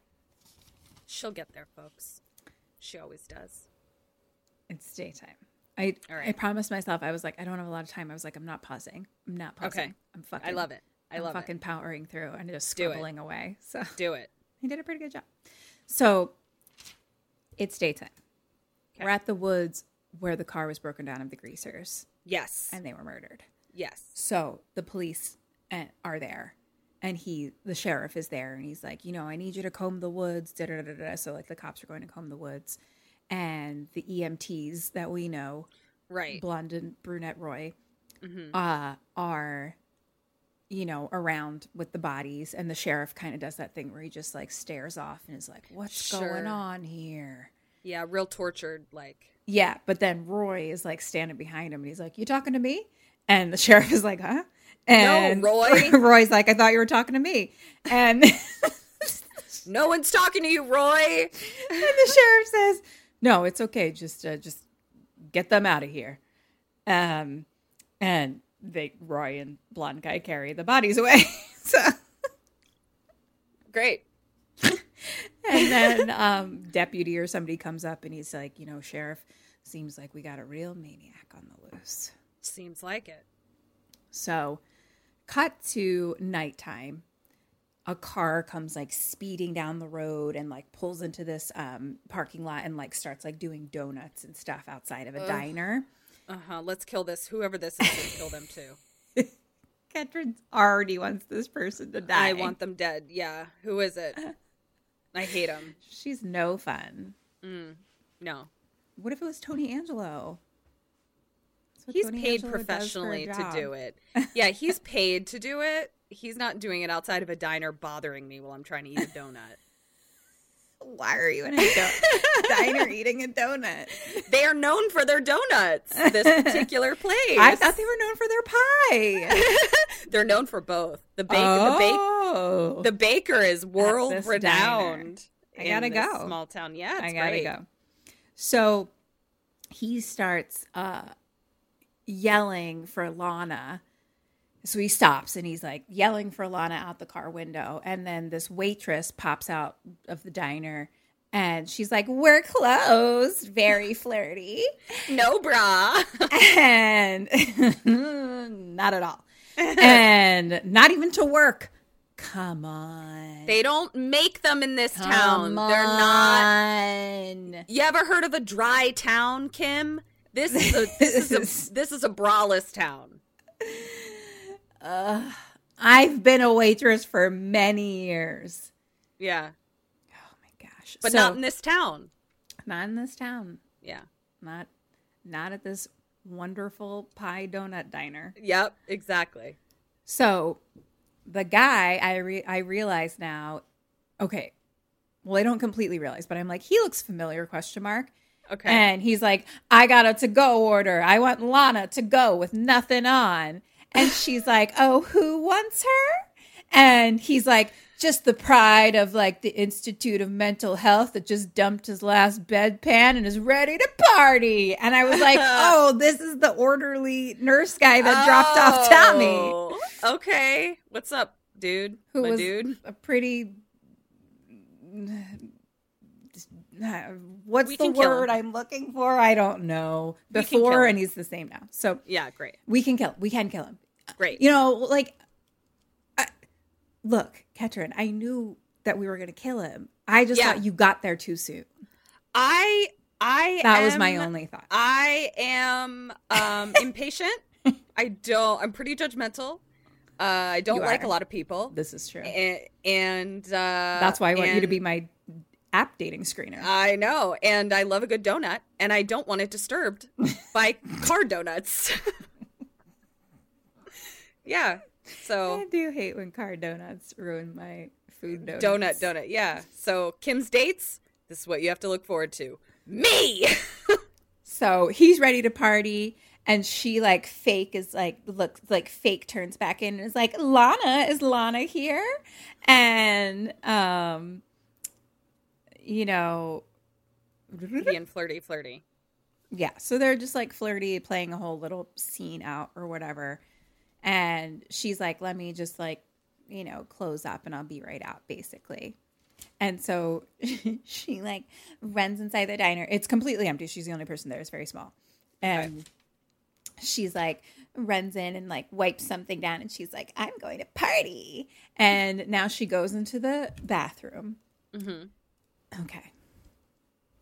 Speaker 4: She'll get there, folks. She always does.
Speaker 3: it's daytime. I I promised myself I was like I don't have a lot of time. I was like I'm not pausing. I'm not pausing.
Speaker 4: Okay.
Speaker 3: I'm
Speaker 4: I
Speaker 3: fucking.
Speaker 4: love it. I
Speaker 3: I'm
Speaker 4: love it.
Speaker 3: fucking powering through and just
Speaker 4: Do it.
Speaker 3: scribbling away. So
Speaker 4: Do it.
Speaker 3: he did a pretty good job. So it's daytime. We're at the woods where the car was broken down of the greasers
Speaker 4: Yes.
Speaker 3: and they were murdered.
Speaker 4: yes.
Speaker 3: So the police eh, are there, and he, the sheriff, is there, and he's like, you know, I need you to comb the woods. Da da da da. da. So like the cops are going to comb the woods, and the EMTs that we know,
Speaker 4: Right. Mm-hmm.
Speaker 3: blonde and brunette Roy, uh, are, you know, around with the bodies, and the sheriff kind of does that thing where he just like stares off and is like, what's
Speaker 4: Sure.
Speaker 3: going on here?
Speaker 4: Yeah. Real tortured. Like.
Speaker 3: Yeah, but then Roy is like standing behind him and he's like, You talking to me? And the sheriff is like, Huh? And
Speaker 4: Roy.
Speaker 3: Roy's like, I thought you were talking to me. And, and
Speaker 4: No one's talking to you, Roy.
Speaker 3: the sheriff says, No, it's okay. Just uh, just get them out of here. Um and they Roy and blonde guy carry the bodies away. so
Speaker 4: Great.
Speaker 3: and then um deputy or somebody comes up and he's like, you know, sheriff, seems like we got a real maniac on the loose.
Speaker 4: Seems like it.
Speaker 3: So, cut to nighttime. A car comes like speeding down the road and like pulls into this um, parking lot and like starts like doing donuts and stuff outside of a diner.
Speaker 4: Uh huh. Let's kill this. Whoever this is, let's kill them too.
Speaker 3: Ketrin already wants this person to die.
Speaker 4: I want them dead. Yeah. Who is it? I hate him.
Speaker 3: She's no fun.
Speaker 4: No.
Speaker 3: What if it was Tony Angelo? That's what
Speaker 4: He's
Speaker 3: Tony
Speaker 4: paid
Speaker 3: Angelo does for a
Speaker 4: professionally to
Speaker 3: job.
Speaker 4: do it. Yeah, he's paid to do it. He's not doing it outside of a diner bothering me while I'm trying to eat a donut.
Speaker 3: Why are you in a do- diner eating a donut?
Speaker 4: they are known for their donuts, this particular place.
Speaker 3: I thought they were known for their pie.
Speaker 4: They're known for both. The bake
Speaker 3: oh.
Speaker 4: the bake the baker is world
Speaker 3: this
Speaker 4: renowned.
Speaker 3: diner. I gotta
Speaker 4: in this
Speaker 3: go.
Speaker 4: Small town. Yeah,
Speaker 3: I
Speaker 4: it's
Speaker 3: gotta
Speaker 4: great.
Speaker 3: go. So he starts uh, yelling for Lana. So he stops and he's like yelling for Lana out the car window. And then this waitress pops out of the diner and she's like, We're closed. Very flirty.
Speaker 4: No bra.
Speaker 3: and not at all. And not even to work. Come on.
Speaker 4: they don't make them in this town. They're not
Speaker 3: on.
Speaker 4: You ever heard of a dry town, Kim? This is a this is a this is a braless town.
Speaker 3: I've been a waitress for many years.
Speaker 4: Yeah,
Speaker 3: Gosh,
Speaker 4: but
Speaker 3: So-
Speaker 4: not in this town.
Speaker 3: not in this town.
Speaker 4: Yeah.
Speaker 3: Not not at this wonderful pie donut diner.
Speaker 4: Yep. Exactly.
Speaker 3: So the guy I re- I realize now. Okay, well I don't completely realize, but I'm like he looks familiar? Question mark.
Speaker 4: Okay.
Speaker 3: And he's like, I got a to go order. I want Lana to go with nothing on. And she's like, Oh, who wants her? And he's like, Just the pride of like the Institute of Mental Health that just dumped his last bedpan and is ready to party. And I was like, Oh, this is the orderly nurse guy that dropped off Tommy,
Speaker 4: Oh, Okay. What's up, dude?
Speaker 3: who
Speaker 4: My
Speaker 3: was
Speaker 4: dude?
Speaker 3: a pretty. What's
Speaker 4: We
Speaker 3: the
Speaker 4: can kill
Speaker 3: word
Speaker 4: him.
Speaker 3: I'm looking for? I don't know.
Speaker 4: We can kill
Speaker 3: Before,
Speaker 4: him.
Speaker 3: and he's the same now. So
Speaker 4: Yeah. Great.
Speaker 3: we can kill we can kill him
Speaker 4: Great.
Speaker 3: you know like I, look ketrin i knew that we were going to kill him i just
Speaker 4: Yeah.
Speaker 3: thought you got there too soon
Speaker 4: I I
Speaker 3: that was my
Speaker 4: am-
Speaker 3: only thought
Speaker 4: Um, I am um impatient. I don't. I'm pretty judgmental. Uh, I don't
Speaker 3: You
Speaker 4: like
Speaker 3: are.
Speaker 4: a lot of people.
Speaker 3: this is true
Speaker 4: A- and uh,
Speaker 3: that's why i want you to
Speaker 4: and-
Speaker 3: be my app dating screener
Speaker 4: I know, and I love a good donut, and I don't want it disturbed by car donuts. yeah,
Speaker 3: i
Speaker 4: so
Speaker 3: do hate when car donuts ruin my food donuts.
Speaker 4: donut, donut, yeah. So Kim's dates. This is what you have to look forward to. Me.
Speaker 3: so he's ready to party and she like fake is like looks like fake turns back in and is like lana is lana here and um you know
Speaker 4: Being flirty, flirty.
Speaker 3: Yeah. So they're just like flirty, playing a whole little scene out or whatever. And she's like, let me just like, you know, close up and I'll be right out, basically. And so she like runs inside the diner. It's completely empty. She's the only person there. It's very small. And she's like runs in and like wipes something down and she's like, I'm going to party. And now she goes into the bathroom.
Speaker 4: Mm-hmm.
Speaker 3: Okay.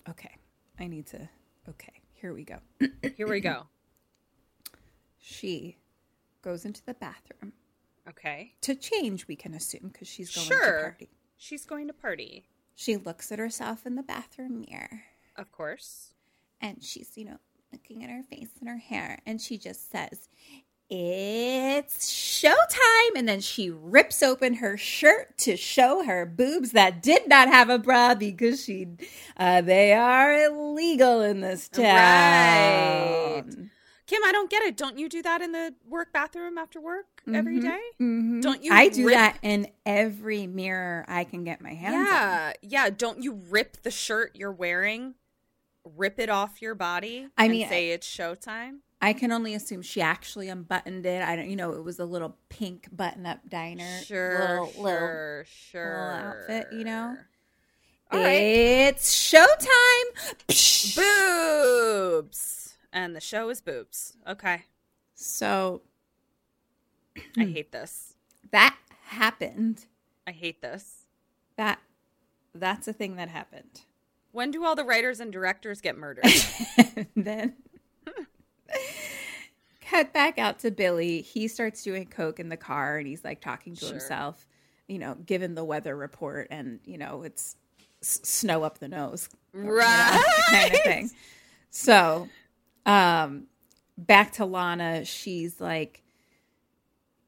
Speaker 3: Okay. I need to. Okay. Here we go.
Speaker 4: Here we go.
Speaker 3: She goes into the bathroom
Speaker 4: Okay.
Speaker 3: to change, we can assume, because she's going to
Speaker 4: Sure.
Speaker 3: party.
Speaker 4: She's going to party.
Speaker 3: She looks at herself in the bathroom mirror
Speaker 4: Of course.
Speaker 3: and she's, you know, looking at her face and her hair and she just says, It's showtime. And then she rips open her shirt to show her boobs that did not have a bra because she, uh, they are illegal in this town.
Speaker 4: Right. Kim, I don't get it. Don't you do that in the work bathroom after work every day?
Speaker 3: Mhm.
Speaker 4: Don't you
Speaker 3: I do
Speaker 4: rip-
Speaker 3: that in every mirror I can get my hands on.
Speaker 4: Yeah. Yeah. Don't you rip the shirt you're wearing, rip it off your body,
Speaker 3: I
Speaker 4: and
Speaker 3: mean,
Speaker 4: say it's showtime?
Speaker 3: I can only assume she actually unbuttoned it. I don't, you know, it was a little pink button-up diner,
Speaker 4: Sure.
Speaker 3: little, little
Speaker 4: sure. Sure.
Speaker 3: outfit, you know?
Speaker 4: All right.
Speaker 3: It's showtime.
Speaker 4: Boobs. And the show is boobs. Okay.
Speaker 3: So
Speaker 4: I
Speaker 3: Hmm.
Speaker 4: hate this.
Speaker 3: that happened.
Speaker 4: I hate this.
Speaker 3: That that's a thing that happened.
Speaker 4: When do all the writers and directors get murdered?
Speaker 3: And then cut back out to Billy. He starts doing coke in the car and he's like talking to
Speaker 4: Sure.
Speaker 3: himself, you know, given the weather report and, you know, it's s- snow up the nose. you know, kind of thing. So, um back to Lana, she's like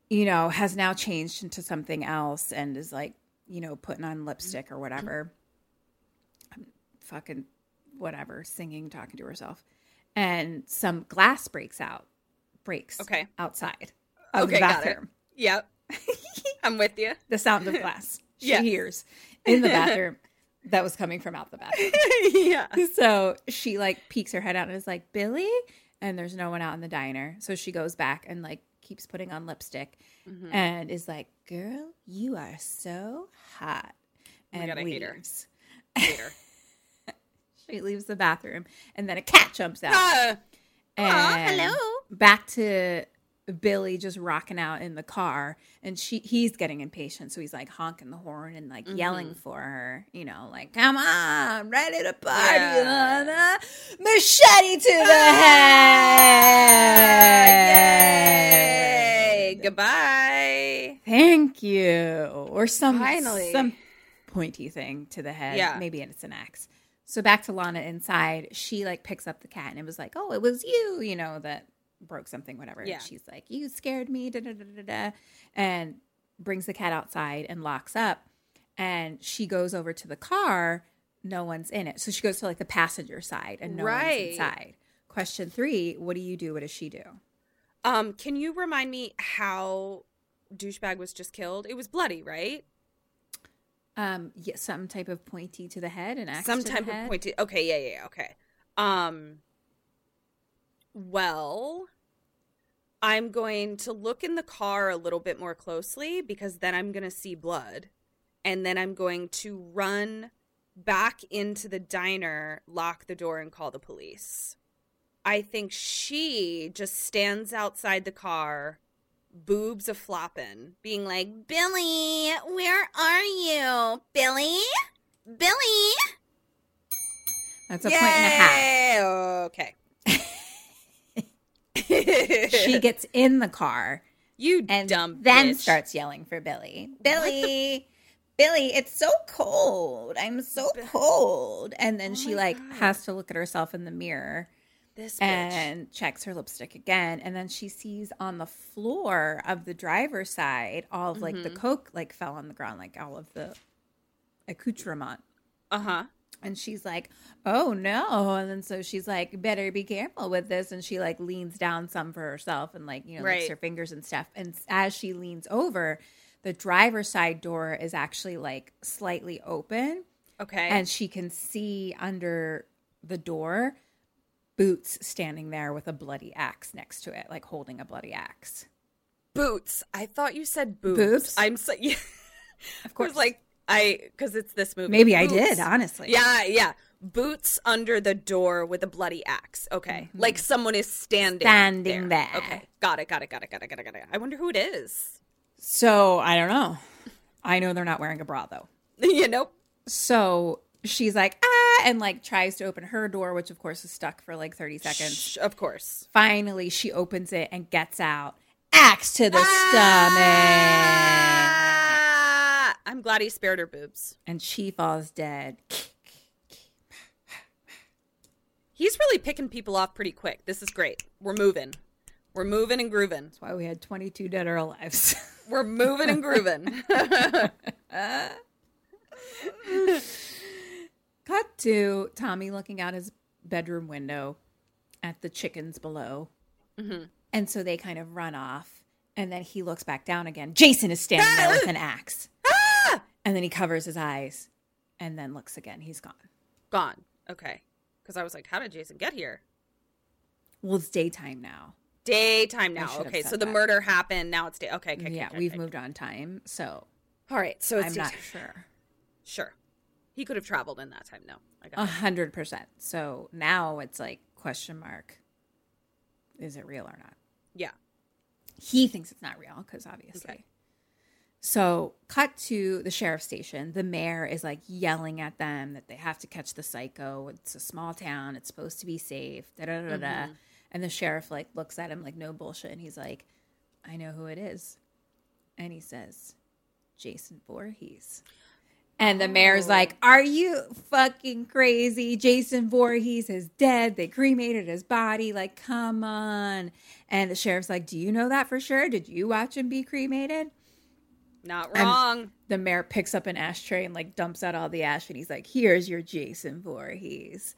Speaker 3: you know, has now changed into something else and is like, you know, putting on lipstick or whatever. fucking whatever, singing, talking to herself. And some glass breaks out, breaks
Speaker 4: Okay. Uh,
Speaker 3: outside of the
Speaker 4: Okay, got it.
Speaker 3: bathroom.
Speaker 4: yep. I'm with you.
Speaker 3: The sound of glass she
Speaker 4: Yes.
Speaker 3: hears in the bathroom that was coming from out the bathroom.
Speaker 4: yeah.
Speaker 3: so she like peeks her head out and is like, Billy? And there's no one out in the diner. So she goes back and like keeps putting on lipstick
Speaker 4: Mm-hmm.
Speaker 3: and is like, Girl, you are so hot.
Speaker 4: Oh my
Speaker 3: And
Speaker 4: God, I hate her.
Speaker 3: leaves.
Speaker 4: Later.
Speaker 3: She leaves the bathroom and then a cat jumps out.
Speaker 4: Ah,
Speaker 3: and
Speaker 4: hello.
Speaker 3: Back to Billy just rocking out in the car, and she he's getting impatient, so he's like honking the horn and like
Speaker 4: Mm-hmm.
Speaker 3: yelling for her, you know, like "Come on, ready to party,
Speaker 4: Yeah. Ah,
Speaker 3: Lana. machete to the head."
Speaker 4: Hey, goodbye.
Speaker 3: Thank you, or some
Speaker 4: Finally.
Speaker 3: some pointy thing to the head.
Speaker 4: Yeah.
Speaker 3: Maybe it's an axe. So back to Lana inside, she like picks up the cat and it was like, oh, it was you, you know, that broke something, whatever.
Speaker 4: Yeah.
Speaker 3: And she's like, you scared me, da da da da da. And brings the cat outside and locks up. And she goes over to the car. No one's in it. So she goes to like the passenger side and no
Speaker 4: Right.
Speaker 3: one's inside. Question three What do you do? What does she do?
Speaker 4: Um, can you remind me how douchebag was just killed? It was bloody, right?
Speaker 3: Um, yeah, some type of pointy to the head and axe
Speaker 4: Some
Speaker 3: to the
Speaker 4: type of
Speaker 3: head.
Speaker 4: pointed. Okay, yeah, yeah, yeah, okay. Um, well, I'm going to look in the car a little bit more closely because then I'm going to see blood, and then I'm going to run back into the diner, lock the door, and call the police. I think she just stands outside the car, boobs a flopping, being like, "Billy, where are you, Billy? Billy?"
Speaker 3: That's a point and a half.
Speaker 4: Okay.
Speaker 3: she gets in the car
Speaker 4: you
Speaker 3: and
Speaker 4: dumb
Speaker 3: then
Speaker 4: bitch.
Speaker 3: starts yelling for Billy. Billy, Billy, it's so cold. I'm so cold. And
Speaker 4: Oh
Speaker 3: then she like has to look at herself in the mirror
Speaker 4: this bitch.
Speaker 3: and checks her lipstick again and then she sees on the floor of the driver's side all of like the
Speaker 4: Mm-hmm.
Speaker 3: coke like fell on the ground like all of the accoutrement
Speaker 4: uh huh.
Speaker 3: and she's like, "Oh no!" And then so she's like, "Better be careful with this." And she like leans down some for herself and like you know licks
Speaker 4: Right.
Speaker 3: her fingers and stuff. And as she leans over, the driver's side door is actually like slightly open,
Speaker 4: Okay.
Speaker 3: and she can see under the door Boots standing there with a bloody axe next to it, like holding a bloody axe.
Speaker 4: Boots. I thought you said boobs.
Speaker 3: Boobs?
Speaker 4: I'm so yeah.
Speaker 3: Of
Speaker 4: course, like I because it's this movie.
Speaker 3: Maybe I did,
Speaker 4: Boots.
Speaker 3: honestly.
Speaker 4: Yeah, yeah. Boots under the door with a bloody axe. Okay, like someone is standing
Speaker 3: Mm-hmm. Standing there.
Speaker 4: Okay, got it, got it, got it, got it, got it, got it. I wonder who it is.
Speaker 3: So I don't know. I know they're not wearing a bra though.
Speaker 4: you know,
Speaker 3: So she's like, ah, and like tries to open her door, which of course is stuck for like 30 seconds.
Speaker 4: Sh- of course.
Speaker 3: Finally, she opens it and gets out. Axe to the stomach.
Speaker 4: Ah, I'm glad he spared her boobs.
Speaker 3: And she falls dead.
Speaker 4: He's really picking people off pretty quick. This is great. We're moving. We're moving and grooving.
Speaker 3: That's why we had 22 dead or alive.
Speaker 4: We're moving and grooving.
Speaker 3: Cut to Tommy looking out his bedroom window at the chickens below. And so they kind of run off. And then he looks back down again. Jason is standing there with an axe. and then he covers his eyes and then looks again. He's gone.
Speaker 4: Gone. Okay. Because I was like, how did Jason get here?
Speaker 3: Well, it's daytime now.
Speaker 4: Daytime now.
Speaker 3: should have
Speaker 4: Okay,
Speaker 3: said
Speaker 4: so the
Speaker 3: that.
Speaker 4: murder happened. Now it's day. Okay, okay, okay,
Speaker 3: yeah,
Speaker 4: okay,
Speaker 3: we've
Speaker 4: okay.
Speaker 3: moved on time. So
Speaker 4: All right, so it's
Speaker 3: I'm
Speaker 4: day-
Speaker 3: not sure.
Speaker 4: Sure, he could have traveled in that time. No, I got
Speaker 3: A
Speaker 4: it.
Speaker 3: hundred percent. So now it's like question mark. Is it real or not?
Speaker 4: yeah.
Speaker 3: He thinks it's not real because obviously.
Speaker 4: Okay.
Speaker 3: So cut to the sheriff's station. The mayor is like yelling at them that they have to catch the psycho. It's a small town. It's supposed to be safe. Da da da da. da. And the sheriff like looks at him like no bullshit, and he's like, "I know who it is," and he says, "Jason Voorhees." And the mayor's like, Are you fucking crazy? Jason Voorhees is dead. They cremated his body. Like, come on. And the sheriff's like, Do you know that for sure? Did you watch him be cremated?
Speaker 4: Not
Speaker 3: I'm-
Speaker 4: wrong.
Speaker 3: The mayor picks up an ashtray and like dumps out all the ash and he's like, Here's your Jason Voorhees.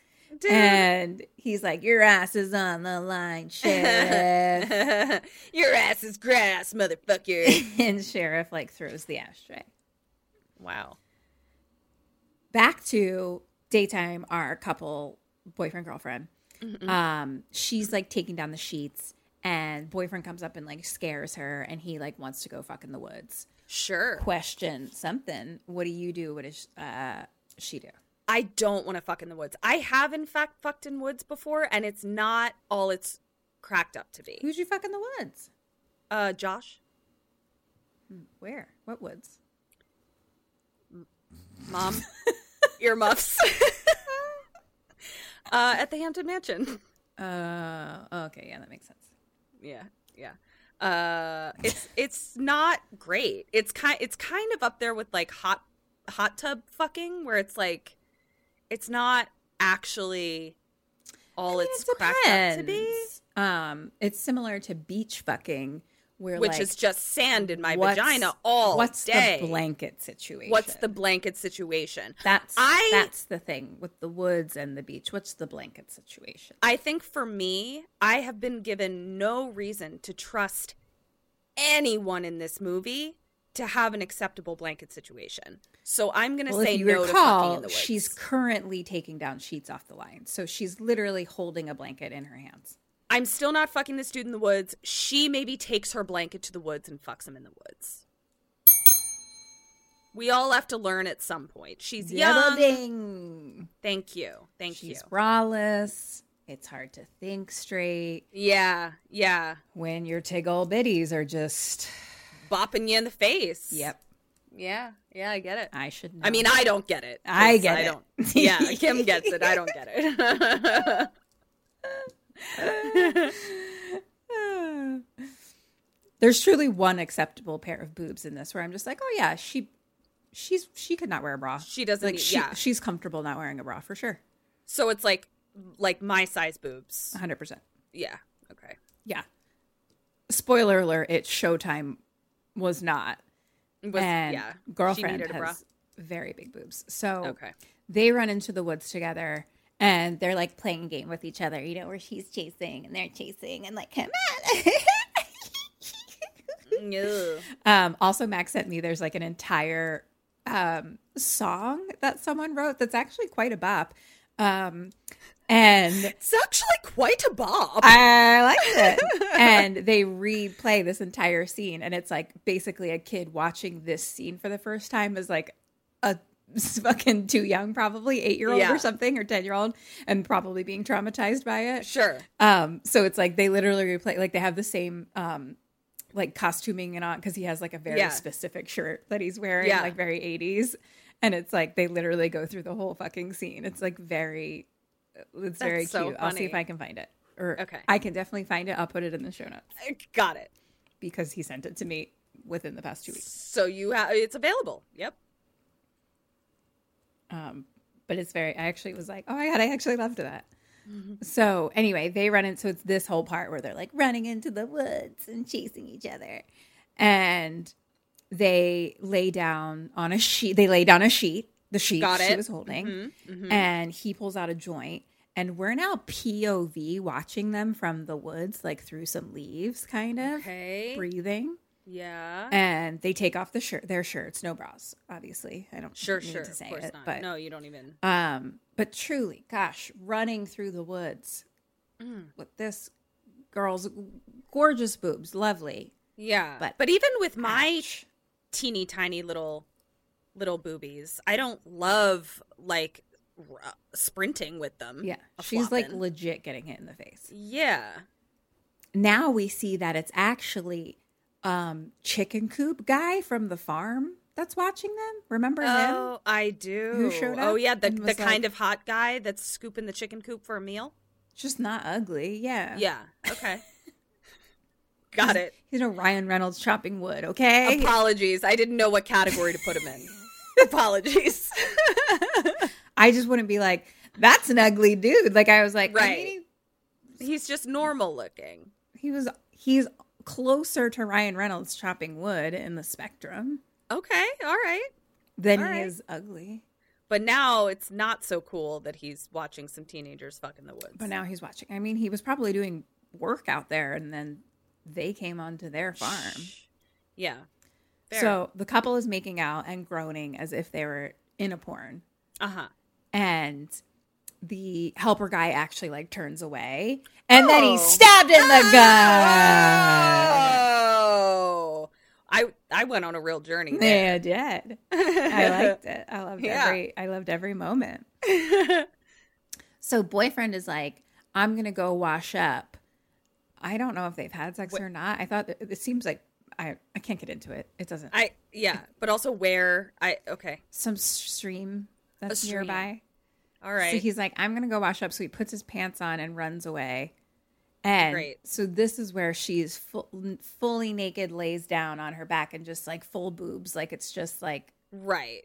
Speaker 3: And he's like, Your ass is on the line, Sheriff.
Speaker 4: Your ass is grass, motherfucker.
Speaker 3: and Sheriff like throws the ashtray.
Speaker 4: wow.
Speaker 3: back to daytime our couple boyfriend girlfriend
Speaker 4: Mm-hmm.
Speaker 3: um she's like taking down the sheets and boyfriend comes up and like scares her and he like wants to go fuck in the woods
Speaker 4: Sure.
Speaker 3: question something what do you do what does uh she do
Speaker 4: I don't want to fuck in the woods. I have, in fact, fucked in woods before, and it's not all it's cracked up to be.
Speaker 3: who'd you fuck in the woods
Speaker 4: Uh, Josh,
Speaker 3: where what woods
Speaker 4: mom, earmuffs. uh, at the Hampton Mansion.
Speaker 3: uh okay yeah that makes sense
Speaker 4: Yeah, yeah. Uh, it's it's not great. It's kind it's kind of up there with like hot hot tub fucking, where it's like it's not actually all it's cracked up to be,
Speaker 3: Depends. um it's similar to beach fucking where
Speaker 4: which
Speaker 3: like,
Speaker 4: is just sand in my
Speaker 3: what's-
Speaker 4: vagina all
Speaker 3: what's
Speaker 4: day.
Speaker 3: the blanket situation
Speaker 4: What's the blanket situation?
Speaker 3: That's
Speaker 4: I-
Speaker 3: that's the thing with the woods and the beach. What's the blanket situation?
Speaker 4: I think for me, I have been given no reason to trust anyone in this movie to have an acceptable blanket situation. So I'm going to
Speaker 3: Well,
Speaker 4: say
Speaker 3: if you
Speaker 4: no to fucking in
Speaker 3: recall,
Speaker 4: the woods.
Speaker 3: she's currently taking down sheets off the line, so she's literally holding a blanket in her hands.
Speaker 4: I'm still not fucking this dude in the woods. She maybe takes her blanket to the woods and fucks him in the woods. We all have to learn at some point. She's young.
Speaker 3: ding.
Speaker 4: Thank you. Thank
Speaker 3: She's
Speaker 4: you.
Speaker 3: braless. It's hard to think straight
Speaker 4: Yeah, yeah.
Speaker 3: when your tig old biddies are just.
Speaker 4: Bopping you in the face.
Speaker 3: Yep,
Speaker 4: Yeah, yeah, I get it.
Speaker 3: I should. Know.
Speaker 4: I mean, I don't get it. 'cause
Speaker 3: I get it.
Speaker 4: don't. Yeah, Kim gets it. I don't get it.
Speaker 3: there's truly one acceptable pair of boobs in this where I'm just like, oh yeah, she, she's she could not wear a bra.
Speaker 4: She doesn't
Speaker 3: Like
Speaker 4: need-
Speaker 3: she,
Speaker 4: yeah.
Speaker 3: she's comfortable not wearing a bra for sure,
Speaker 4: so it's like, like my size boobs.
Speaker 3: 100. percent
Speaker 4: Yeah. Okay.
Speaker 3: Yeah. Spoiler alert: It's Showtime was not,
Speaker 4: Was-
Speaker 3: and
Speaker 4: yeah.
Speaker 3: girlfriend
Speaker 4: needed a
Speaker 3: has
Speaker 4: bra.
Speaker 3: very big boobs. So
Speaker 4: Okay.
Speaker 3: they run into the woods together. And they're like playing a game with each other, you know, where she's chasing and they're chasing and like, come on.
Speaker 4: Ew.
Speaker 3: Um, also, Max sent me there's like an entire um, song that someone wrote that's actually quite a bop Um, and
Speaker 8: It's actually quite a bob.
Speaker 3: I liked it. and they replay this entire scene, and it's like basically a kid watching this scene for the first time is like a fucking too young, probably eight year old
Speaker 8: Yeah.
Speaker 3: or something, or ten year old, and probably being traumatized by it.
Speaker 8: Sure.
Speaker 3: Um, so it's like they literally replay like they have the same um like costuming and on because he has like a very
Speaker 8: Yeah.
Speaker 3: specific shirt that he's wearing,
Speaker 8: Yeah.
Speaker 3: like very eighties. And it's like they literally go through the whole fucking scene. It's like very it's very
Speaker 8: That's so
Speaker 3: cute. I'll see if
Speaker 8: funny.
Speaker 3: I can find it. Or
Speaker 8: Okay.
Speaker 3: I can definitely find it. I'll put it in the show notes
Speaker 8: Got it.
Speaker 3: because he sent it to me within the past two weeks.
Speaker 8: So you have it's available. Yep.
Speaker 3: Um, but it's very. I actually was like, oh my god, I actually loved that.
Speaker 4: Mm-hmm.
Speaker 3: So anyway, they run into it's this whole part where they're like running into the woods and chasing each other, and they lay down on a sheet. They lay down a sheet, the sheet
Speaker 8: Got
Speaker 3: she
Speaker 8: it.
Speaker 3: was holding,
Speaker 8: Mhm,
Speaker 4: Mm-hmm,
Speaker 8: mhm.
Speaker 3: and he pulls out a joint. And we're now POV watching them from the woods, like through some leaves, kind of
Speaker 4: Okay. Ah.
Speaker 3: breathing.
Speaker 4: Yeah.
Speaker 3: And they take off the shirt, their shirts, no bras, obviously. I don't
Speaker 4: sure,
Speaker 3: need
Speaker 4: sure.
Speaker 3: to
Speaker 4: Of
Speaker 3: say
Speaker 4: course
Speaker 3: it,
Speaker 4: not.
Speaker 3: but
Speaker 4: no, you don't even.
Speaker 3: um, but truly, gosh, running through the woods
Speaker 4: Mm.
Speaker 3: with this girl's gorgeous boobs, lovely.
Speaker 4: Yeah. But,
Speaker 3: But-
Speaker 4: even with my teeny tiny little little boobies, I don't love like r- sprinting with them.
Speaker 3: Yeah,
Speaker 4: A
Speaker 3: she's like
Speaker 4: flopping.
Speaker 3: legit getting hit in the face.
Speaker 4: Yeah.
Speaker 3: Now we see that it's actually um chicken coop guy from the farm that's watching them. Remember him?
Speaker 4: Oh, I do.
Speaker 3: Who showed
Speaker 4: Oh
Speaker 3: up
Speaker 4: yeah, the
Speaker 3: and
Speaker 4: the
Speaker 3: was
Speaker 4: kind
Speaker 3: like-
Speaker 4: of hot guy that's scooping the chicken coop for a meal.
Speaker 3: Just not ugly. Yeah.
Speaker 4: Yeah. Okay. Got it.
Speaker 3: He's a Ryan Reynolds chopping wood. Okay.
Speaker 4: Apologies. I didn't know what category to put him in. Apologies.
Speaker 3: I just wouldn't be like, that's an ugly dude. Like I was like, I mean,
Speaker 4: Right. He's just normal looking.
Speaker 3: he was he's closer to Ryan Reynolds chopping wood in the spectrum
Speaker 4: Okay. All right.
Speaker 3: than
Speaker 4: All
Speaker 3: he
Speaker 4: right.
Speaker 3: is ugly.
Speaker 4: But now it's not so cool that he's watching some teenagers fuck in the woods.
Speaker 3: But now he's watching. I mean, he was probably doing work out there and then they came onto their farm.
Speaker 4: yeah.
Speaker 3: So the couple is making out and groaning as if they were in a porn.
Speaker 4: Uh huh.
Speaker 3: And the helper guy actually like turns away and then he's stabbed in the gut.
Speaker 4: Oh, I I went on a real journey.
Speaker 3: Yeah,
Speaker 4: There.
Speaker 3: it did. I liked it. I loved
Speaker 4: Yeah.
Speaker 3: every I loved every moment. so boyfriend is like, I'm gonna go wash up. I don't know if they've had sex or not. I thought it, it seems like I I can't get into it. It doesn't.
Speaker 4: I yeah, but also where I okay.
Speaker 3: Some stream that's
Speaker 4: stream.
Speaker 3: nearby.
Speaker 4: All right.
Speaker 3: So he's like, I'm gonna go wash up. So he puts his pants on and runs away. And
Speaker 4: Great.
Speaker 3: so this is where she's full, fully naked, lays down on her back, and just like full boobs, like it's just like
Speaker 4: right.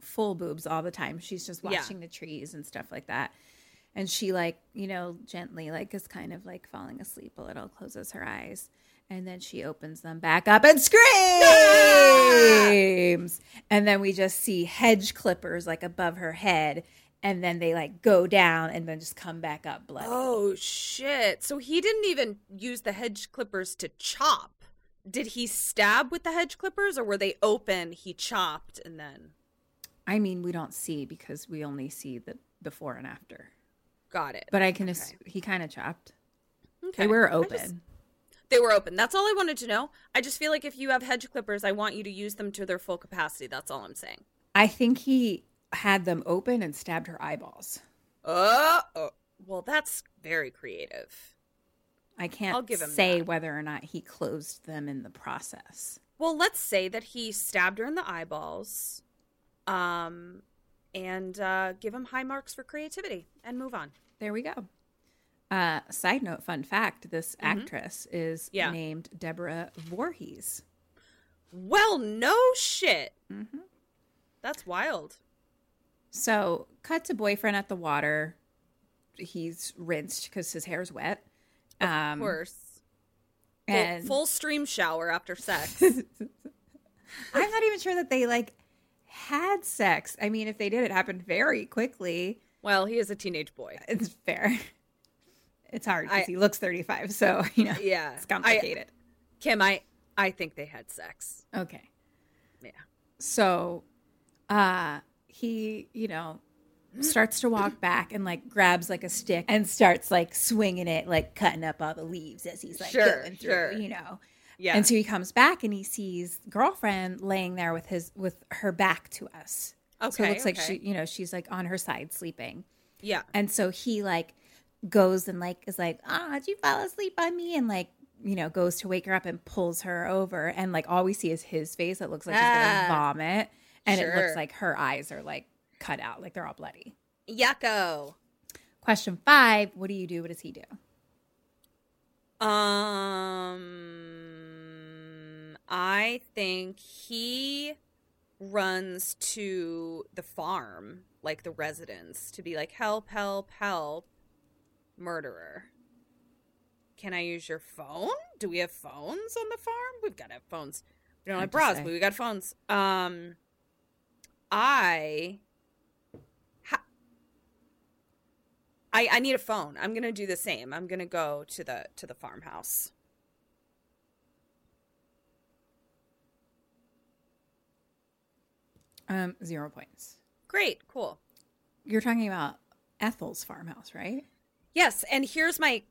Speaker 3: full boobs all the time. She's just
Speaker 4: Yeah.
Speaker 3: watching the trees and stuff like that. And she like, you know, gently like is kind of like falling asleep a little, closes her eyes, and then she opens them back up and screams. And then we just see hedge clippers like above her head, and then they like go down and then just come back up bloody.
Speaker 4: Oh shit. So he didn't even use the hedge clippers to chop. Did he stab with the hedge clippers or were they open? He chopped and then
Speaker 3: I mean, we don't see because we only see the before and after.
Speaker 4: got it.
Speaker 3: But I can ass- he kind of chopped.
Speaker 4: Okay.
Speaker 3: They
Speaker 4: I
Speaker 3: were
Speaker 4: just-
Speaker 3: open.
Speaker 4: They were open. That's all I wanted to know. I just feel like if you have hedge clippers, I want you to use them to their full capacity. That's all I'm saying.
Speaker 3: I think he had them open and stabbed her eyeballs.
Speaker 4: Oh,
Speaker 3: Uh,
Speaker 4: oh. well, that's very creative.
Speaker 3: I can't
Speaker 4: I'll give him
Speaker 3: say whether or not he closed them in the process.
Speaker 4: Well, let's say that he stabbed her in the eyeballs, um, and uh, give him high marks for creativity and move on.
Speaker 3: There we go. Uh, side note, fun fact this actress is
Speaker 4: Mm-hmm. Yeah.
Speaker 3: named Deborah Voorhees.
Speaker 4: Well, no shit.
Speaker 3: Mm-hmm.
Speaker 4: That's wild.
Speaker 3: So, cut to boyfriend at the water. He's rinsed because his hair's wet.
Speaker 4: Of
Speaker 3: Um,
Speaker 4: course. Full,
Speaker 3: And
Speaker 4: full stream shower after sex.
Speaker 3: I'm not even sure that they like had sex. I mean, if they did, it happened very quickly.
Speaker 4: well, he is a teenage boy.
Speaker 3: It's fair. It's hard
Speaker 4: I-
Speaker 3: because he looks 35, so you know,
Speaker 4: Yeah.
Speaker 3: it's
Speaker 4: I-
Speaker 3: complicated.
Speaker 4: Kim, I, I think they had sex.
Speaker 3: okay.
Speaker 4: Yeah.
Speaker 3: so uh he you know starts to walk back and like grabs like a stick and starts like swinging it, like cutting up all the leaves as he's like
Speaker 4: Sure,
Speaker 3: going through,
Speaker 4: sure.
Speaker 3: you know.
Speaker 4: Yeah.
Speaker 3: And so he comes back and he sees girlfriend laying there with his with her back to us. So it
Speaker 4: Okay,
Speaker 3: looks like she,
Speaker 4: okay.
Speaker 3: you know, she's like on her side sleeping.
Speaker 4: Yeah.
Speaker 3: And so he like goes and like is like, ah, did you fall asleep on me? And like, you know, goes to wake her up and pulls her over. And like all we see is his face. It looks like he's
Speaker 4: Ah.
Speaker 3: gonna vomit. And it looks
Speaker 4: Sure.
Speaker 3: like her eyes are like cut out, like they're all bloody.
Speaker 4: Yucko.
Speaker 3: Question five, what do you do? What does he do?
Speaker 4: Um, I think he runs to the farm, like the residents, to be like, help, help, help, murderer. Can I use your phone? Do we have phones on the farm? We've got to have phones. We don't
Speaker 3: Hard
Speaker 4: have
Speaker 3: to
Speaker 4: bras,
Speaker 3: say.
Speaker 4: but we got phones. Um, I. ha- I, I need a phone. I'm gonna do the same. I'm gonna go to the to the farmhouse.
Speaker 3: Um, zero points.
Speaker 4: Great, cool.
Speaker 3: You're talking about Ethel's farmhouse, right?
Speaker 4: Yes, and here's my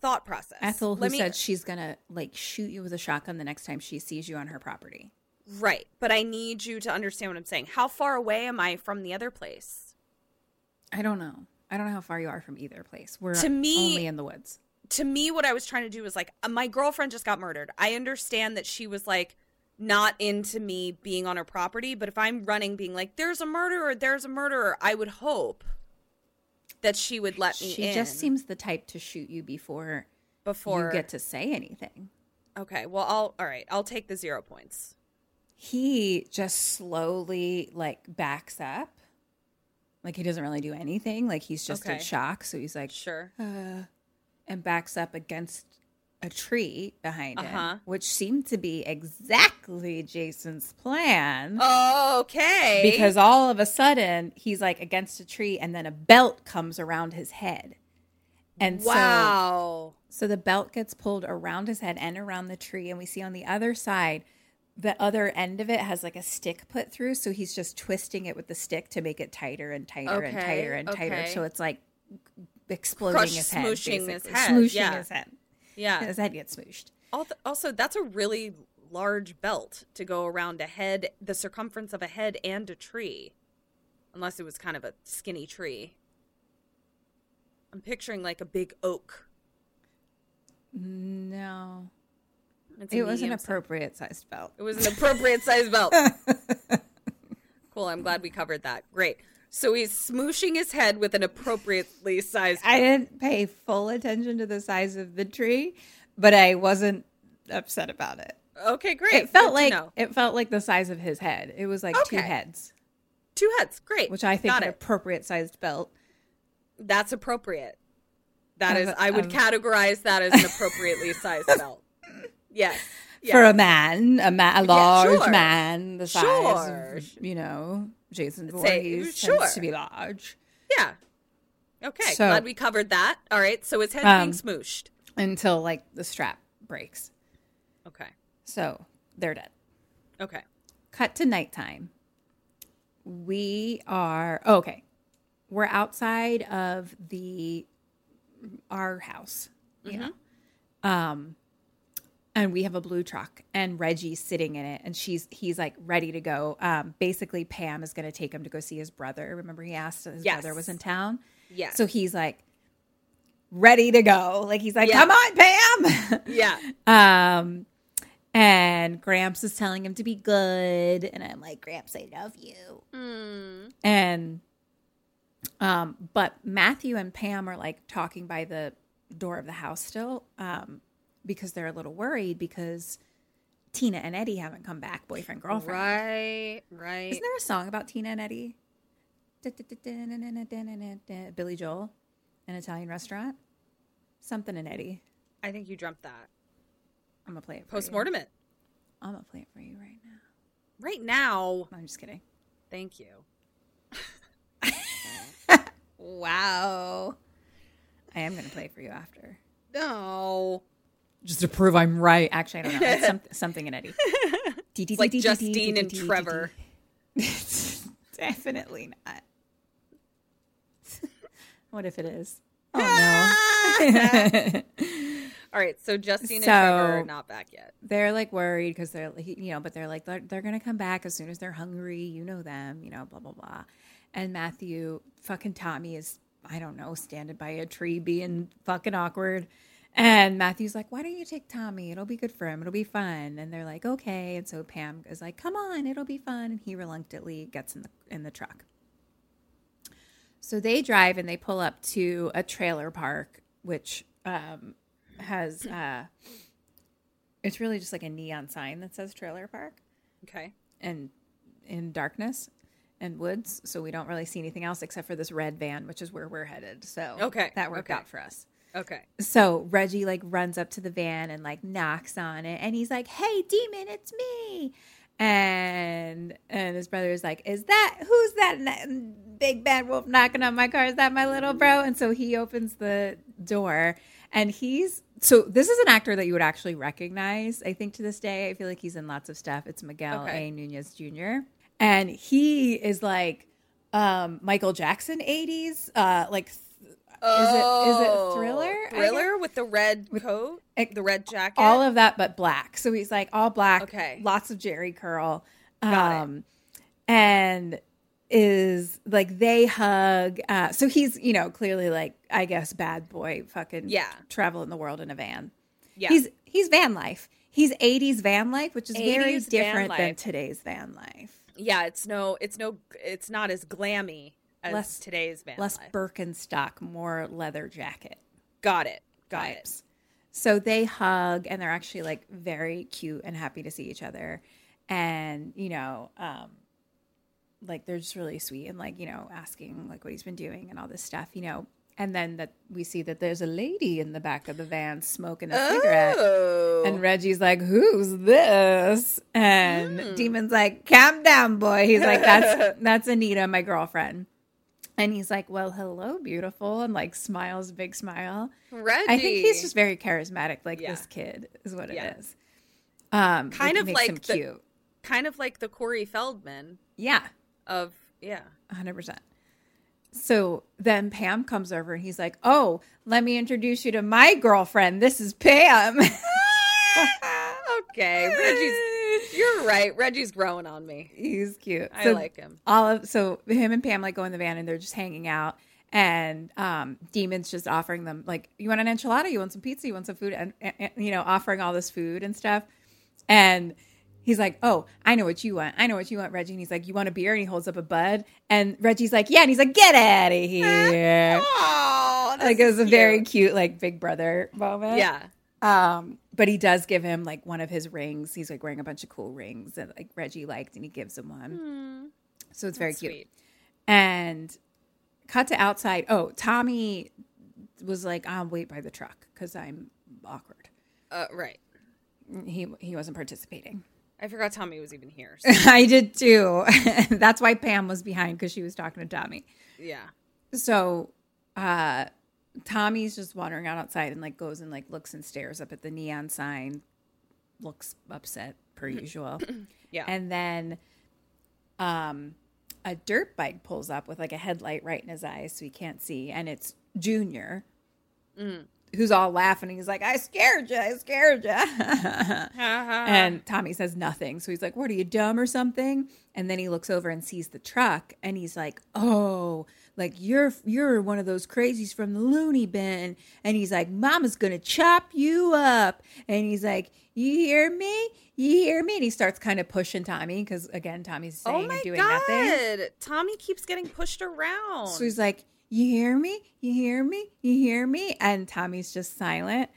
Speaker 4: thought process.
Speaker 3: Ethel, who
Speaker 4: Let me-
Speaker 3: said she's gonna like shoot you with a shotgun the next time she sees you on her property.
Speaker 4: right, but I need you to understand what I'm saying. How far away am I from the other place?
Speaker 3: I don't know. I don't know how far you are from either place. We're
Speaker 4: To me-
Speaker 3: only in the woods.
Speaker 4: To me, what I was trying to do was like, uh, my girlfriend just got murdered. I understand that she was like not into me being on her property, but if I'm running, being like, there's a murderer, there's a murderer, I would hope that she would let me
Speaker 3: She
Speaker 4: in
Speaker 3: just seems the type to shoot you before
Speaker 4: before
Speaker 3: you get to say anything.
Speaker 4: Okay, well, I'll all right. I'll take the zero points.
Speaker 3: He just slowly like backs up. Like he doesn't really do anything. Like he's just in
Speaker 4: Okay.
Speaker 3: shock. So he's like
Speaker 4: Sure.
Speaker 3: uh, and backs up against a tree behind
Speaker 4: Uh-huh.
Speaker 3: him, which seemed to be exactly Jason's plan.
Speaker 4: okay.
Speaker 3: Because all of a sudden he's like against a tree and then a belt comes around his head. And so
Speaker 4: wow.
Speaker 3: so the belt gets pulled around his head and around the tree. And we see on the other side, the other end of it has like a stick put through. So he's just twisting it with the stick to make it tighter and tighter and
Speaker 4: Okay,
Speaker 3: tighter and tighter.
Speaker 4: okay.
Speaker 3: So it's like exploding
Speaker 4: Crush-
Speaker 3: his head.
Speaker 4: smooshing his
Speaker 3: basically.
Speaker 4: head,
Speaker 3: Smooshing
Speaker 4: yeah.
Speaker 3: his head.
Speaker 4: yeah.
Speaker 3: His head gets smooshed.
Speaker 4: Alth- Also, that's a really large belt to go around a head, the circumference of a head and a tree, unless it was kind of a skinny tree. I'm picturing like a big oak.
Speaker 3: No.
Speaker 4: It's
Speaker 3: It was an
Speaker 4: medium-sized-
Speaker 3: appropriate sized belt.
Speaker 4: It was an appropriate size belt. cool. I'm glad we covered that. Great. So he's smooshing his head with an appropriately sized.
Speaker 3: I didn't pay full attention to the size of the tree, but I wasn't upset about it.
Speaker 4: Okay, great.
Speaker 3: It felt
Speaker 4: Good to
Speaker 3: like
Speaker 4: know.
Speaker 3: it felt like the size of his head. It was like two
Speaker 4: Okay.
Speaker 3: heads,
Speaker 4: two heads. Great.
Speaker 3: which I think
Speaker 4: Got
Speaker 3: an
Speaker 4: it.
Speaker 3: appropriate sized belt.
Speaker 4: That's appropriate. That
Speaker 3: Of
Speaker 4: is,
Speaker 3: a-
Speaker 4: I would
Speaker 3: of-
Speaker 4: categorize that as an appropriately sized belt. Yes. yes.
Speaker 3: For a man, a man, a large
Speaker 4: sure.
Speaker 3: man, the size
Speaker 4: Sure.
Speaker 3: of, you know, Jason
Speaker 4: Say-
Speaker 3: Voorhees
Speaker 4: sure.
Speaker 3: tends to be large.
Speaker 4: yeah. Okay.
Speaker 3: So-
Speaker 4: Glad we covered that. All right. So his head
Speaker 3: Um,
Speaker 4: being smooshed.
Speaker 3: until like the strap breaks.
Speaker 4: Okay.
Speaker 3: So they're dead.
Speaker 4: Okay.
Speaker 3: Cut to nighttime. We are oh, okay. We're outside of the our house.
Speaker 4: Mm-hmm.
Speaker 3: Yeah. Um and we have a blue truck and Reggie's sitting in it and she's he's like ready to go. Um basically Pam is gonna take him to go see his brother. Remember he asked if his brother was in
Speaker 4: Yes.
Speaker 3: town?
Speaker 4: Yes.
Speaker 3: So he's like ready to go. Like he's like,
Speaker 4: Yeah.
Speaker 3: Come on, Pam.
Speaker 4: Yeah.
Speaker 3: Um, and Gramps is telling him to be good, and I'm like, Gramps, I love you. And um, but Matthew and Pam are like talking by the door of the house still, um, because they're a little worried because Tina and Eddie haven't come back, boyfriend girlfriend.
Speaker 4: Right. Right.
Speaker 3: Isn't there a song about Tina and Eddie? Da-da-da-da-na-na-na-na-na-na-na. Billy Joel, an Italian restaurant, something and Eddie.
Speaker 4: I think you dreamt that.
Speaker 3: I'm gonna play it. for you.
Speaker 4: Post mortem it.
Speaker 3: I'm gonna play it for you right now.
Speaker 4: Right now.
Speaker 3: I'm just kidding.
Speaker 4: Thank you.
Speaker 3: Wow. I am gonna play it for you after.
Speaker 4: No.
Speaker 3: Just to prove I'm right. Actually, I don't know. It's some, something in Eddie.
Speaker 4: It's like Justine and Trevor.
Speaker 3: Definitely not. What if it is? Oh no.
Speaker 4: All right, so Justine and Trevor are not back yet.
Speaker 3: They're like worried because they're like, you know, but they're like they're, they're gonna come back as soon as they're hungry. You know them, you know, blah blah blah. And Matthew, fucking Tommy is I don't know, standing by a tree being fucking awkward. And Matthew's like, why don't you take Tommy? It'll be good for him. It'll be fun. And they're like, okay. And so Pam is like, come on, it'll be fun. And he reluctantly gets in the in the truck. So they drive and they pull up to a trailer park, which um, has uh, it's really just like a neon sign that says trailer park.
Speaker 4: Okay.
Speaker 3: And in darkness and woods, so we don't really see anything else except for this red van, which is where we're headed. So
Speaker 4: Okay,
Speaker 3: that worked
Speaker 4: okay.
Speaker 3: out for us.
Speaker 4: Okay.
Speaker 3: So Reggie like runs up to the van and like knocks on it, and he's like, "Hey, demon, it's me." And and his brother is like, "Is that who's that na- big bad wolf knocking on my car? Is that my little bro?" And so he opens the door, and he's so this is an actor that you would actually recognize. I think to this day, I feel like he's in lots of stuff. It's Miguel
Speaker 4: Okay.
Speaker 3: A. Nunez Jr. And he is like um Michael Jackson 80s, uh like th- is it is it thriller? I guess?
Speaker 4: Oh, Thriller with the red coat, the red jacket.
Speaker 3: all of that but black. So he's like all black,
Speaker 4: Okay.
Speaker 3: lots of Jerry curl.
Speaker 4: Got it.
Speaker 3: Um and is like they hug. Uh so he's, you know, clearly like I guess bad boy fucking
Speaker 4: Yeah.
Speaker 3: traveling the world in a van.
Speaker 4: Yeah.
Speaker 3: He's he's van life. He's 80s van life, which is very
Speaker 4: 80s van
Speaker 3: different than
Speaker 4: life.
Speaker 3: today's van life.
Speaker 4: yeah, it's no, it's no, it's not as glammy as
Speaker 3: Less-
Speaker 4: today's van
Speaker 3: Less
Speaker 4: life.
Speaker 3: Birkenstock, more leather jacket.
Speaker 4: Got it. Got it.
Speaker 3: vibes. So they hug and they're actually like very cute and happy to see each other. And, you know, um, like they're just really sweet and like, you know, asking like what he's been doing and all this stuff, you know. And then that we see that there's a lady in the back of the van smoking a cigarette.
Speaker 4: Oh.
Speaker 3: And Reggie's like, Who's this? And
Speaker 4: Hmm.
Speaker 3: Demon's like, Calm down, boy. He's like, That's that's Anita, my girlfriend. And he's like, Well, hello, beautiful, and like smiles, big smile.
Speaker 4: Reggie.
Speaker 3: I think he's just very charismatic, like
Speaker 4: Yeah.
Speaker 3: this kid is what it is.
Speaker 4: Yeah.
Speaker 3: Um,
Speaker 4: Kind
Speaker 3: it
Speaker 4: of
Speaker 3: makes him
Speaker 4: like the-
Speaker 3: cute.
Speaker 4: kind of like the Corey Feldman
Speaker 3: Yeah,
Speaker 4: of yeah.
Speaker 3: hundred percent. So then Pam comes over and he's like, "Oh, let me introduce you to my girlfriend. This is Pam."
Speaker 4: Okay, Reggie's. You're right. Reggie's growing on me.
Speaker 3: he's cute.
Speaker 4: I
Speaker 3: So
Speaker 4: like him.
Speaker 3: all of so him and Pam like go in the van and they're just hanging out. And um, demons just offering them like, you want an enchilada, you want some pizza, you want some food, and, and- and, you know, offering all this food and stuff. And he's like, "Oh, I know what you want. I know what you want, Reggie." And he's like, "You want a beer?" And he holds up a bud, and Reggie's like, "Yeah." And he's like, "Get out of here!"
Speaker 4: Oh, this
Speaker 3: like it was
Speaker 4: is
Speaker 3: a very cute like big brother moment.
Speaker 4: yeah.
Speaker 3: Um, but he does give him like one of his rings. He's like wearing a bunch of cool rings that like Reggie liked, and he gives him one. So it's very cute.
Speaker 4: sweet.
Speaker 3: And cut to outside. Oh, Tommy was like, "I'll wait by the truck because I'm awkward."
Speaker 4: Uh, right.
Speaker 3: He he wasn't participating.
Speaker 4: I forgot Tommy was even here. So,
Speaker 3: I did too. That's why Pam was behind because she was talking to Tommy.
Speaker 4: yeah.
Speaker 3: so uh tommy's just wandering out outside and like goes and like looks and stares up at the neon sign looks upset per usual
Speaker 4: Yeah.
Speaker 3: and then um a dirt bike pulls up with like a headlight right in his eyes so he can't see and it's junior
Speaker 4: Mm.
Speaker 3: who's all laughing he's like i scared you i scared you and Tommy says nothing. So he's like, What are you dumb or something? And then he looks over and sees the truck and he's like, Oh, like you're you're one of those crazies from the loony bin. And he's like, Mama's gonna chop you up. And he's like, You hear me? You hear me? And he starts kind of pushing Tommy because again, Tommy's
Speaker 4: oh
Speaker 3: saying
Speaker 4: my
Speaker 3: and doing
Speaker 4: god.
Speaker 3: nothing.
Speaker 4: Tommy keeps getting pushed around.
Speaker 3: So he's like, You hear me? You hear me? You hear me? And Tommy's just silent.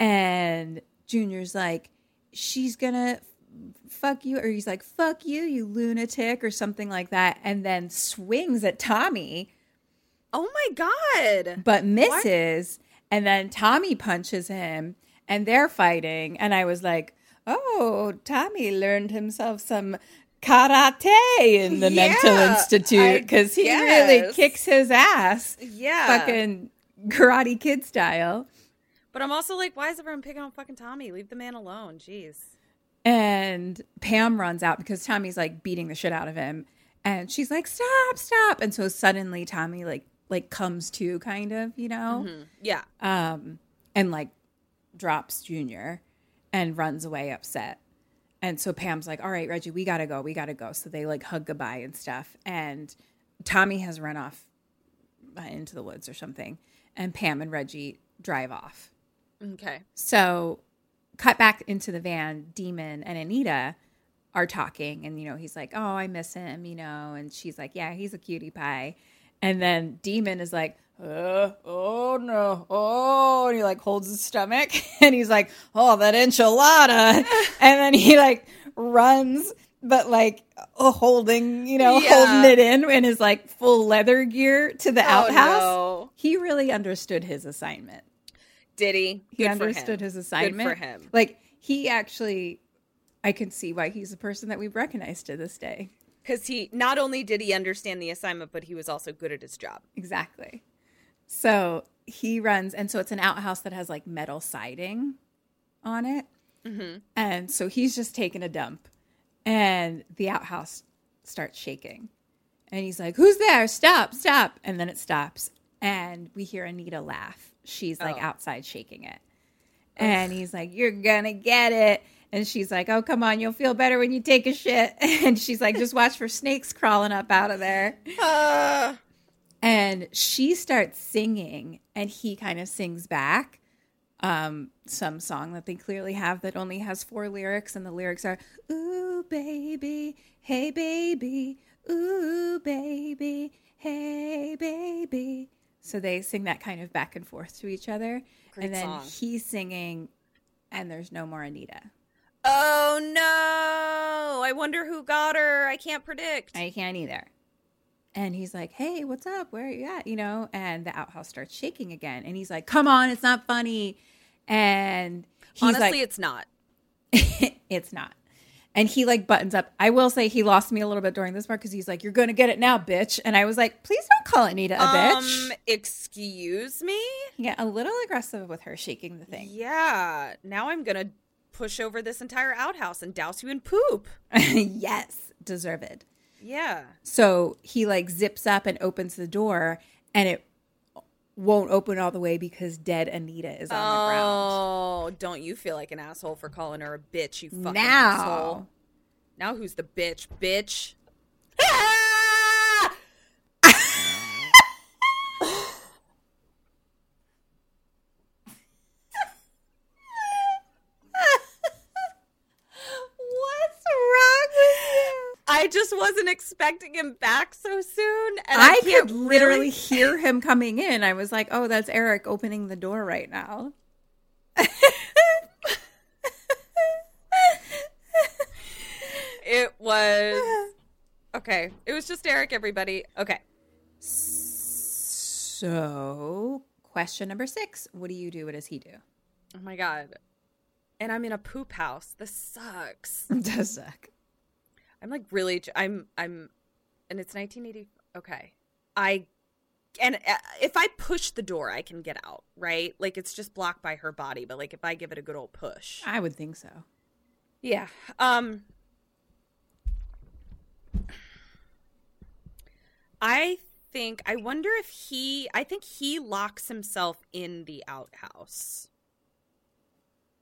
Speaker 3: And Junior's like, She's gonna f- fuck you. Or he's like, Fuck you, you lunatic, or something like that. And then swings at Tommy,
Speaker 4: oh my god.
Speaker 3: but misses. And then Tommy punches him, and they're fighting. And I was like, Oh, Tommy learned himself some karate in the mental
Speaker 4: Yeah, I
Speaker 3: institute because he really
Speaker 4: guess.
Speaker 3: kicks his ass
Speaker 4: yeah.
Speaker 3: fucking Karate Kid style.
Speaker 4: But I'm also like, why is everyone picking on fucking Tommy? Leave the man alone. Jeez.
Speaker 3: And Pam runs out because Tommy's like beating the shit out of him. And she's like, stop, stop. And so suddenly Tommy like like comes to kind of, you know?
Speaker 4: Mhm. Yeah.
Speaker 3: Um, and like drops Junior and runs away upset. And so Pam's like, all right, Reggie, we gotta go. We gotta go. So they like hug goodbye and stuff. And Tommy has run off uh, into the woods or something. And Pam and Reggie drive off.
Speaker 4: Okay.
Speaker 3: So, cut back into the van. Demon and Anita are talking, and you know he's like, "Oh, I miss him," you know, and she's like, "Yeah, he's a cutie pie." And then Demon is like, uh, "Oh no, oh," and he like holds his stomach, and he's like, "Oh, that enchilada," and then he like runs. But like uh, holding, you know,
Speaker 4: Yeah.
Speaker 3: holding it in in his like full leather gear to the
Speaker 4: Oh,
Speaker 3: outhouse.
Speaker 4: no.
Speaker 3: He really understood his assignment
Speaker 4: Did he?
Speaker 3: he
Speaker 4: Good for him.
Speaker 3: understood his assignment
Speaker 4: Good for him.
Speaker 3: Like he actually, I can see why he's a person that we've recognized to this day.
Speaker 4: Because he not only did he understand the assignment, but he was also good at his job.
Speaker 3: Exactly. So he runs, and so it's an outhouse that has like metal siding on it,
Speaker 4: Mm-hmm.
Speaker 3: and so he's just taking a dump, and the outhouse starts shaking, and he's like, "Who's there? Stop! Stop!" And then it stops, and we hear Anita laugh. She's like
Speaker 4: Oh.
Speaker 3: outside shaking it. And he's like, You're gonna get it. And she's like, Oh, come on, you'll feel better when you take a shit. And she's like, Just watch for snakes crawling up out of there. And she starts singing, and he kind of sings back um, some song that they clearly have that only has four lyrics. And the lyrics are, Ooh, baby, hey, baby, ooh, baby, hey, baby. So they sing that kind of back and forth to each other.
Speaker 4: Great
Speaker 3: and then
Speaker 4: song.
Speaker 3: he's singing, and there's no more Anita.
Speaker 4: Oh no! I wonder who got her. I can't predict.
Speaker 3: I can't either. And he's like, hey, what's up? Where are you at? You know, and the outhouse starts shaking again. And he's like, come on, it's not funny. And he's
Speaker 4: Honestly,
Speaker 3: like,
Speaker 4: it's not.
Speaker 3: it's not. And he like buttons up. I will say he lost me a little bit during this part because he's like, you're going to get it now, bitch. And I was like, please don't call Anita a bitch.
Speaker 4: Um, excuse me.
Speaker 3: Yeah, a little aggressive with her shaking the thing.
Speaker 4: Yeah. Now I'm gonna push over this entire outhouse and douse you in poop.
Speaker 3: yes, deserved.
Speaker 4: Yeah.
Speaker 3: So he like zips up and opens the door, and it won't open all the way because dead Anita is on the ground.
Speaker 4: Oh, don't you feel like an asshole for calling her a bitch? You fucking
Speaker 3: Now.
Speaker 4: asshole. Now who's the bitch? Bitch.
Speaker 3: What's wrong with
Speaker 4: I just wasn't expecting him back so soon, and I,
Speaker 3: I,
Speaker 4: can't
Speaker 3: could literally
Speaker 4: really-
Speaker 3: hear him coming in. I was like, "Oh, that's Eric opening the door right now."
Speaker 4: It was okay. It was just Eric. Everybody. Okay.
Speaker 3: So, question number six: What do you do? What does he do?
Speaker 4: Oh my god. And I'm in a poop house. This sucks.
Speaker 3: does suck.
Speaker 4: I'm like really. j- I'm. I'm. And it's 1980. Okay. I. And uh, if I push the door, I can get out. Right. Like it's just blocked by her body. But like if I give it a good old push.
Speaker 3: I would think so.
Speaker 4: Yeah. Um I think I wonder if he I think he locks himself in the outhouse.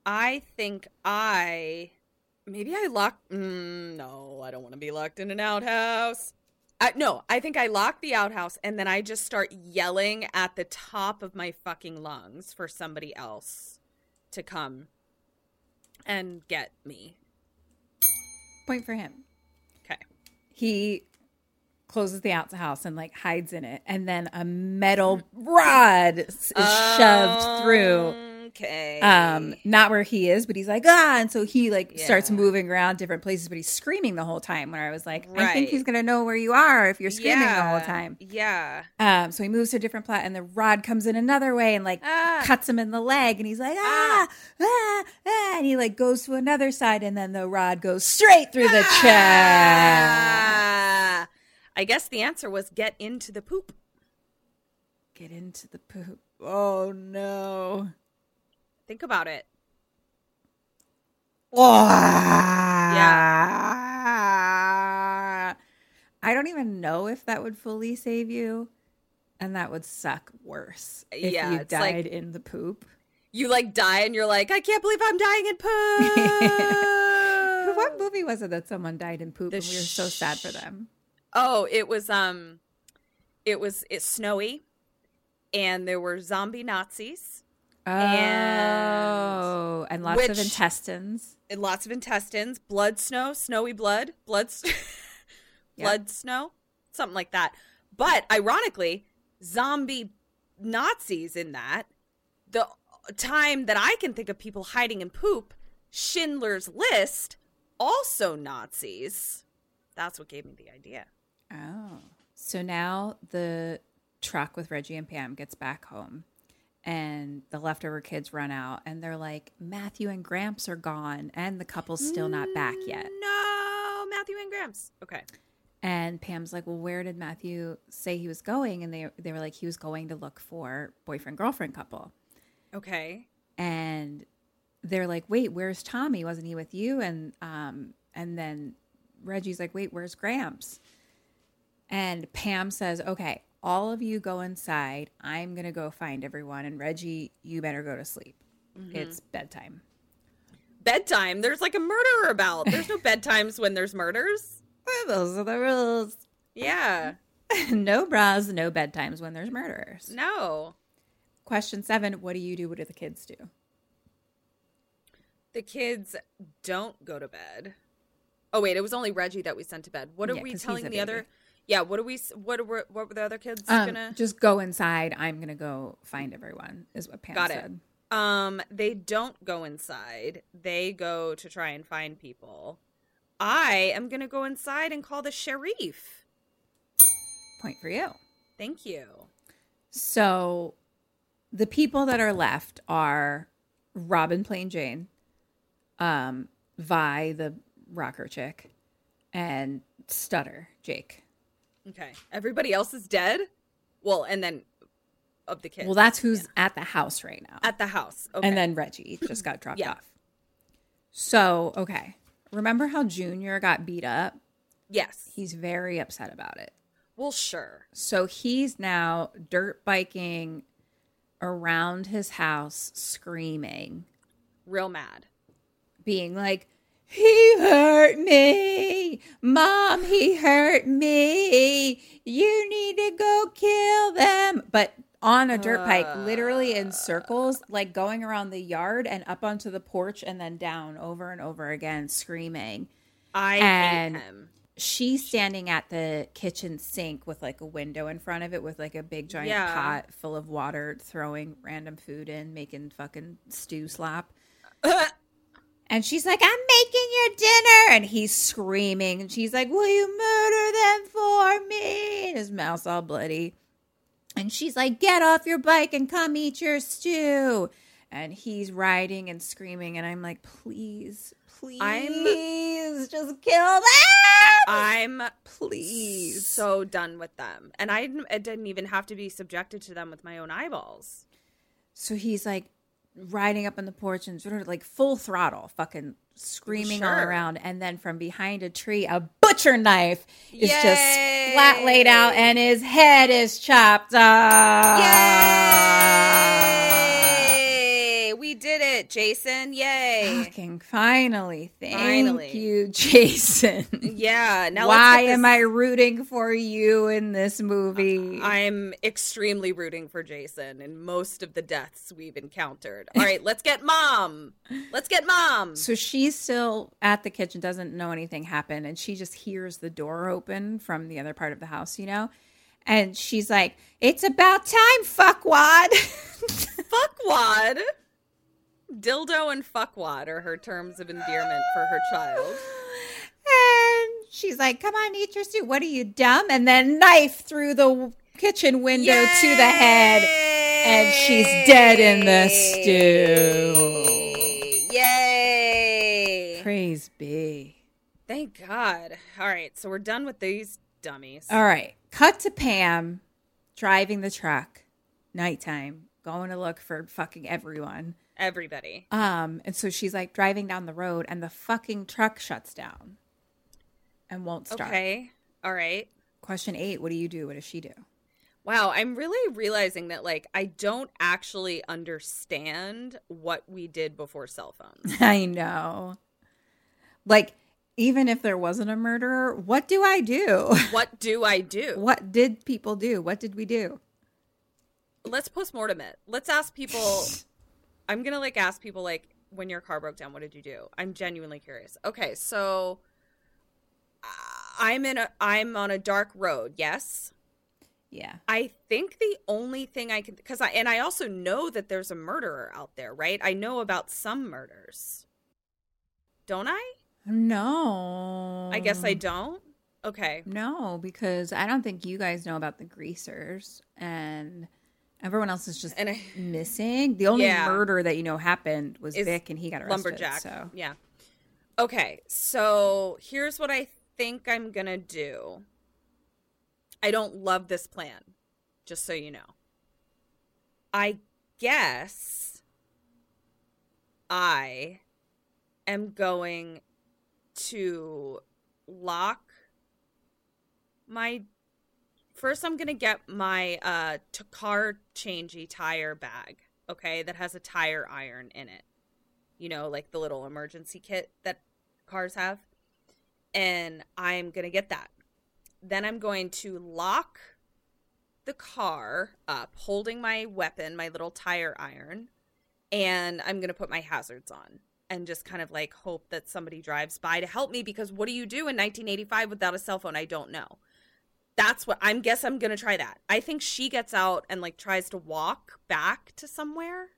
Speaker 4: I think I maybe I lock mm, no, I don't want to be locked in an outhouse. I, no, I think I lock the outhouse and then I just start yelling at the top of my fucking lungs for somebody else to come and get me.
Speaker 3: Point for him.
Speaker 4: Okay.
Speaker 3: He closes the outhouse and like hides in it, and then a metal rod is shoved through
Speaker 4: Okay.
Speaker 3: um not where he is but he's like ah and so he like starts
Speaker 4: Yeah.
Speaker 3: moving around different places but he's screaming the whole time where i was like i
Speaker 4: Right.
Speaker 3: think he's gonna know where you are if you're screaming the
Speaker 4: Yeah,
Speaker 3: whole time
Speaker 4: Yeah.
Speaker 3: um so he moves to a different plot and the rod comes in another way and like
Speaker 4: Ah.
Speaker 3: cuts him in the leg and he's like ah, ah ah and he like goes to another side and then the rod goes straight through the chest
Speaker 4: Ah. I guess the answer was get into the poop.
Speaker 3: get into the poop oh no
Speaker 4: Think about it.
Speaker 3: Ah. I don't even know if that would fully save you. And that would suck worse if
Speaker 4: Yeah,
Speaker 3: you
Speaker 4: it's like-
Speaker 3: died in the poop.
Speaker 4: You like die and you're like, I can't believe I'm dying in poop.
Speaker 3: what movie was it that someone died in poop and we were so sad for them?
Speaker 4: oh, it was um, it was it's snowy, and there were zombie Nazis.
Speaker 3: Oh,
Speaker 4: And-
Speaker 3: and, lots of
Speaker 4: which-
Speaker 3: intestines.
Speaker 4: and lots of intestines, blood snow, snowy blood, blood, s- blood snow, something like that. But ironically, zombie Nazis in that. The time that I can think of people hiding in poop, Schindler's List, also Nazis. That's what gave me the idea.
Speaker 3: Oh. So now the truck with Reggie and Pam gets back home and the leftover kids run out and they're like, Matthew and Gramps are gone and the couple's still not back yet.
Speaker 4: No, Matthew and Grams. Okay.
Speaker 3: And Pam's like, Well, where did Matthew say he was going? And they they were like, he was going to look for boyfriend girlfriend couple.
Speaker 4: Okay.
Speaker 3: and they're like, "Wait, where's Tommy? Wasn't he with you?" And um, and then Reggie's like, "Wait, where's Gramps?" And Pam says, "Okay, all of you go inside. I'm gonna go find everyone. And Reggie, you better go to sleep. It's bedtime."
Speaker 4: Bedtime. There's like a murderer about. There's no bedtimes when there's murders.
Speaker 3: Those are the rules.
Speaker 4: Yeah.
Speaker 3: Mm-hmm. no bras, no bedtimes when there's murderers.
Speaker 4: No.
Speaker 3: Question seven: What do you do? What do the kids do?
Speaker 4: The kids don't go to bed. Oh wait, it was only Reggie that we sent to bed. What are
Speaker 3: Yeah,
Speaker 4: we
Speaker 3: 'cause he's
Speaker 4: telling
Speaker 3: a
Speaker 4: the
Speaker 3: baby.
Speaker 4: other? Yeah, what are we? s- What were what were the other kids
Speaker 3: Um,
Speaker 4: gonna?
Speaker 3: Just go inside. I'm gonna go find everyone. Is what Pam
Speaker 4: Got it.
Speaker 3: said.
Speaker 4: Um, they don't go inside. They go to try and find people. I am gonna go inside and call the sheriff.
Speaker 3: Point for you.
Speaker 4: Thank you.
Speaker 3: So the people that are left are Robin Plain Jane, um, Vi, the rocker chick, and Stutter, Jake.
Speaker 4: Okay, everybody else is dead. Well, and then of the kids.
Speaker 3: Well, that's who's at the house right now.
Speaker 4: at the house. Okay.
Speaker 3: And then Reggie just got dropped
Speaker 4: Yeah.
Speaker 3: off. So, okay. Remember how Junior got beat up?
Speaker 4: yes.
Speaker 3: He's very upset about it.
Speaker 4: Well, sure.
Speaker 3: So he's now dirt biking around his house, screaming.
Speaker 4: Real mad.
Speaker 3: being like, he hurt me. Mom, he hurt me. You need to go kill them. But on a dirt bike, literally in circles, like going around the yard and up onto the porch and then down over and over again, screaming.
Speaker 4: I
Speaker 3: And-
Speaker 4: hate him.
Speaker 3: She's standing at the kitchen sink with like a window in front of it with like a big giant
Speaker 4: Yeah.
Speaker 3: pot full of water, throwing random food in, making fucking stew slop. And she's like, I'm making your dinner. And he's screaming. And she's like, Will you murder them for me? And his mouth's all bloody. And she's like, Get off your bike and come eat your stew. And he's riding and screaming. And I'm like, Please, please, just kill them.
Speaker 4: I'm
Speaker 3: please.
Speaker 4: so done with them. And I didn't, I didn't even have to be subjected to them with my own eyeballs.
Speaker 3: So he's like riding up on the porch and sort of like full throttle, fucking screaming all
Speaker 4: Sure.
Speaker 3: around. And then from behind a tree, a butcher knife is just
Speaker 4: Yay.
Speaker 3: flat laid out and his head is chopped off.
Speaker 4: Yay! We did it, Jason. Yay.
Speaker 3: Fucking finally. Thank
Speaker 4: Finally.
Speaker 3: you, Jason.
Speaker 4: yeah. Now
Speaker 3: Why
Speaker 4: let's get
Speaker 3: am
Speaker 4: this-
Speaker 3: I rooting for you in this movie?
Speaker 4: I'm extremely rooting for Jason in most of the deaths we've encountered. All right, let's get mom. Let's get mom.
Speaker 3: So she's still at the kitchen, doesn't know anything happened, and she just hears the door open from the other part of the house, you know? And she's like, It's about time, fuckwad.
Speaker 4: Fuckwad. Dildo and fuckwad are her terms of endearment for her child.
Speaker 3: and she's like, Come on, eat your stew. What are you, dumb? And then knife through the w- kitchen window to the head, and she's dead in the stew.
Speaker 4: Yay!
Speaker 3: Praise be.
Speaker 4: Thank God. All right, so we're done with these dummies.
Speaker 3: All right. Cut to Pam driving the truck, nighttime, going to look for fucking everyone.
Speaker 4: Everybody.
Speaker 3: Um, and so she's like driving down the road, and the fucking truck shuts down and won't start.
Speaker 4: Okay. All right.
Speaker 3: Question eight: What do you do? What does she do?
Speaker 4: Wow, I'm really realizing that like I don't actually understand what we did before cell phones.
Speaker 3: I know. Like, even if there wasn't a murderer, what do I do?
Speaker 4: What do I do?
Speaker 3: What did people do? What did we do?
Speaker 4: Let's postmortem it. Let's ask people. I'm gonna like ask people like when your car broke down, what did you do? I'm genuinely curious. Okay, so uh, I'm in a I'm on a dark road. Yes.
Speaker 3: Yeah.
Speaker 4: I think the only thing I can because I and I also know that there's a murderer out there, right? I know about some murders. Don't I?
Speaker 3: No.
Speaker 4: I guess I don't. Okay.
Speaker 3: No, because I don't think you guys know about the greasers and everyone else is just
Speaker 4: And I-
Speaker 3: missing. The only
Speaker 4: Yeah.
Speaker 3: murder that you know happened was
Speaker 4: Is
Speaker 3: Vic and he got arrested.
Speaker 4: Lumberjack.
Speaker 3: So
Speaker 4: Yeah. Okay, so here's what I think I'm gonna do. I don't love this plan, just so you know. I guess I am going to lock my first I'm gonna get my uh t- car changey tire bag, okay, that has a tire iron in it. You know, like the little emergency kit that cars have. And I'm gonna get that. Then I'm going to lock the car up, holding my weapon, my little tire iron, and I'm gonna put my hazards on and just kind of like hope that somebody drives by to help me because what do you do in 1985 without a cell phone? I don't know that's what I'm guess I'm gonna try that. I think she gets out and like tries to walk back to somewhere.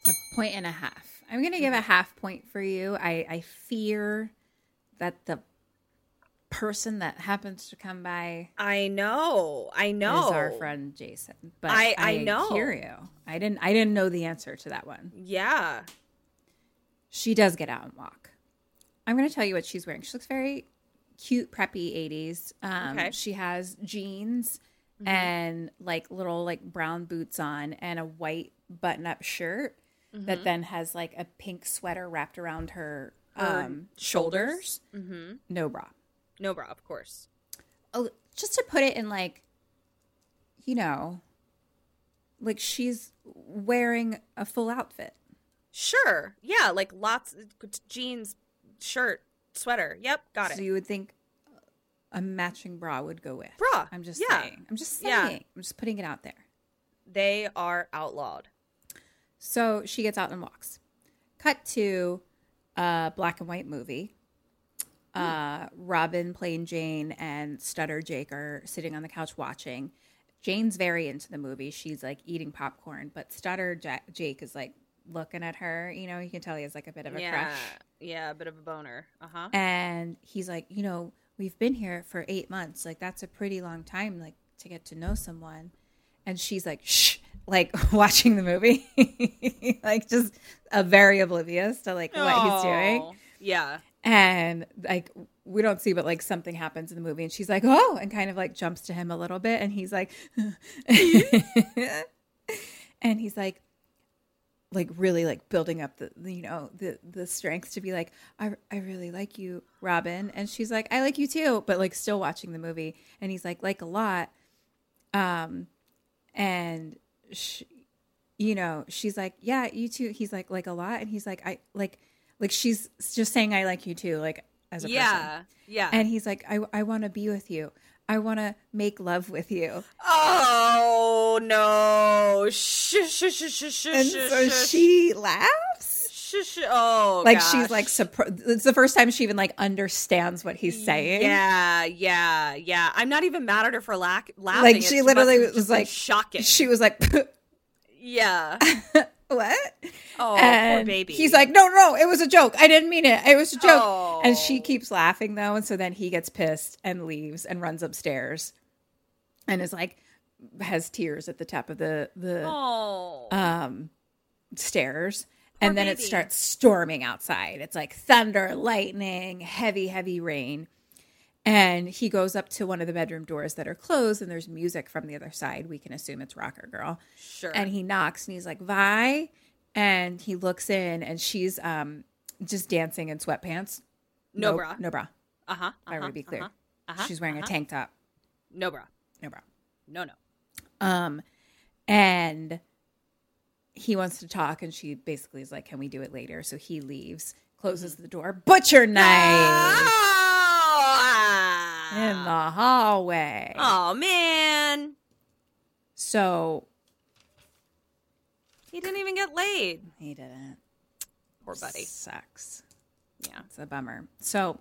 Speaker 3: it's a point and a half. I'm gonna give a half point for you. I, I fear that the person that happens to come by
Speaker 4: I know, I know.
Speaker 3: is our friend Jason. But
Speaker 4: I- I know.
Speaker 3: hear you. I didn't I didn't know the answer to that one.
Speaker 4: Yeah,
Speaker 3: She does get out and walk. I'm going to tell you what she's wearing. She looks very cute, preppy 80s. Um,
Speaker 4: Okay. Mm-hmm.
Speaker 3: She has jeans and like little like brown boots on and a white button up shirt
Speaker 4: Mm-hmm.
Speaker 3: that then has like a pink sweater wrapped around her,
Speaker 4: Her
Speaker 3: um, shoulders.
Speaker 4: Mm-hmm.
Speaker 3: No bra.
Speaker 4: No bra, of course.
Speaker 3: Oh, just to put it in like, you know, like she's wearing a full outfit.
Speaker 4: Sure. Yeah, like lots jeans, shirt, sweater. Yep, got it.
Speaker 3: So you would think a matching bra would go with.
Speaker 4: Bra,
Speaker 3: I'm just
Speaker 4: yeah.
Speaker 3: saying. I'm just saying.
Speaker 4: Yeah.
Speaker 3: I'm just putting it out there.
Speaker 4: they are outlawed.
Speaker 3: So she gets out and walks. Cut to a black and white movie.
Speaker 4: Hmm.
Speaker 3: Uh, Robin, Plain Jane, and Stutter Jake are sitting on the couch watching. Jane's very into the movie. She's like eating popcorn, but Stutter Ja- Jake is like looking at her. You know, you can tell he has like a bit of a
Speaker 4: yeah,
Speaker 3: crush.
Speaker 4: yeah, a bit of a boner. Uh huh.
Speaker 3: And he's like, you know, we've been here for eight months. Like, that's a pretty long time, like, to get to know someone. And she's like, shh, like watching the movie, like just a very oblivious to like what he's doing.
Speaker 4: Oh. Yeah.
Speaker 3: And like, we don't see, but like something happens in the movie. And she's like, oh, and kind of like jumps to him a little bit. And he's like, and he's like, like really like building up the, the, you know the the strength to be like I, I really like you robin and she's like i like you too but like still watching the movie and he's like like a lot um and she, you know she's like yeah you too he's like like a lot and he's like i like like she's just saying i like you too like as a
Speaker 4: yeah.
Speaker 3: person
Speaker 4: Yeah.
Speaker 3: and he's like i, I want to be with you i want to make love with you
Speaker 4: oh no! Shh, shh, shh, shh, shh,
Speaker 3: and
Speaker 4: shh,
Speaker 3: so
Speaker 4: shh,
Speaker 3: she laughs
Speaker 4: Sh- sh- oh,
Speaker 3: like
Speaker 4: gosh.
Speaker 3: she's like surprised. It's the first time she even like understands what he's saying.
Speaker 4: yeah, yeah, yeah. I'm not even mad at her for lack laughing.
Speaker 3: like
Speaker 4: It's
Speaker 3: she
Speaker 4: must
Speaker 3: literally
Speaker 4: have
Speaker 3: was,
Speaker 4: just been
Speaker 3: like
Speaker 4: shocking.
Speaker 3: She was like,
Speaker 4: yeah.
Speaker 3: "What?"
Speaker 4: Oh,
Speaker 3: and
Speaker 4: poor baby.
Speaker 3: He's like, "No, no, it was a joke. I didn't mean it. It was a joke." And she
Speaker 4: Oh.
Speaker 3: keeps laughing though, and so then he gets pissed and leaves and runs upstairs, and is like, has tears at the top of the the
Speaker 4: oh,
Speaker 3: um stairs
Speaker 4: Poor
Speaker 3: and then it
Speaker 4: baby.
Speaker 3: starts storming outside it's like thunder lightning heavy heavy rain and he goes up to one of the bedroom doors that are closed and there's music from the other side we can assume it's rocker girl
Speaker 4: sure.
Speaker 3: and he knocks and he's like vi and he looks in and she's um just dancing in sweatpants
Speaker 4: No bra.
Speaker 3: no bra
Speaker 4: uh huh.
Speaker 3: i want to be clear
Speaker 4: uh-huh, uh-huh,
Speaker 3: she's wearing a tank top
Speaker 4: no bra.
Speaker 3: no bra no, no. Um, and he wants to talk, and she basically is like, "Can we do it later?" So he leaves, closes the door, butcher knife "Oh." in the hallway.
Speaker 4: Oh man.
Speaker 3: So
Speaker 4: He didn't even get laid.
Speaker 3: He didn't.
Speaker 4: Poor buddy.
Speaker 3: Sucks.
Speaker 4: Yeah.
Speaker 3: It's a bummer. So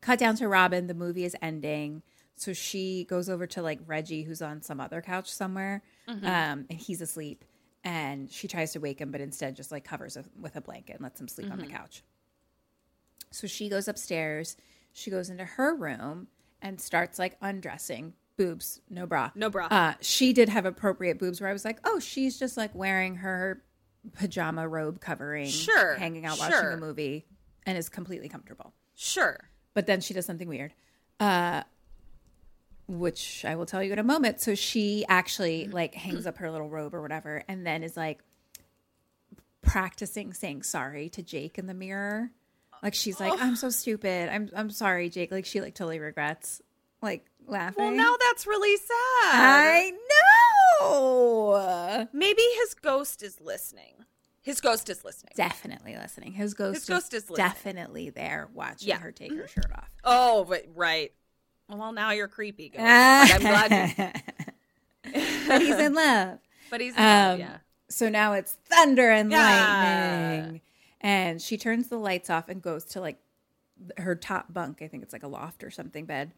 Speaker 3: cut down to Robin. The movie is ending. So she goes over to like Reggie, who's on some other couch somewhere,
Speaker 4: Mhm.
Speaker 3: um, and he's asleep. And she tries to wake him, but instead just like covers him with a blanket and lets him sleep on the
Speaker 4: Mhm.
Speaker 3: couch. So she goes upstairs. She goes into her room and starts like undressing. Boobs, no bra.
Speaker 4: No bra.
Speaker 3: Uh, she did have appropriate boobs where I was like, oh, she's just like wearing her pajama robe covering,
Speaker 4: Sure,
Speaker 3: hanging out
Speaker 4: sure.
Speaker 3: watching a movie, and is completely comfortable.
Speaker 4: Sure.
Speaker 3: But then she does something weird, uh, which I will tell you in a moment. So she actually like hangs up her little robe or whatever, and then is like practicing saying sorry to Jake in the mirror. Like she's like, I'm so stupid. I'm I'm sorry, Jake. Like she like totally regrets like laughing.
Speaker 4: Well, now that's really sad.
Speaker 3: I know.
Speaker 4: Maybe his ghost is listening. His ghost is listening.
Speaker 3: Definitely listening. His ghost,
Speaker 4: His ghost is listening.
Speaker 3: definitely there watching
Speaker 4: Yeah. Mm-hmm.
Speaker 3: her take her shirt off.
Speaker 4: Oh, but right. Well, now you're creepy. Ghost. Like, I'm glad. you-
Speaker 3: but he's in love. Um,
Speaker 4: But he's in love, yeah.
Speaker 3: So now it's thunder and
Speaker 4: Yeah.
Speaker 3: lightning. And she turns the lights off and goes to like her top bunk. I think it's like a loft or something bed.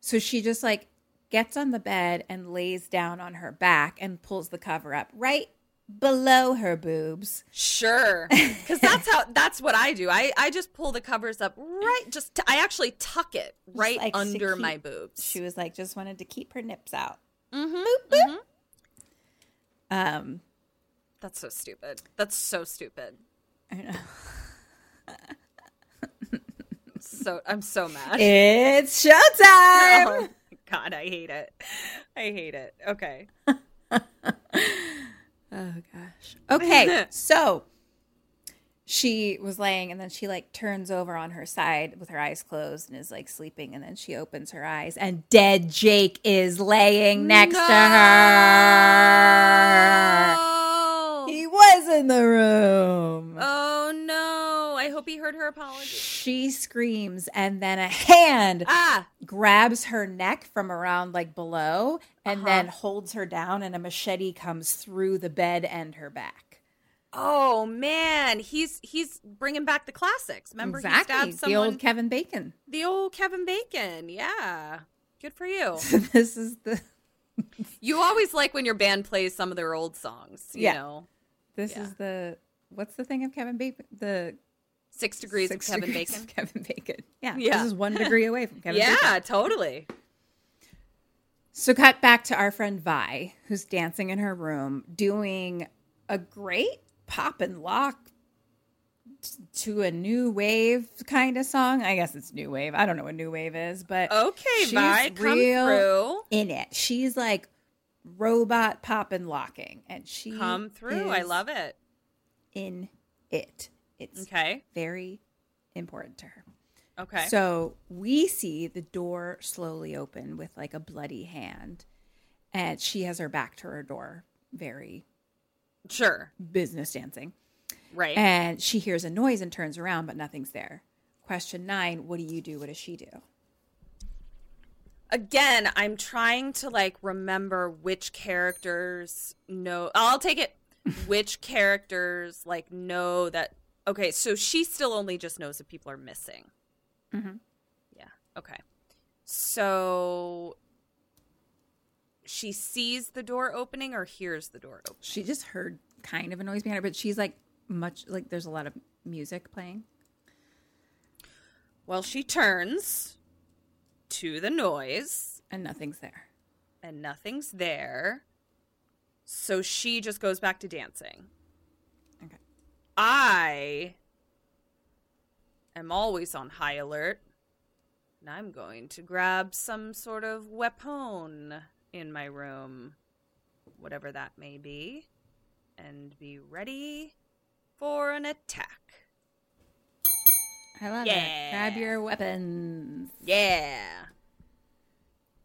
Speaker 3: So she just like gets on the bed and lays down on her back and pulls the cover up right below her boobs.
Speaker 4: Sure, because that's how that's what I do. I I just pull the covers up right. Just t- I actually tuck it right
Speaker 3: like to
Speaker 4: under
Speaker 3: keep-
Speaker 4: my boobs.
Speaker 3: She was like, just wanted to keep her nips out.
Speaker 4: Mm-hmm,
Speaker 3: Um,
Speaker 4: That's so stupid. That's so stupid.
Speaker 3: I know.
Speaker 4: So I'm so mad.
Speaker 3: It's showtime.
Speaker 4: Oh, God, I hate it. I hate it. Okay.
Speaker 3: Oh gosh. Okay, so she was laying and then she like turns over on her side with her eyes closed and is like sleeping and then she opens her eyes and dead Jake is laying next to her.
Speaker 4: Oh.
Speaker 3: He was in the room.
Speaker 4: Oh no. I hope he heard her apology.
Speaker 3: She screams and then a hand
Speaker 4: Ah.
Speaker 3: grabs her neck from around like below and
Speaker 4: Uh-huh.
Speaker 3: then holds her down and a machete comes through the bed and her back.
Speaker 4: Oh man, he's he's bringing back the classics. Remember he stabbed
Speaker 3: the
Speaker 4: someone
Speaker 3: old Kevin Bacon.
Speaker 4: the old Kevin Bacon. Yeah. Good for you.
Speaker 3: this is the
Speaker 4: you always like when your band plays some of their old songs, you
Speaker 3: Yeah.
Speaker 4: know.
Speaker 3: this
Speaker 4: Yeah.
Speaker 3: is the what's the thing of Kevin Bacon? The
Speaker 4: 6 degrees
Speaker 3: six
Speaker 4: of Kevin
Speaker 3: degrees
Speaker 4: Bacon.
Speaker 3: of Kevin Bacon. Yeah,
Speaker 4: Yeah.
Speaker 3: This is one degree away from Kevin
Speaker 4: yeah,
Speaker 3: Bacon.
Speaker 4: totally.
Speaker 3: So cut back to our friend Vi, who's dancing in her room, doing a great pop and lock t- to a new wave kind of song. I guess it's new wave. I don't know what new wave is, but
Speaker 4: Okay,
Speaker 3: she's
Speaker 4: Vi, come
Speaker 3: real
Speaker 4: through.
Speaker 3: in it. She's like robot pop and locking, and she
Speaker 4: Come through. I
Speaker 3: is
Speaker 4: love it.
Speaker 3: in it. It's
Speaker 4: Okay.
Speaker 3: very important to her.
Speaker 4: Okay.
Speaker 3: So we see the door slowly open with like a bloody hand, and she has her back to her door, very
Speaker 4: sure.
Speaker 3: business dancing.
Speaker 4: Right.
Speaker 3: And she hears a noise and turns around, but nothing's there. Question nine What do you do? What does she do?
Speaker 4: Again, I'm trying to like remember which characters know. I'll take it. Which characters like know that? Okay, so she still only just knows that people are missing.
Speaker 3: Mhm.
Speaker 4: Yeah. Okay. So she sees the door opening or hears the door open.
Speaker 3: She just heard kind of a noise behind her, but she's like, much like there's a lot of music playing.
Speaker 4: Well, she turns to the noise.
Speaker 3: and nothing's there.
Speaker 4: and nothing's there. So she just goes back to dancing.
Speaker 3: Okay.
Speaker 4: I am always on high alert, and I'm going to grab some sort of weapon in my room, whatever that may be, and be ready for an attack.
Speaker 3: I love it. Grab
Speaker 4: Yeah.
Speaker 3: your weapons.
Speaker 4: Yeah.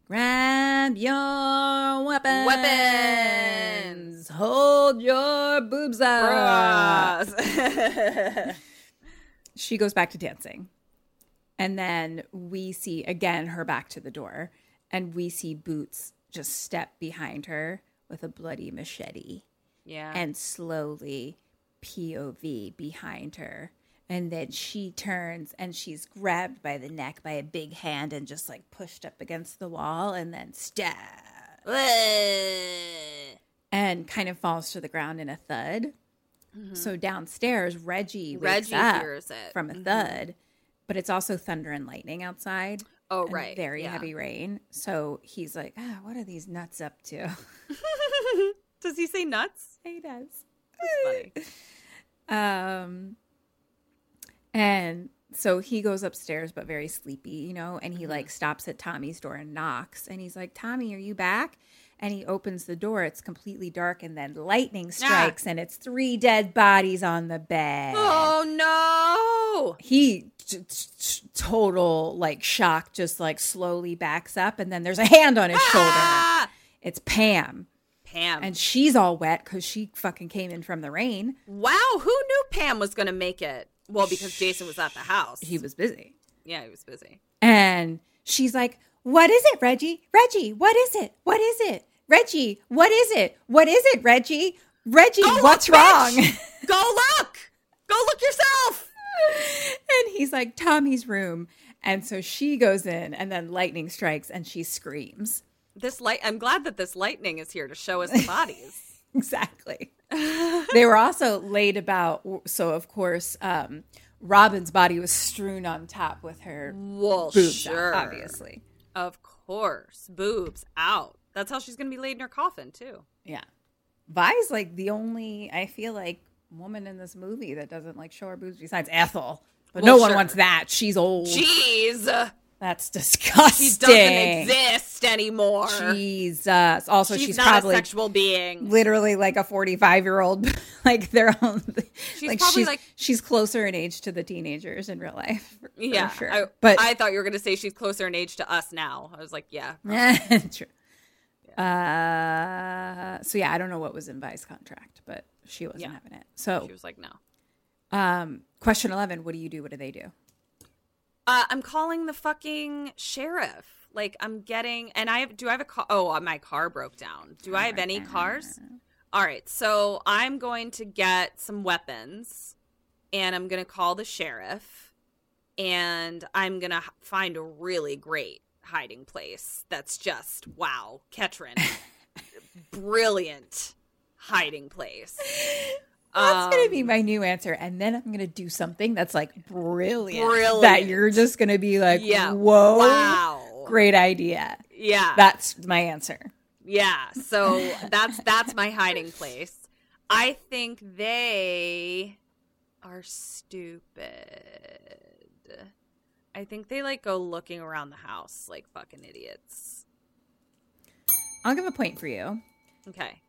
Speaker 3: Grab Grab your weapons.
Speaker 4: Weapons.
Speaker 3: Hold your boobs up. she goes back to dancing. And then we see again her back to the door. And we see Boots just step behind her with a bloody machete
Speaker 4: Yeah.
Speaker 3: and slowly POV behind her. And then she turns and she's grabbed by the neck by a big hand and just like pushed up against the wall and then stabbed and kind of falls to the ground in a thud. So downstairs, Reggie wakes
Speaker 4: Mm-hmm. Reggie
Speaker 3: up
Speaker 4: hears it.
Speaker 3: from a
Speaker 4: Mhm.
Speaker 3: thud, but it's also thunder and lightning outside.
Speaker 4: Oh,
Speaker 3: and
Speaker 4: right.
Speaker 3: very
Speaker 4: Yeah.
Speaker 3: heavy rain. So he's like, ah, "What are these nuts up to?"
Speaker 4: Does he say nuts?
Speaker 3: he does.
Speaker 4: funny.
Speaker 3: Um, and so he goes upstairs, but very sleepy, you know, and he
Speaker 4: Mm-hmm.
Speaker 3: like stops at Tommy's door and knocks. And he's like, Tommy, are you back? And he opens the door. It's completely dark. And then
Speaker 4: Ah!
Speaker 3: lightning strikes, and it's three dead bodies on the bed.
Speaker 4: Oh
Speaker 3: He t- t- t- total like shock, just like slowly backs up. And then there's a hand on his shoulder. It's Pam.
Speaker 4: no, Ah, Pam.
Speaker 3: And she's all wet because she fucking came in from the rain.
Speaker 4: wow, who knew Pam was gonna make it? Well, because Jason was at the house.
Speaker 3: He was busy.
Speaker 4: yeah, he was busy.
Speaker 3: And she's like, What is it, Reggie? Reggie, what is it? What is it? Reggie, what is it? What is it, Reggie? Oh, Reggie, what's wrong?
Speaker 4: Go look. Go look yourself.
Speaker 3: and he's like, Tommy's room. And so she goes in, and then lightning strikes and she screams.
Speaker 4: This light. I'm glad that this lightning is here to show us the bodies.
Speaker 3: Exactly. they were also laid about. So, of course, um, Robin's body was strewn on top with her
Speaker 4: well,
Speaker 3: boobs out,
Speaker 4: sure,
Speaker 3: obviously.
Speaker 4: Of course, boobs out. That's how she's gonna be laid in her coffin too.
Speaker 3: Yeah. Vi's like the only, I feel like, woman in this movie that doesn't like show her boobs besides Ethel. But
Speaker 4: Well,
Speaker 3: no one
Speaker 4: sure.
Speaker 3: wants that. She's old.
Speaker 4: Jeez,
Speaker 3: That's
Speaker 4: she
Speaker 3: disgusting.
Speaker 4: doesn't exist anymore.
Speaker 3: Jesus. Also, she's,
Speaker 4: she's, not
Speaker 3: probably
Speaker 4: a sexual being.
Speaker 3: literally like a 45 year old, like their own.
Speaker 4: She's probably, like-
Speaker 3: she's closer in age to the teenagers in real life. for- for
Speaker 4: Yeah,
Speaker 3: sure.
Speaker 4: I,
Speaker 3: but
Speaker 4: I thought you were gonna say she's closer in age to us now. I was like, yeah,
Speaker 3: True. Uh, so yeah, I don't know what was in Vi's contract, but she wasn't
Speaker 4: Yeah.
Speaker 3: having it. So
Speaker 4: she was like, no.
Speaker 3: Um, question 11 What do you do? What do they do?
Speaker 4: Uh, I'm calling the fucking sheriff. Like I'm getting, and I have. Do I have a car? Oh, uh, my car broke down. Do I have any
Speaker 3: Oh
Speaker 4: cars? All right, so I'm going to get some weapons, and I'm gonna call the sheriff, and I'm gonna h- find a really great hiding place. That's just wow, Ketrin, brilliant hiding place.
Speaker 3: That's going to
Speaker 4: Um,
Speaker 3: be my new answer. And then I'm going to do something that's like brilliant.
Speaker 4: Brilliant.
Speaker 3: That you're just going to be like,
Speaker 4: yeah.
Speaker 3: whoa,
Speaker 4: Wow.
Speaker 3: great idea.
Speaker 4: Yeah.
Speaker 3: That's my answer.
Speaker 4: Yeah, so that's that's my hiding place. I think they are stupid. I think they like go looking around the house like fucking idiots.
Speaker 3: I'll give a point for you.
Speaker 4: Okay.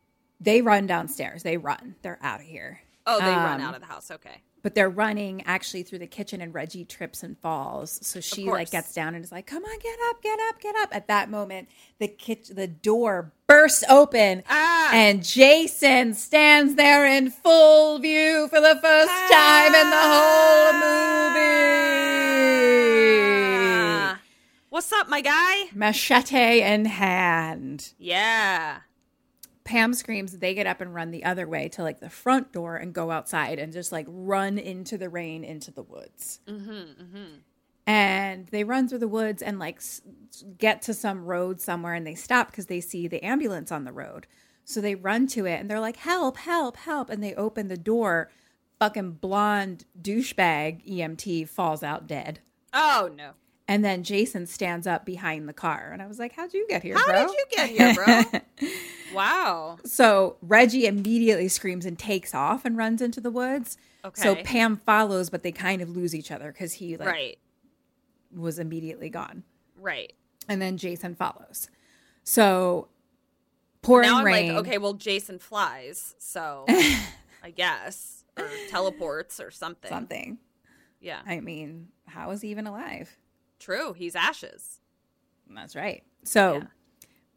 Speaker 3: They run downstairs. They run. They're out of here.
Speaker 4: Oh, they
Speaker 3: Um,
Speaker 4: run out of the house. Okay.
Speaker 3: But they're running actually through the kitchen, and Reggie trips and falls. So she like
Speaker 4: course.
Speaker 3: gets down and is like, "Come on, get up, get up, get up!" At that moment, the kitchen, the door bursts open,
Speaker 4: Ah.
Speaker 3: and Jason stands there in full view for the first
Speaker 4: Ah.
Speaker 3: time in the whole movie,
Speaker 4: Ah. What's up, my guy?
Speaker 3: machete in hand.
Speaker 4: Yeah.
Speaker 3: Pam screams, they get up and run the other way to like the front door and go outside and just like run into the rain into the woods. Mm-hmm, And they run through the woods and like s- s- get to some road somewhere and they stop because they see the ambulance on the road. So they run to it and they're like, help, help, help. And they open the door. Fucking blonde douchebag EMT falls out dead.
Speaker 4: Oh no.
Speaker 3: And then Jason stands up behind the car. And I was like, how'd you get here,
Speaker 4: How
Speaker 3: bro?
Speaker 4: did you get here, bro? wow.
Speaker 3: So Reggie immediately screams and takes off and runs into the woods. So
Speaker 4: Okay.
Speaker 3: Pam follows, but they kind of lose each other because he like
Speaker 4: Right.
Speaker 3: was immediately gone,
Speaker 4: Right.
Speaker 3: and then Jason follows. So pouring
Speaker 4: now I'm
Speaker 3: rain.
Speaker 4: like, okay, well, Jason flies, so I guess or teleports or something.
Speaker 3: something.
Speaker 4: Yeah,
Speaker 3: I mean, how is he even alive?
Speaker 4: true. He's ashes.
Speaker 3: That's right. So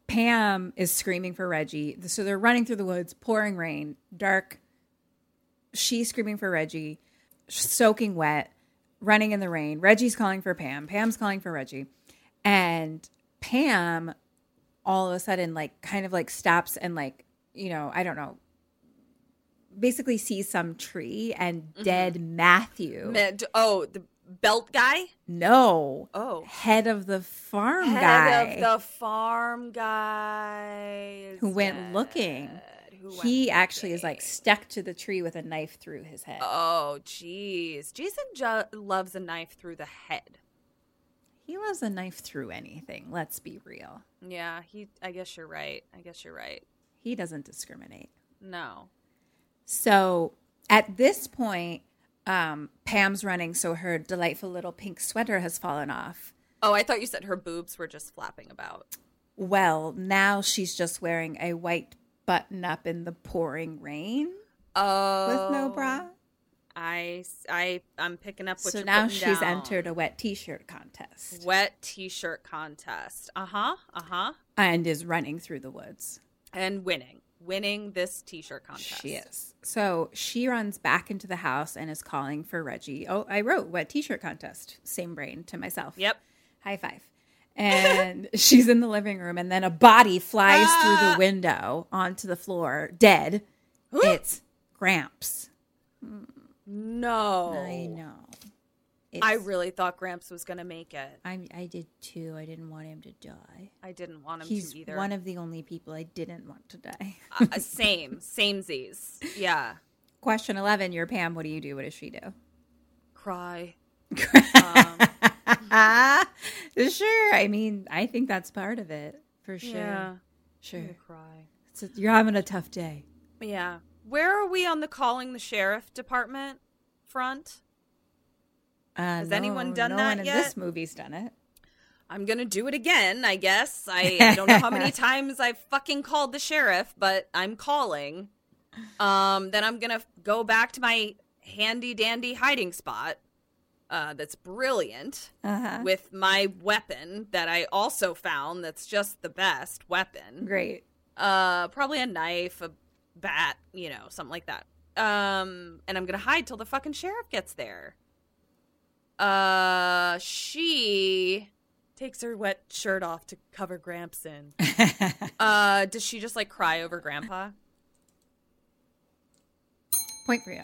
Speaker 3: Pam is screaming for Reggie. So they're running through the woods, pouring rain, dark. She's screaming for Reggie, soaking wet, running in the rain. Reggie's calling for Pam. Pam's calling for Reggie. And Pam all of a sudden, like, kind of like stops and, like, you know, I don't know, basically sees some tree and
Speaker 4: Mm-hmm.
Speaker 3: dead Matthew.
Speaker 4: Med- oh, the belt guy?
Speaker 3: no.
Speaker 4: Oh.
Speaker 3: Head of the farm guy.
Speaker 4: Head of the farm guy. is
Speaker 3: who went
Speaker 4: dead.
Speaker 3: looking.
Speaker 4: Who went
Speaker 3: he actually is like stuck to the tree with a knife through his head.
Speaker 4: Oh, jeez. Jason ju- loves a knife through the head.
Speaker 3: He loves a knife through anything, let's be real.
Speaker 4: Yeah, he. I guess you're right. I guess you're right.
Speaker 3: He doesn't discriminate.
Speaker 4: No.
Speaker 3: So at this point, um, Pam's running, so her delightful little pink sweater has fallen off.
Speaker 4: Oh, I thought you said her boobs were just flapping about.
Speaker 3: Well, now she's just wearing a white button up in the pouring rain
Speaker 4: Oh.
Speaker 3: with no bra.
Speaker 4: I, s- I, am picking up what
Speaker 3: So
Speaker 4: you're
Speaker 3: now
Speaker 4: putting
Speaker 3: she's
Speaker 4: down.
Speaker 3: entered a wet t shirt contest
Speaker 4: Wet t shirt contest. Uh huh. Uh huh.
Speaker 3: and is running through the woods.
Speaker 4: And winning. Winning this t shirt contest.
Speaker 3: She is. So she runs back into the house and is calling for Reggie. Oh, I wrote wet t shirt contest. Same brain to myself.
Speaker 4: Yep.
Speaker 3: High five. And she's in the living room, and then a body flies
Speaker 4: Ah.
Speaker 3: through the window onto the floor, dead. it's Gramps.
Speaker 4: No.
Speaker 3: I know.
Speaker 4: I
Speaker 3: It's-
Speaker 4: really thought Gramps was going to make it.
Speaker 3: I'm, I did too. I didn't want him to die.
Speaker 4: I didn't want him
Speaker 3: He's
Speaker 4: to either.
Speaker 3: one of the only people I didn't want to die.
Speaker 4: uh, same, samesies. Yeah.
Speaker 3: Question 11 You're Pam. What do you do? What does she do?
Speaker 4: Cry.
Speaker 3: Um, sure. I mean, I think that's part of it for sure.
Speaker 4: Yeah. I'm
Speaker 3: Sure.
Speaker 4: gonna Cry.
Speaker 3: So you're having a tough day.
Speaker 4: Yeah. Where are we on the calling the sheriff department front?
Speaker 3: Uh,
Speaker 4: Has anyone
Speaker 3: no-
Speaker 4: done
Speaker 3: no
Speaker 4: that
Speaker 3: one in this
Speaker 4: yet?
Speaker 3: movie's done it.
Speaker 4: I'm gonna do it again, I guess. I, I don't know how many times I've fucking called the sheriff, but I'm calling. Um, then I'm gonna go back to my handy dandy hiding spot. Uh, that's brilliant.
Speaker 3: Uh-huh.
Speaker 4: With my weapon that I also found. That's just the best weapon.
Speaker 3: Great.
Speaker 4: Uh, probably a knife, a bat, you know, something like that. Um, and I'm gonna hide till the fucking sheriff gets there. Uh, she takes her wet shirt off to cover Gramps in. uh, does she just like cry over Grandpa?
Speaker 3: Point for you.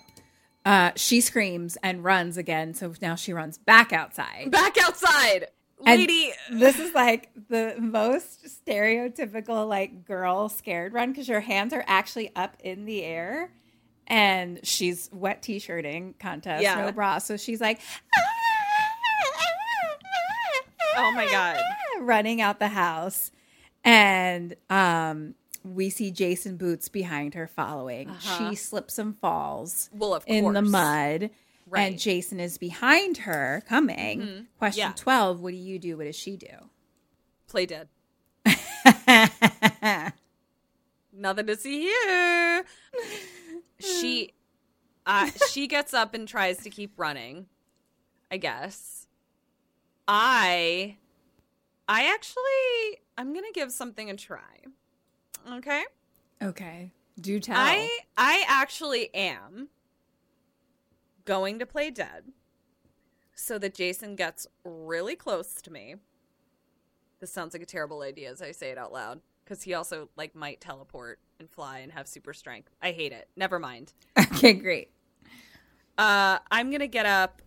Speaker 3: Uh, she screams and runs again. So now she runs back outside.
Speaker 4: Back outside,
Speaker 3: And
Speaker 4: lady.
Speaker 3: this is like the most stereotypical like girl scared run because your hands are actually up in the air and she's wet t-shirting contest
Speaker 4: Yeah.
Speaker 3: no bra so she's like
Speaker 4: Oh my God.
Speaker 3: running out the house and um we see jason boots behind her following she slips and falls
Speaker 4: Uh-huh. Well, of
Speaker 3: in the
Speaker 4: course.
Speaker 3: mud
Speaker 4: Right.
Speaker 3: and jason is behind her coming question
Speaker 4: Yeah.
Speaker 3: 12 what do you do what does she do
Speaker 4: Play dead. Nothing to see here. She, uh, she gets up and tries to keep running. I guess. I, I actually, I'm gonna give something a try. Okay.
Speaker 3: okay. Do tell.
Speaker 4: I I actually am going to play dead so that Jason gets really close to me. This sounds like a terrible idea as I say it out loud cuz he also like might teleport and fly and have super strength. I hate it. Never mind.
Speaker 3: okay, great.
Speaker 4: Uh I'm going to get up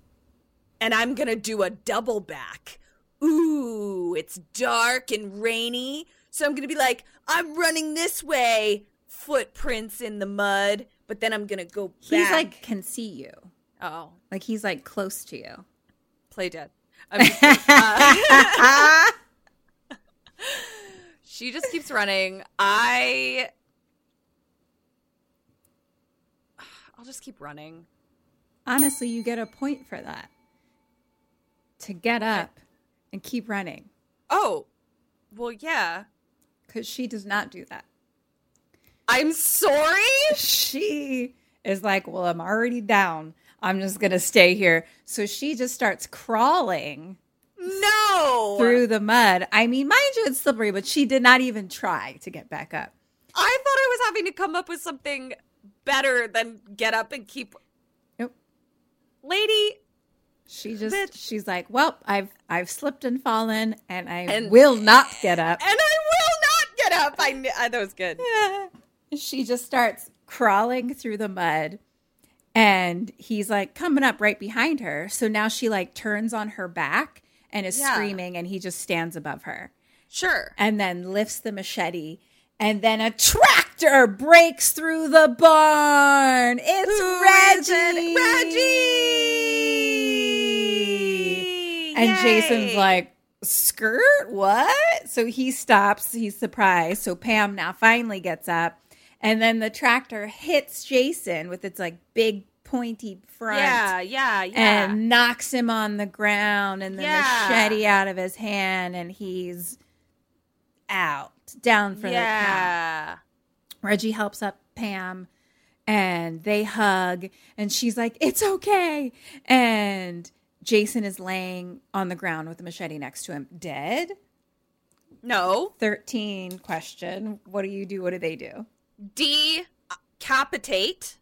Speaker 4: and I'm going to do a double back. Ooh, it's dark and rainy. So I'm going to be like, I'm running this way, footprints in the mud, but then I'm going to go back.
Speaker 3: He's like can see you.
Speaker 4: oh,
Speaker 3: Like he's like close to you.
Speaker 4: play dead. I'm just kidding. Uh, she just keeps running. I. I'll just keep running.
Speaker 3: Honestly, you get a point for that. To get up and keep running
Speaker 4: Oh, well, yeah.
Speaker 3: cuz she does not do that.
Speaker 4: I'm sorry.
Speaker 3: She is like, "Well, I'm already down. I'm just going to stay here." So she just starts crawling
Speaker 8: No.
Speaker 3: through the mud. I mean, mind you, it's slippery, but she did not even try to get back up.
Speaker 4: I thought I was having to come up with something better than get up and keep.
Speaker 3: Nope.
Speaker 4: Lady,
Speaker 3: She just she's like, "Well, I've I've slipped and fallen, and I
Speaker 4: And-
Speaker 3: will not get up."
Speaker 4: and I will not get up. I, kn- I that was good.
Speaker 3: she just starts crawling through the mud and he's like coming up right behind her so now she like turns on her back and is
Speaker 4: Yeah.
Speaker 3: screaming and he just stands above her
Speaker 4: Sure.
Speaker 3: and then lifts the machete and then a tractor breaks through the barn it's reggie reggie and jason's like skirt what so he stops he's surprised so pam now finally gets up and then the tractor hits jason with its like big pointy front
Speaker 4: Yeah, yeah, yeah.
Speaker 3: and knocks him on the ground and the
Speaker 4: Yeah.
Speaker 3: machete out of his hand and he's out down for the count.
Speaker 4: yeah.
Speaker 3: Reggie helps up Pam and they hug and she's like, It's okay. And Jason is laying on the ground with the machete next to him, dead.
Speaker 4: No.
Speaker 3: 13 question. What do you do? What do they do?
Speaker 4: Decapitate.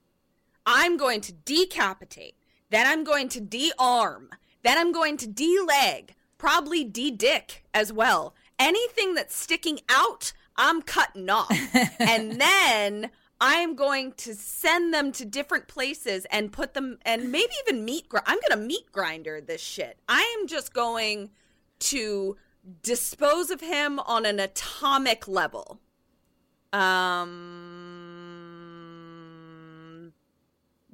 Speaker 4: I'm going to decapitate. Then I'm going to de-arm. Then I'm going to de-leg. Probably de-dick as well. Anything that's sticking out, I'm cutting off. and then I'm going to send them to different places and put them and maybe even meat. Gr- I'm going to meat grinder this shit. I am just going to dispose of him on an atomic level. Um,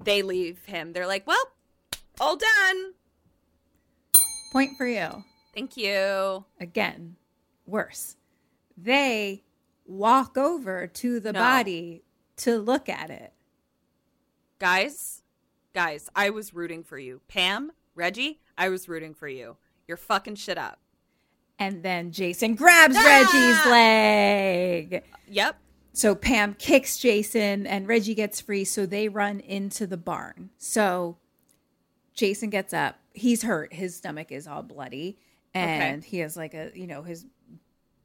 Speaker 4: they leave him. They're like, well, all done.
Speaker 3: Point for you.
Speaker 4: Thank you.
Speaker 3: Again, worse. They walk over to the
Speaker 4: No.
Speaker 3: body to look at it.
Speaker 4: Guys, guys, I was rooting for you. Pam, Reggie, I was rooting for you. You're fucking shit up.
Speaker 3: And then Jason grabs Reggie's leg.
Speaker 4: Yep.
Speaker 3: So Pam kicks Jason and Reggie gets free. So they run into the barn. So Jason gets up. He's hurt. His stomach is all bloody. And he has like a, you know, his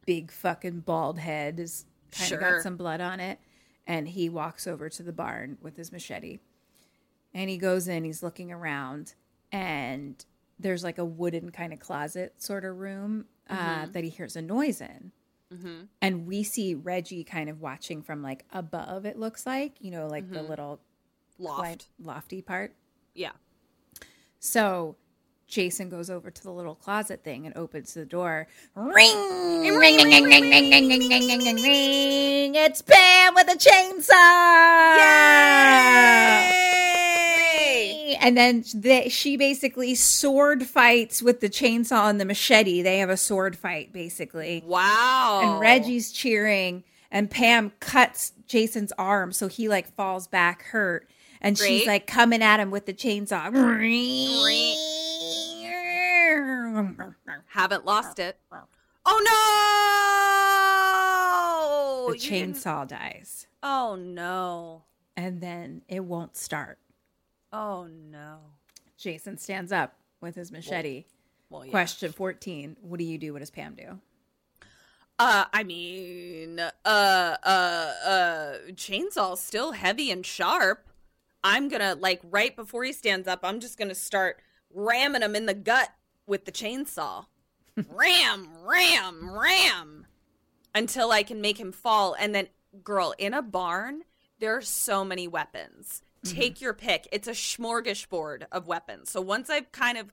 Speaker 3: big fucking bald head is kind of
Speaker 4: Sure.
Speaker 3: got some blood on it. And he walks over to the barn with his machete. And he goes in, he's looking around, and there's like a wooden kind of closet sort of room uh,
Speaker 4: Mm-hmm.
Speaker 3: that he hears a noise in. And we see Reggie kind of watching from like above, it looks like, you know, like the little
Speaker 4: Mm-hmm. Loft.
Speaker 3: cli- lofty part.
Speaker 4: Yeah.
Speaker 3: So Jason goes over to the little closet thing and opens the door. Ring, ring, ring, ring, ring, ring, ring, ring, ring, ring, ring, ring, ring. It's Pam with a chainsaw. Yay! And then they, she basically sword fights with the chainsaw and the machete. They have a sword fight, basically.
Speaker 4: Wow.
Speaker 3: And Reggie's cheering, and Pam cuts Jason's arm, so he like falls back hurt, and she's
Speaker 4: Great.
Speaker 3: like coming at him with the chainsaw.
Speaker 4: Haven't lost it. Oh no!
Speaker 3: the
Speaker 4: You didn't-
Speaker 3: chainsaw dies,
Speaker 4: Oh no.
Speaker 3: and then it won't start.
Speaker 4: Oh no.
Speaker 3: Jason stands up with his machete.
Speaker 4: Well, yeah.
Speaker 3: Question fourteen: What do you do? What does Pam do?
Speaker 4: Uh, I mean, uh, uh, uh, chainsaw's still heavy and sharp. I'm gonna like right before he stands up. I'm just gonna start ramming him in the gut with the chainsaw. ram, ram, ram, until I can make him fall. And then, girl, in a barn, there are so many weapons. Take your pick. It's a smorgasbord of weapons. So once I've kind of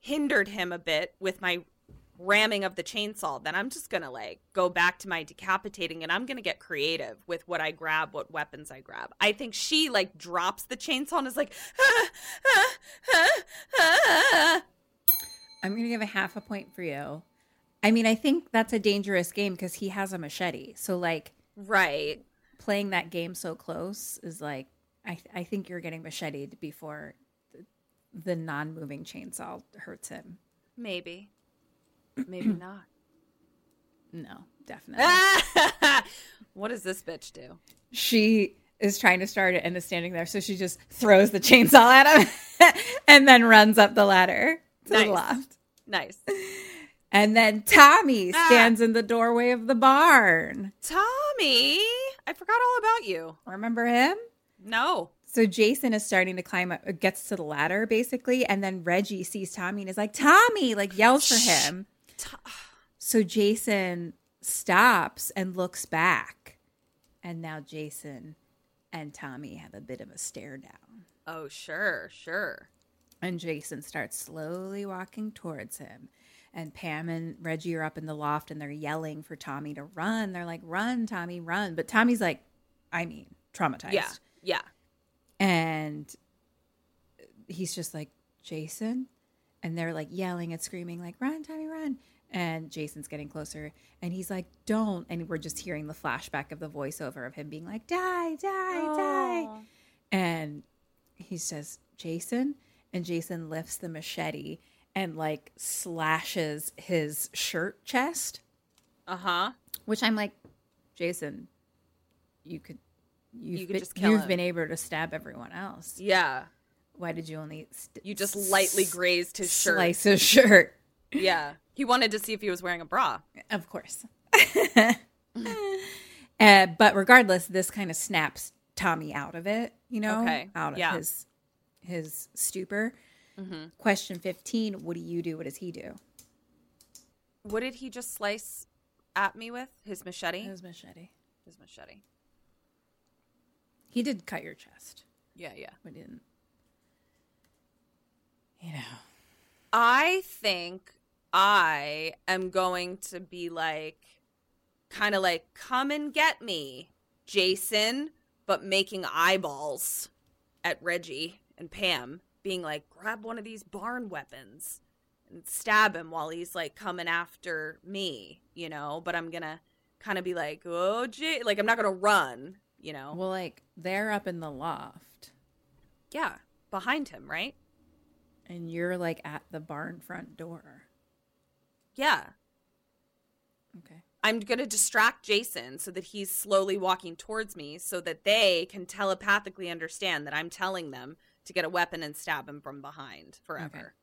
Speaker 4: hindered him a bit with my ramming of the chainsaw, then I'm just gonna like go back to my decapitating and I'm gonna get creative with what I grab, what weapons I grab. I think she like drops the chainsaw and is like, "Ah, ah, ah, ah."
Speaker 3: I'm gonna give a half a point for you. I mean, I think that's a dangerous game because he has a machete. So like,
Speaker 4: right.
Speaker 3: playing that game so close is like I, th- I think you're getting macheted before the, the non-moving chainsaw hurts him.
Speaker 4: Maybe. Maybe not.
Speaker 3: No, definitely.
Speaker 4: Ah! what does this bitch do?
Speaker 3: She is trying to start it and is standing there, so she just throws the chainsaw at him and then runs up the ladder to
Speaker 4: Nice.
Speaker 3: the loft.
Speaker 4: Nice.
Speaker 3: And then Tommy stands in the doorway of the barn.
Speaker 4: Tommy, I forgot all about you.
Speaker 3: Remember him?
Speaker 4: No.
Speaker 3: So Jason is starting to climb up, gets to the ladder basically, and then Reggie sees Tommy and is like, Tommy, like yells for him. So Jason stops and looks back. And now Jason and Tommy have a bit of a stare down.
Speaker 4: Oh, sure, sure.
Speaker 3: And Jason starts slowly walking towards him. And Pam and Reggie are up in the loft and they're yelling for Tommy to run. They're like, run, Tommy, run. But Tommy's like, I mean, traumatized.
Speaker 4: Yeah, yeah.
Speaker 3: And he's just like, Jason? And they're like yelling and screaming, like, run, Tommy, run. And Jason's getting closer and he's like, don't. And we're just hearing the flashback of the voiceover of him being like, die, die, die. And he says, Jason. And Jason lifts the machete and like slashes his shirt chest.
Speaker 4: Uh huh.
Speaker 3: Which I'm like, Jason, you could, you've,
Speaker 4: You could
Speaker 3: been,
Speaker 4: just kill
Speaker 3: you've
Speaker 4: him."
Speaker 3: been able to stab everyone else.
Speaker 4: Yeah.
Speaker 3: Why did you only st-
Speaker 4: You just lightly grazed his shirt.
Speaker 3: slice his shirt?
Speaker 4: Yeah. He wanted to see if he was wearing a bra.
Speaker 3: Of course. Uh, but regardless, this kind of snaps Tommy out of it, you know,
Speaker 4: Okay.
Speaker 3: out of
Speaker 4: Yeah.
Speaker 3: his his stupor.
Speaker 4: Mhm.
Speaker 3: Question fifteen: What do you do? What does he do?
Speaker 4: What did he just slice at me with? His machete? His
Speaker 3: machete.
Speaker 4: His machete.
Speaker 3: He did cut your chest,
Speaker 4: Yeah, yeah.
Speaker 3: but didn't. You know,
Speaker 4: I think I am going to be like, kind of like, come and get me, Jason, but making eyeballs at Reggie and Pam, being like, grab one of these barn weapons and stab him while he's like coming after me, you know? But I'm going to kind of be like, oh, J-, like, I'm not going to run, you know?
Speaker 3: well, like they're up in the loft,
Speaker 4: yeah, behind him, right?
Speaker 3: and you're like at the barn front door.
Speaker 4: Yeah.
Speaker 3: Okay.
Speaker 4: I'm going to distract Jason so that he's slowly walking towards me so that they can telepathically understand that I'm telling them to get a weapon and stab him from behind forever.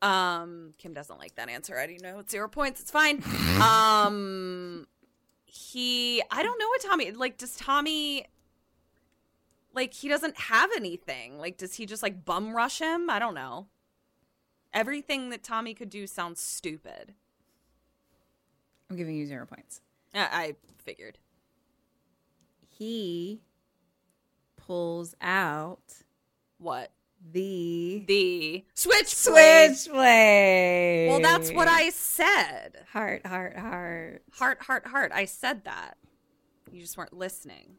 Speaker 4: Um Kim doesn't like that answer. I do know. It's 0 points. It's fine. um he I don't know what Tommy like does Tommy like he doesn't have anything. Like does he just like bum rush him? I don't know. Everything that Tommy could do sounds stupid.
Speaker 3: I'm giving you zero points.
Speaker 4: I, I figured.
Speaker 3: He pulls out
Speaker 4: What?
Speaker 3: the
Speaker 4: The switch
Speaker 3: switchblade.
Speaker 4: Well, that's what I said.
Speaker 3: Heart, heart, heart.
Speaker 4: Heart, heart, heart. I said that. You just weren't listening.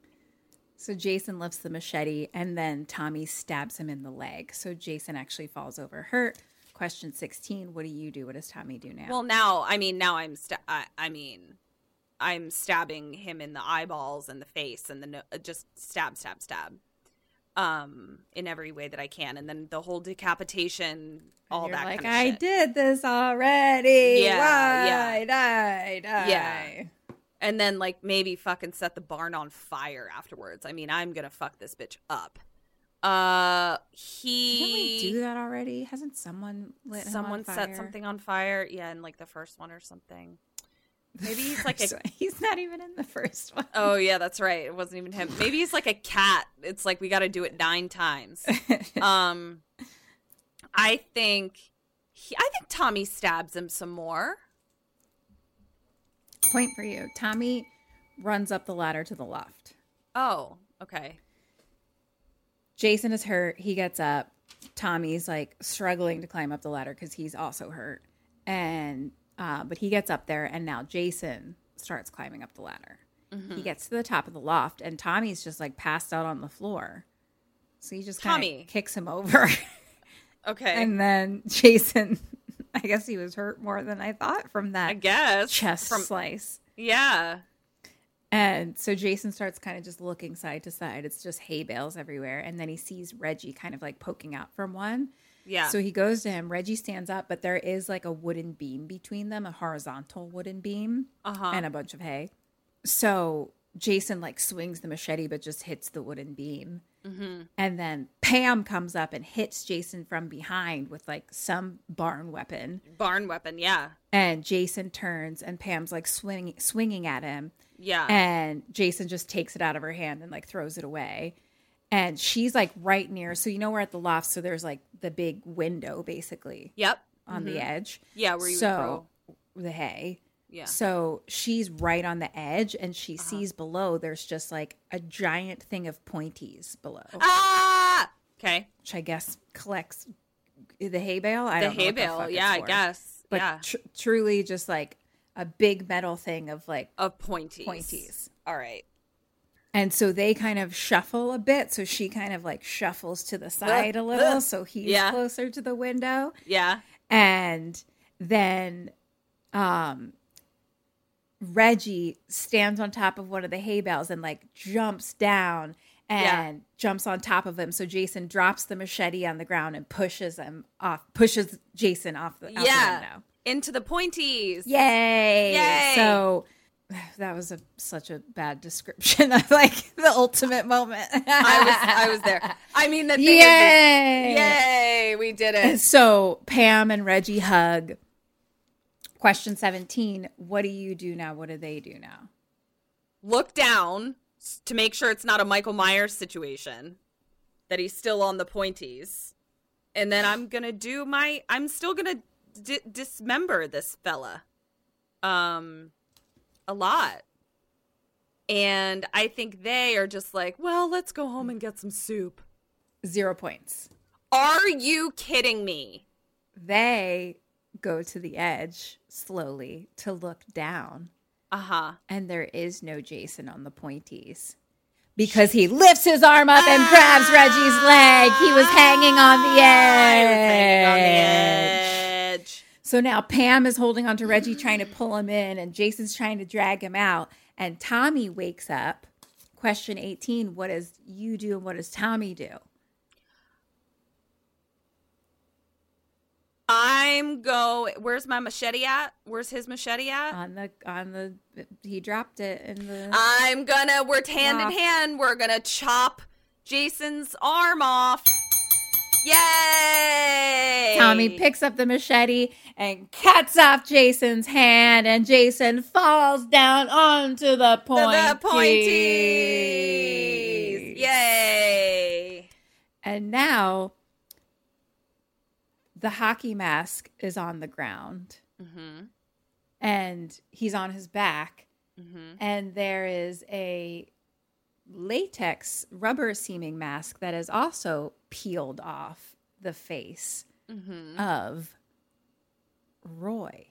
Speaker 3: So Jason lifts the machete and then Tommy stabs him in the leg. So Jason actually falls over hurt. Question 16 What do you do? What does Tommy do now?
Speaker 4: Well, now I mean, now I'm. Sta- I, I mean, I'm stabbing him in the eyeballs and the face and the no- uh, just stab, stab, stab, um, in every way that I can, and then the whole decapitation, all
Speaker 3: You're
Speaker 4: that
Speaker 3: like,
Speaker 4: kind of
Speaker 3: I
Speaker 4: shit.
Speaker 3: did this already.
Speaker 4: Yeah,
Speaker 3: Why
Speaker 4: yeah.
Speaker 3: did I
Speaker 4: Yeah. And then like maybe fucking set the barn on fire afterwards. I mean, I'm gonna fuck this bitch up. Uh, he
Speaker 3: Didn't we do that already? Hasn't someone lit him on
Speaker 4: someone set
Speaker 3: fire?
Speaker 4: something on fire. Yeah, in like the first one or something. Maybe he's like a.
Speaker 3: First one. He's not even in the first one.
Speaker 4: Oh yeah, that's right. It wasn't even him. Maybe he's like a cat. It's like we got to do it nine times. Um, I think. He, I think Tommy stabs him some more.
Speaker 3: Point for you. Tommy runs up the ladder to the loft.
Speaker 4: Oh, okay.
Speaker 3: Jason is hurt. He gets up. Tommy's like struggling to climb up the ladder because he's also hurt. And uh, but he gets up there, and now Jason starts climbing up the ladder.
Speaker 4: Mm-hmm.
Speaker 3: He gets to the top of the loft, and Tommy's just like passed out on the floor. So he just kind
Speaker 4: Tommy.
Speaker 3: of kicks him over,
Speaker 4: Okay.
Speaker 3: and then Jason. I guess he was hurt more than I thought from that
Speaker 4: I guess
Speaker 3: chest
Speaker 4: from
Speaker 3: slice.
Speaker 4: yeah.
Speaker 3: And so Jason starts kind of just looking side to side. It's just hay bales everywhere. And then he sees Reggie kind of like poking out from one.
Speaker 4: Yeah.
Speaker 3: So he goes to him. Reggie stands up, but there is like a wooden beam between them, a horizontal wooden beam
Speaker 4: Uh-huh.
Speaker 3: and a bunch of hay. So Jason like swings the machete but just hits the wooden beam.
Speaker 4: Mhm.
Speaker 3: And then Pam comes up and hits Jason from behind with like some barn weapon.
Speaker 4: Barn weapon, yeah.
Speaker 3: And Jason turns and Pam's like swinging swinging at him.
Speaker 4: Yeah.
Speaker 3: And Jason just takes it out of her hand and like throws it away. And she's like right near. So you know we're at the loft, so there's like the big window basically
Speaker 4: Yep.
Speaker 3: on the
Speaker 4: Mhm.
Speaker 3: edge.
Speaker 4: Yeah, where you would
Speaker 3: so the hay.
Speaker 4: Yeah. Uh-huh.
Speaker 3: So she's right on the edge, and she sees below. There's just like a giant thing of pointies below,
Speaker 4: Ah! Okay.
Speaker 3: which I guess collects the hay bale. I
Speaker 4: The
Speaker 3: don't know
Speaker 4: hay
Speaker 3: what
Speaker 4: bale,
Speaker 3: fuck it's
Speaker 4: yeah, I
Speaker 3: for.
Speaker 4: guess,
Speaker 3: But
Speaker 4: yeah.
Speaker 3: tr- truly, just like a big metal thing of like
Speaker 4: Of pointies.
Speaker 3: Pointies.
Speaker 4: All right.
Speaker 3: and so they kind of shuffle a bit. So she kind of like shuffles to the side a little. So he's
Speaker 4: Yeah.
Speaker 3: closer to the window.
Speaker 4: Yeah.
Speaker 3: And then um, Reggie stands on top of one of the hay bales and like jumps down
Speaker 4: Yeah.
Speaker 3: and jumps on top of him. So Jason drops the machete on the ground and pushes him off, pushes Jason off the, out
Speaker 4: Yeah.
Speaker 3: the window.
Speaker 4: Into the pointies.
Speaker 3: Yay!
Speaker 4: Yay!
Speaker 3: So that was a such a bad description of like the ultimate moment.
Speaker 4: I was I was there. I mean the thing is-
Speaker 3: Yay!
Speaker 4: Yay, we did it.
Speaker 3: So Pam and Reggie hug. Question 17, what do you do now? What do they do now?
Speaker 4: Look down s- to make sure it's not a Michael Myers situation. That he's still on the pointies. And then I'm going to do my I'm still going to di- dismember this fella. Um a lot. And I think they are just like, well, let's go home and get some soup.
Speaker 3: Zero points.
Speaker 4: Are you kidding me?
Speaker 3: They go to the edge slowly to look down.
Speaker 4: Uh-huh.
Speaker 3: and there is no Jason on the pointies because he lifts his arm up and grabs Reggie's leg. Ah. He was hanging on the edge. So now Pam is holding onto Reggie, trying to pull him in, and Jason's trying to drag him out. And Tommy wakes up. Question 18 What does you do and what does Tommy do?
Speaker 4: I'm go. Where's my machete at? Where's his machete at?
Speaker 3: On the, on the, he dropped it in the.
Speaker 4: I'm gonna. We're hand in
Speaker 3: Chop.
Speaker 4: hand. We're gonna chop Jason's arm off. Yay!
Speaker 3: Tommy picks up the machete and cuts off Jason's hand, and Jason falls down onto the
Speaker 4: the
Speaker 3: pointy.
Speaker 4: pointies. Yay!
Speaker 3: And now the hockey mask is on the ground,
Speaker 4: Mm-hmm.
Speaker 3: and he's on his back,
Speaker 4: Mm-hmm.
Speaker 3: and there is a latex rubber seeming mask that is also peeled off the face
Speaker 4: Mm-hmm.
Speaker 3: of Roy,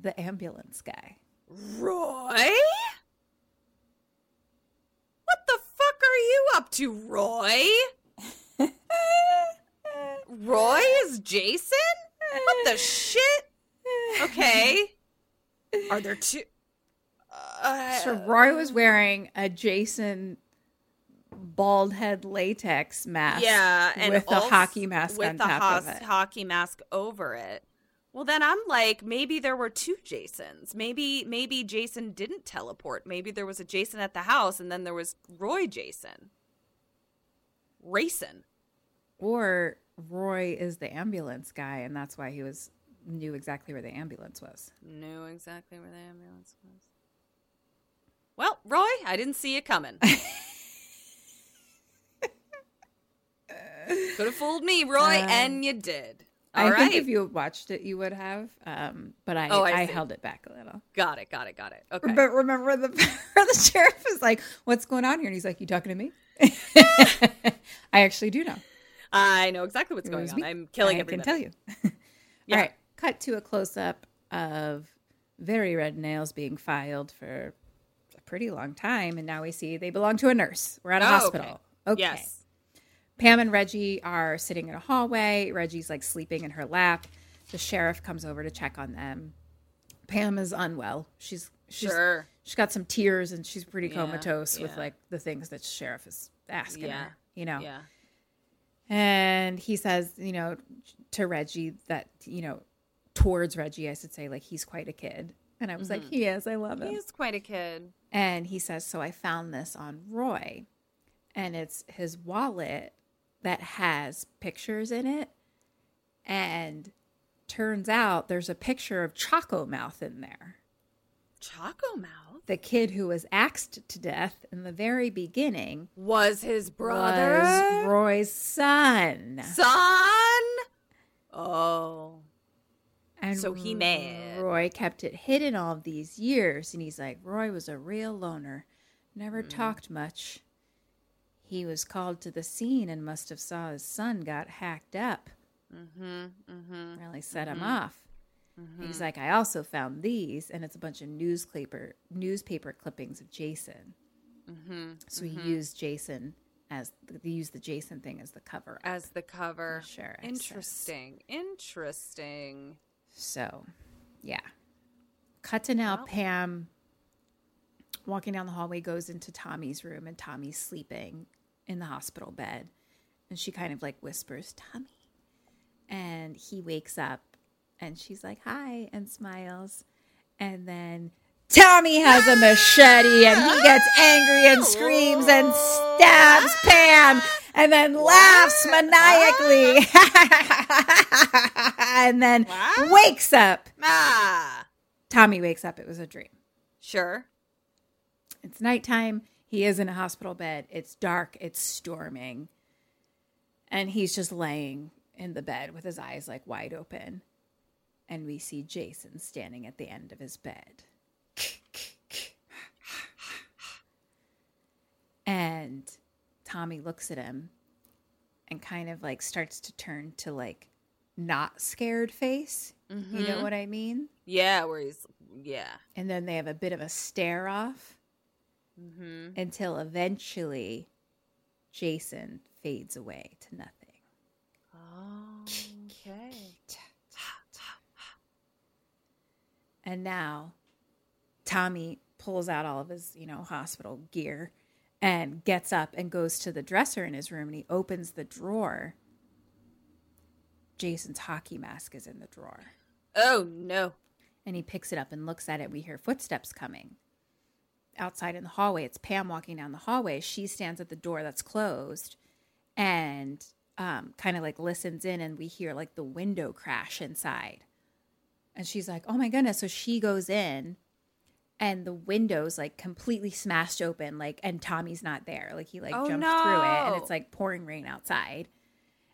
Speaker 3: the ambulance guy.
Speaker 4: Roy? What the fuck are you up to, Roy? Roy is Jason? What the shit? Okay. Are there two? Uh,
Speaker 3: So Roy was wearing a Jason bald head latex mask.
Speaker 4: yeah, and
Speaker 3: with the
Speaker 4: also-
Speaker 3: hockey mask
Speaker 4: with
Speaker 3: on
Speaker 4: the
Speaker 3: top
Speaker 4: hos-
Speaker 3: of it.
Speaker 4: hockey mask over it. Well, then I'm like, maybe there were two Jasons. Maybe, maybe Jason didn't teleport. Maybe there was a Jason at the house, and then there was Roy Jason. Racing.
Speaker 3: Or Roy is the ambulance guy, and that's why he was knew exactly where the ambulance was.
Speaker 4: knew exactly where the ambulance was. Well, Roy, I didn't see you coming. Could have fooled me, Roy,
Speaker 3: Um,
Speaker 4: and you did.
Speaker 3: I
Speaker 4: All right,
Speaker 3: think if you had watched it, you would have. Um, but I,
Speaker 4: Oh, I
Speaker 3: I,
Speaker 4: see.
Speaker 3: held it back a little.
Speaker 4: got it, got it, got it. Okay.
Speaker 3: But remember the the sheriff was like, "What's going on here?" And he's like, "You talking to me?" I actually do know.
Speaker 4: I know exactly what's
Speaker 3: It
Speaker 4: going
Speaker 3: was
Speaker 4: on.
Speaker 3: me.
Speaker 4: I'm killing
Speaker 3: I
Speaker 4: everybody.
Speaker 3: can tell you.
Speaker 4: Yeah.
Speaker 3: All right, cut to a close up of very red nails being filed for a pretty long time, and now we see they belong to a nurse. We're at a
Speaker 4: Oh,
Speaker 3: hospital. Okay.
Speaker 4: Yes.
Speaker 3: Pam and Reggie are sitting in a hallway. Reggie's like sleeping in her lap. The sheriff comes over to check on them. Pam is unwell. She's she's
Speaker 4: Sure.
Speaker 3: she's got some tears and she's pretty
Speaker 4: Yeah,
Speaker 3: comatose with
Speaker 4: yeah.
Speaker 3: like the things that sheriff is asking
Speaker 4: Yeah,
Speaker 3: her, you know.
Speaker 4: Yeah.
Speaker 3: And he says, you know, to Reggie that, you know, towards Reggie, I should say, like he's quite a kid. And I was like, Mm-hmm. he is. I love him.
Speaker 4: He's quite a kid.
Speaker 3: And he says, So I found this on Roy. And it's his wallet that has pictures in it. And turns out there's a picture of Choco Mouth in there.
Speaker 4: Choco Mouth
Speaker 3: The kid who was axed to death in the very beginning
Speaker 4: was his brother.
Speaker 3: was Roy's son.
Speaker 4: Son. Oh.
Speaker 3: And
Speaker 4: So he mad.
Speaker 3: Roy kept it hidden all of these years, and he's like, Roy was a real loner, never talked much. He was called to the scene and must have saw his son got hacked up. Mm-hmm, Really set him off. He's like, I also found these, and it's a bunch of newspaper newspaper clippings of Jason. Mm-hmm, so he used Jason as they used the Jason thing as the cover. up.
Speaker 4: As the cover.
Speaker 3: Sure, I sense.
Speaker 4: Interesting. Interesting.
Speaker 3: So, yeah. Cut to now, Pam walking down the hallway goes into Tommy's room, and Tommy's sleeping in the hospital bed. And she kind of like whispers, Tommy. And he wakes up and she's like, hi, and smiles. And then Tommy has a machete and he gets angry and screams and stabs Pam and then laughs maniacally and then wakes up.
Speaker 4: Ah.
Speaker 3: Tommy wakes up. It was a dream.
Speaker 4: Sure.
Speaker 3: It's nighttime. He is in a hospital bed. It's dark. It's storming. And he's just laying in the bed with his eyes like wide open. And we see Jason standing at the end of his bed. And Tommy looks at him and kind of like starts to turn to like not scared face. You know what I mean?
Speaker 4: Yeah, where he's yeah.
Speaker 3: and then they have a bit of a stare off until eventually Jason fades away to nothing.
Speaker 4: Okay.
Speaker 3: And now Tommy pulls out all of his, you know, hospital gear and gets up and goes to the dresser in his room and he opens the drawer. Jason's hockey mask is in the drawer.
Speaker 4: Oh no.
Speaker 3: and he picks it up and looks at it. We hear footsteps coming outside in the hallway. It's Pam walking down the hallway. She stands at the door that's closed and um, kind of like listens in, and we hear like the window crash inside. And she's like, oh my goodness. So she goes in, and the window's like completely smashed open, like, and Tommy's not there. Like, he like
Speaker 4: Oh,
Speaker 3: jumped through it, and
Speaker 4: no.
Speaker 3: it's like pouring rain outside.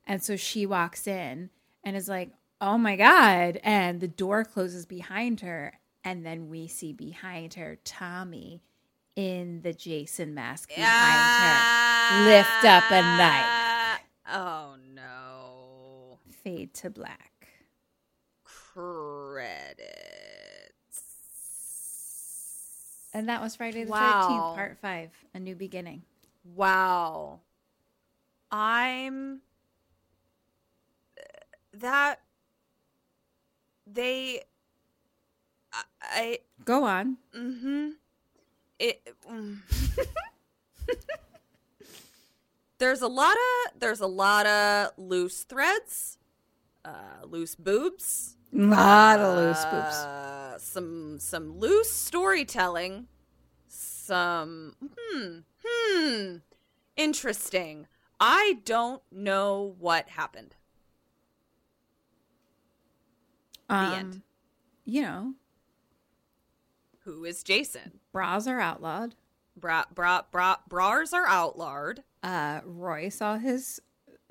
Speaker 3: And so she walks in and is like, oh my God. And the door closes behind her. And then we see behind her Tommy in the Jason mask behind her lift up a knife.
Speaker 4: Uh, oh no.
Speaker 3: Fade to black.
Speaker 4: Credits.
Speaker 3: And that was Friday the
Speaker 4: Wow.
Speaker 3: 13th, part five, A New Beginning.
Speaker 4: Wow. I'm that they I, I
Speaker 3: Go on.
Speaker 4: Mm-hmm. It. mm. there's a lot of there's a lot of loose threads, uh, loose boobs,
Speaker 3: Lot of loose boobs.
Speaker 4: uh, some some loose storytelling, some hmm hmm interesting. I don't know what happened.
Speaker 3: Um,
Speaker 4: end.
Speaker 3: You know,
Speaker 4: Who is Jason?
Speaker 3: bras are outlawed.
Speaker 4: Bra bra bra bras are outlawed.
Speaker 3: Uh, Roy saw his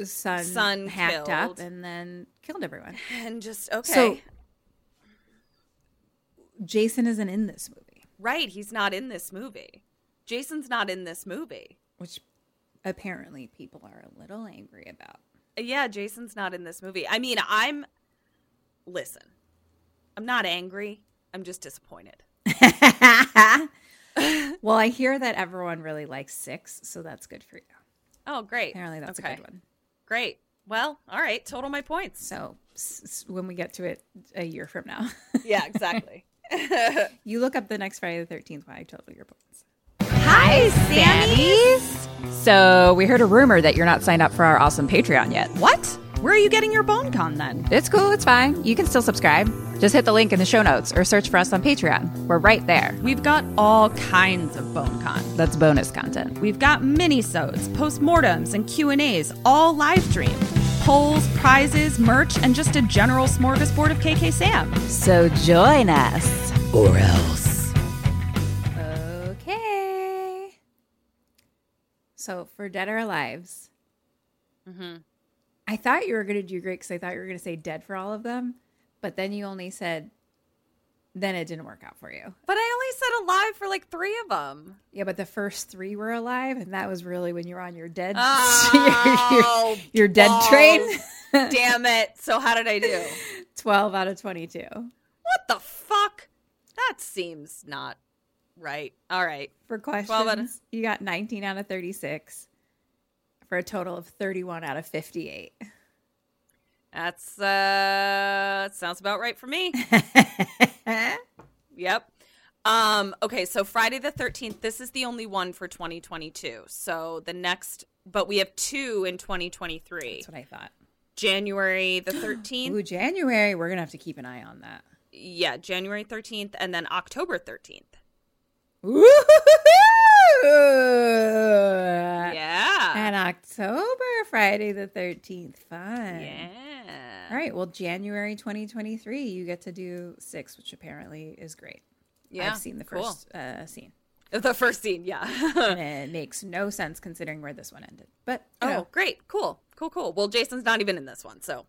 Speaker 3: son,
Speaker 4: Son
Speaker 3: hacked up
Speaker 4: killed.
Speaker 3: and then killed everyone.
Speaker 4: And just okay.
Speaker 3: So Jason isn't in this movie,
Speaker 4: Right, he's not in this movie. Jason's not in this movie.
Speaker 3: which apparently people are a little angry about.
Speaker 4: Yeah, Jason's not in this movie. I mean, I'm listen. I'm not angry. I'm just disappointed.
Speaker 3: well, I hear that everyone really likes Six, so that's good for you.
Speaker 4: Oh, great.
Speaker 3: Apparently, that's a good one.
Speaker 4: Great. Well, all right, total my points.
Speaker 3: So s- s- when we get to it a year from now,
Speaker 4: Yeah, exactly.
Speaker 3: you look up the next Friday the 13th while I tell you your points.
Speaker 9: Hi, Sammy's.
Speaker 10: So we heard a rumor that you're not signed up for our awesome Patreon yet.
Speaker 9: What? Where are you getting your bone con then?
Speaker 10: It's cool, it's fine. You can still subscribe.
Speaker 11: Just hit the link in the show notes or search for us on Patreon. We're right there.
Speaker 8: We've got all kinds of BoneCon.
Speaker 11: That's bonus content.
Speaker 8: We've got mini-sodes, postmortems, and Q&As, all live stream. Polls, prizes, merch, and just a general smorgasbord of KK Sam.
Speaker 11: So join us.
Speaker 12: Or else.
Speaker 3: Okay. So for Dead or Alives,
Speaker 4: Mm-hmm.
Speaker 3: I thought you were going to do great because I thought you were going to say dead for all of them, but then you only said, then it didn't work out for you.
Speaker 4: But I only said alive for like three of them.
Speaker 3: Yeah, but the first three were alive, and that was really when you were on your dead,
Speaker 4: Oh,
Speaker 3: your, your, your dead train.
Speaker 4: balls. Damn it. So how did I do?
Speaker 3: Twelve out of twenty-two.
Speaker 4: What the fuck? That seems not right. All right.
Speaker 3: For
Speaker 4: Twelve out of-
Speaker 3: questions, you got nineteen out of thirty-six, for a total of thirty-one out of fifty-eight.
Speaker 4: That's uh sounds about right for me. yep. Um okay, so Friday the 13th, this is the only one for 2022. So the next but we have two in 2023. That's
Speaker 3: what I thought.
Speaker 4: January the 13th.
Speaker 3: Ooh, January. We're gonna have to keep an eye on that.
Speaker 4: yeah, January 13th and then October 13th.
Speaker 3: Uh, Yeah. And October, Friday the 13th. Fun.
Speaker 4: Yeah.
Speaker 3: All right. Well, January 2023, you get to do six, which apparently is great.
Speaker 4: Yeah,
Speaker 3: I've seen the
Speaker 4: cool.
Speaker 3: first uh, scene.
Speaker 4: The first scene, yeah.
Speaker 3: and it makes no sense considering where this one ended. But
Speaker 4: Oh,
Speaker 3: oh,
Speaker 4: great. Cool. Cool, cool. Well, Jason's not even in this one, so.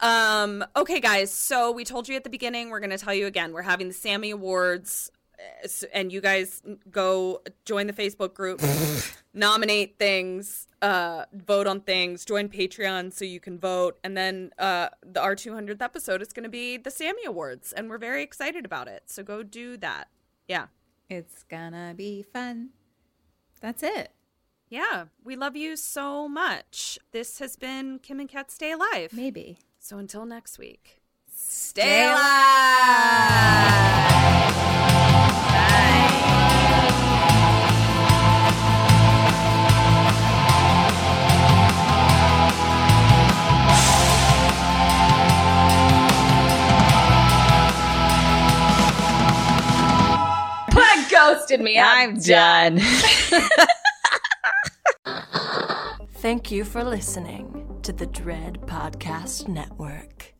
Speaker 4: um, okay, guys. So we told you at the beginning, we're going to tell you again. We're having the Sammy Awards, uh, s- and you guys go join the Facebook group, nominate things, uh, vote on things, join Patreon so you can vote. And then uh, the, our 200th episode is going to be the Sammy Awards, and we're very excited about it. So go do that. Yeah.
Speaker 3: it's gonna be fun. That's it.
Speaker 4: Yeah, we love you so much. This has been Kim and Kat Stay Alive.
Speaker 3: Maybe.
Speaker 4: So until next week,
Speaker 3: Stay
Speaker 11: Put ghosted me. I'm done.
Speaker 2: Thank you for listening to the Dread Podcast Network.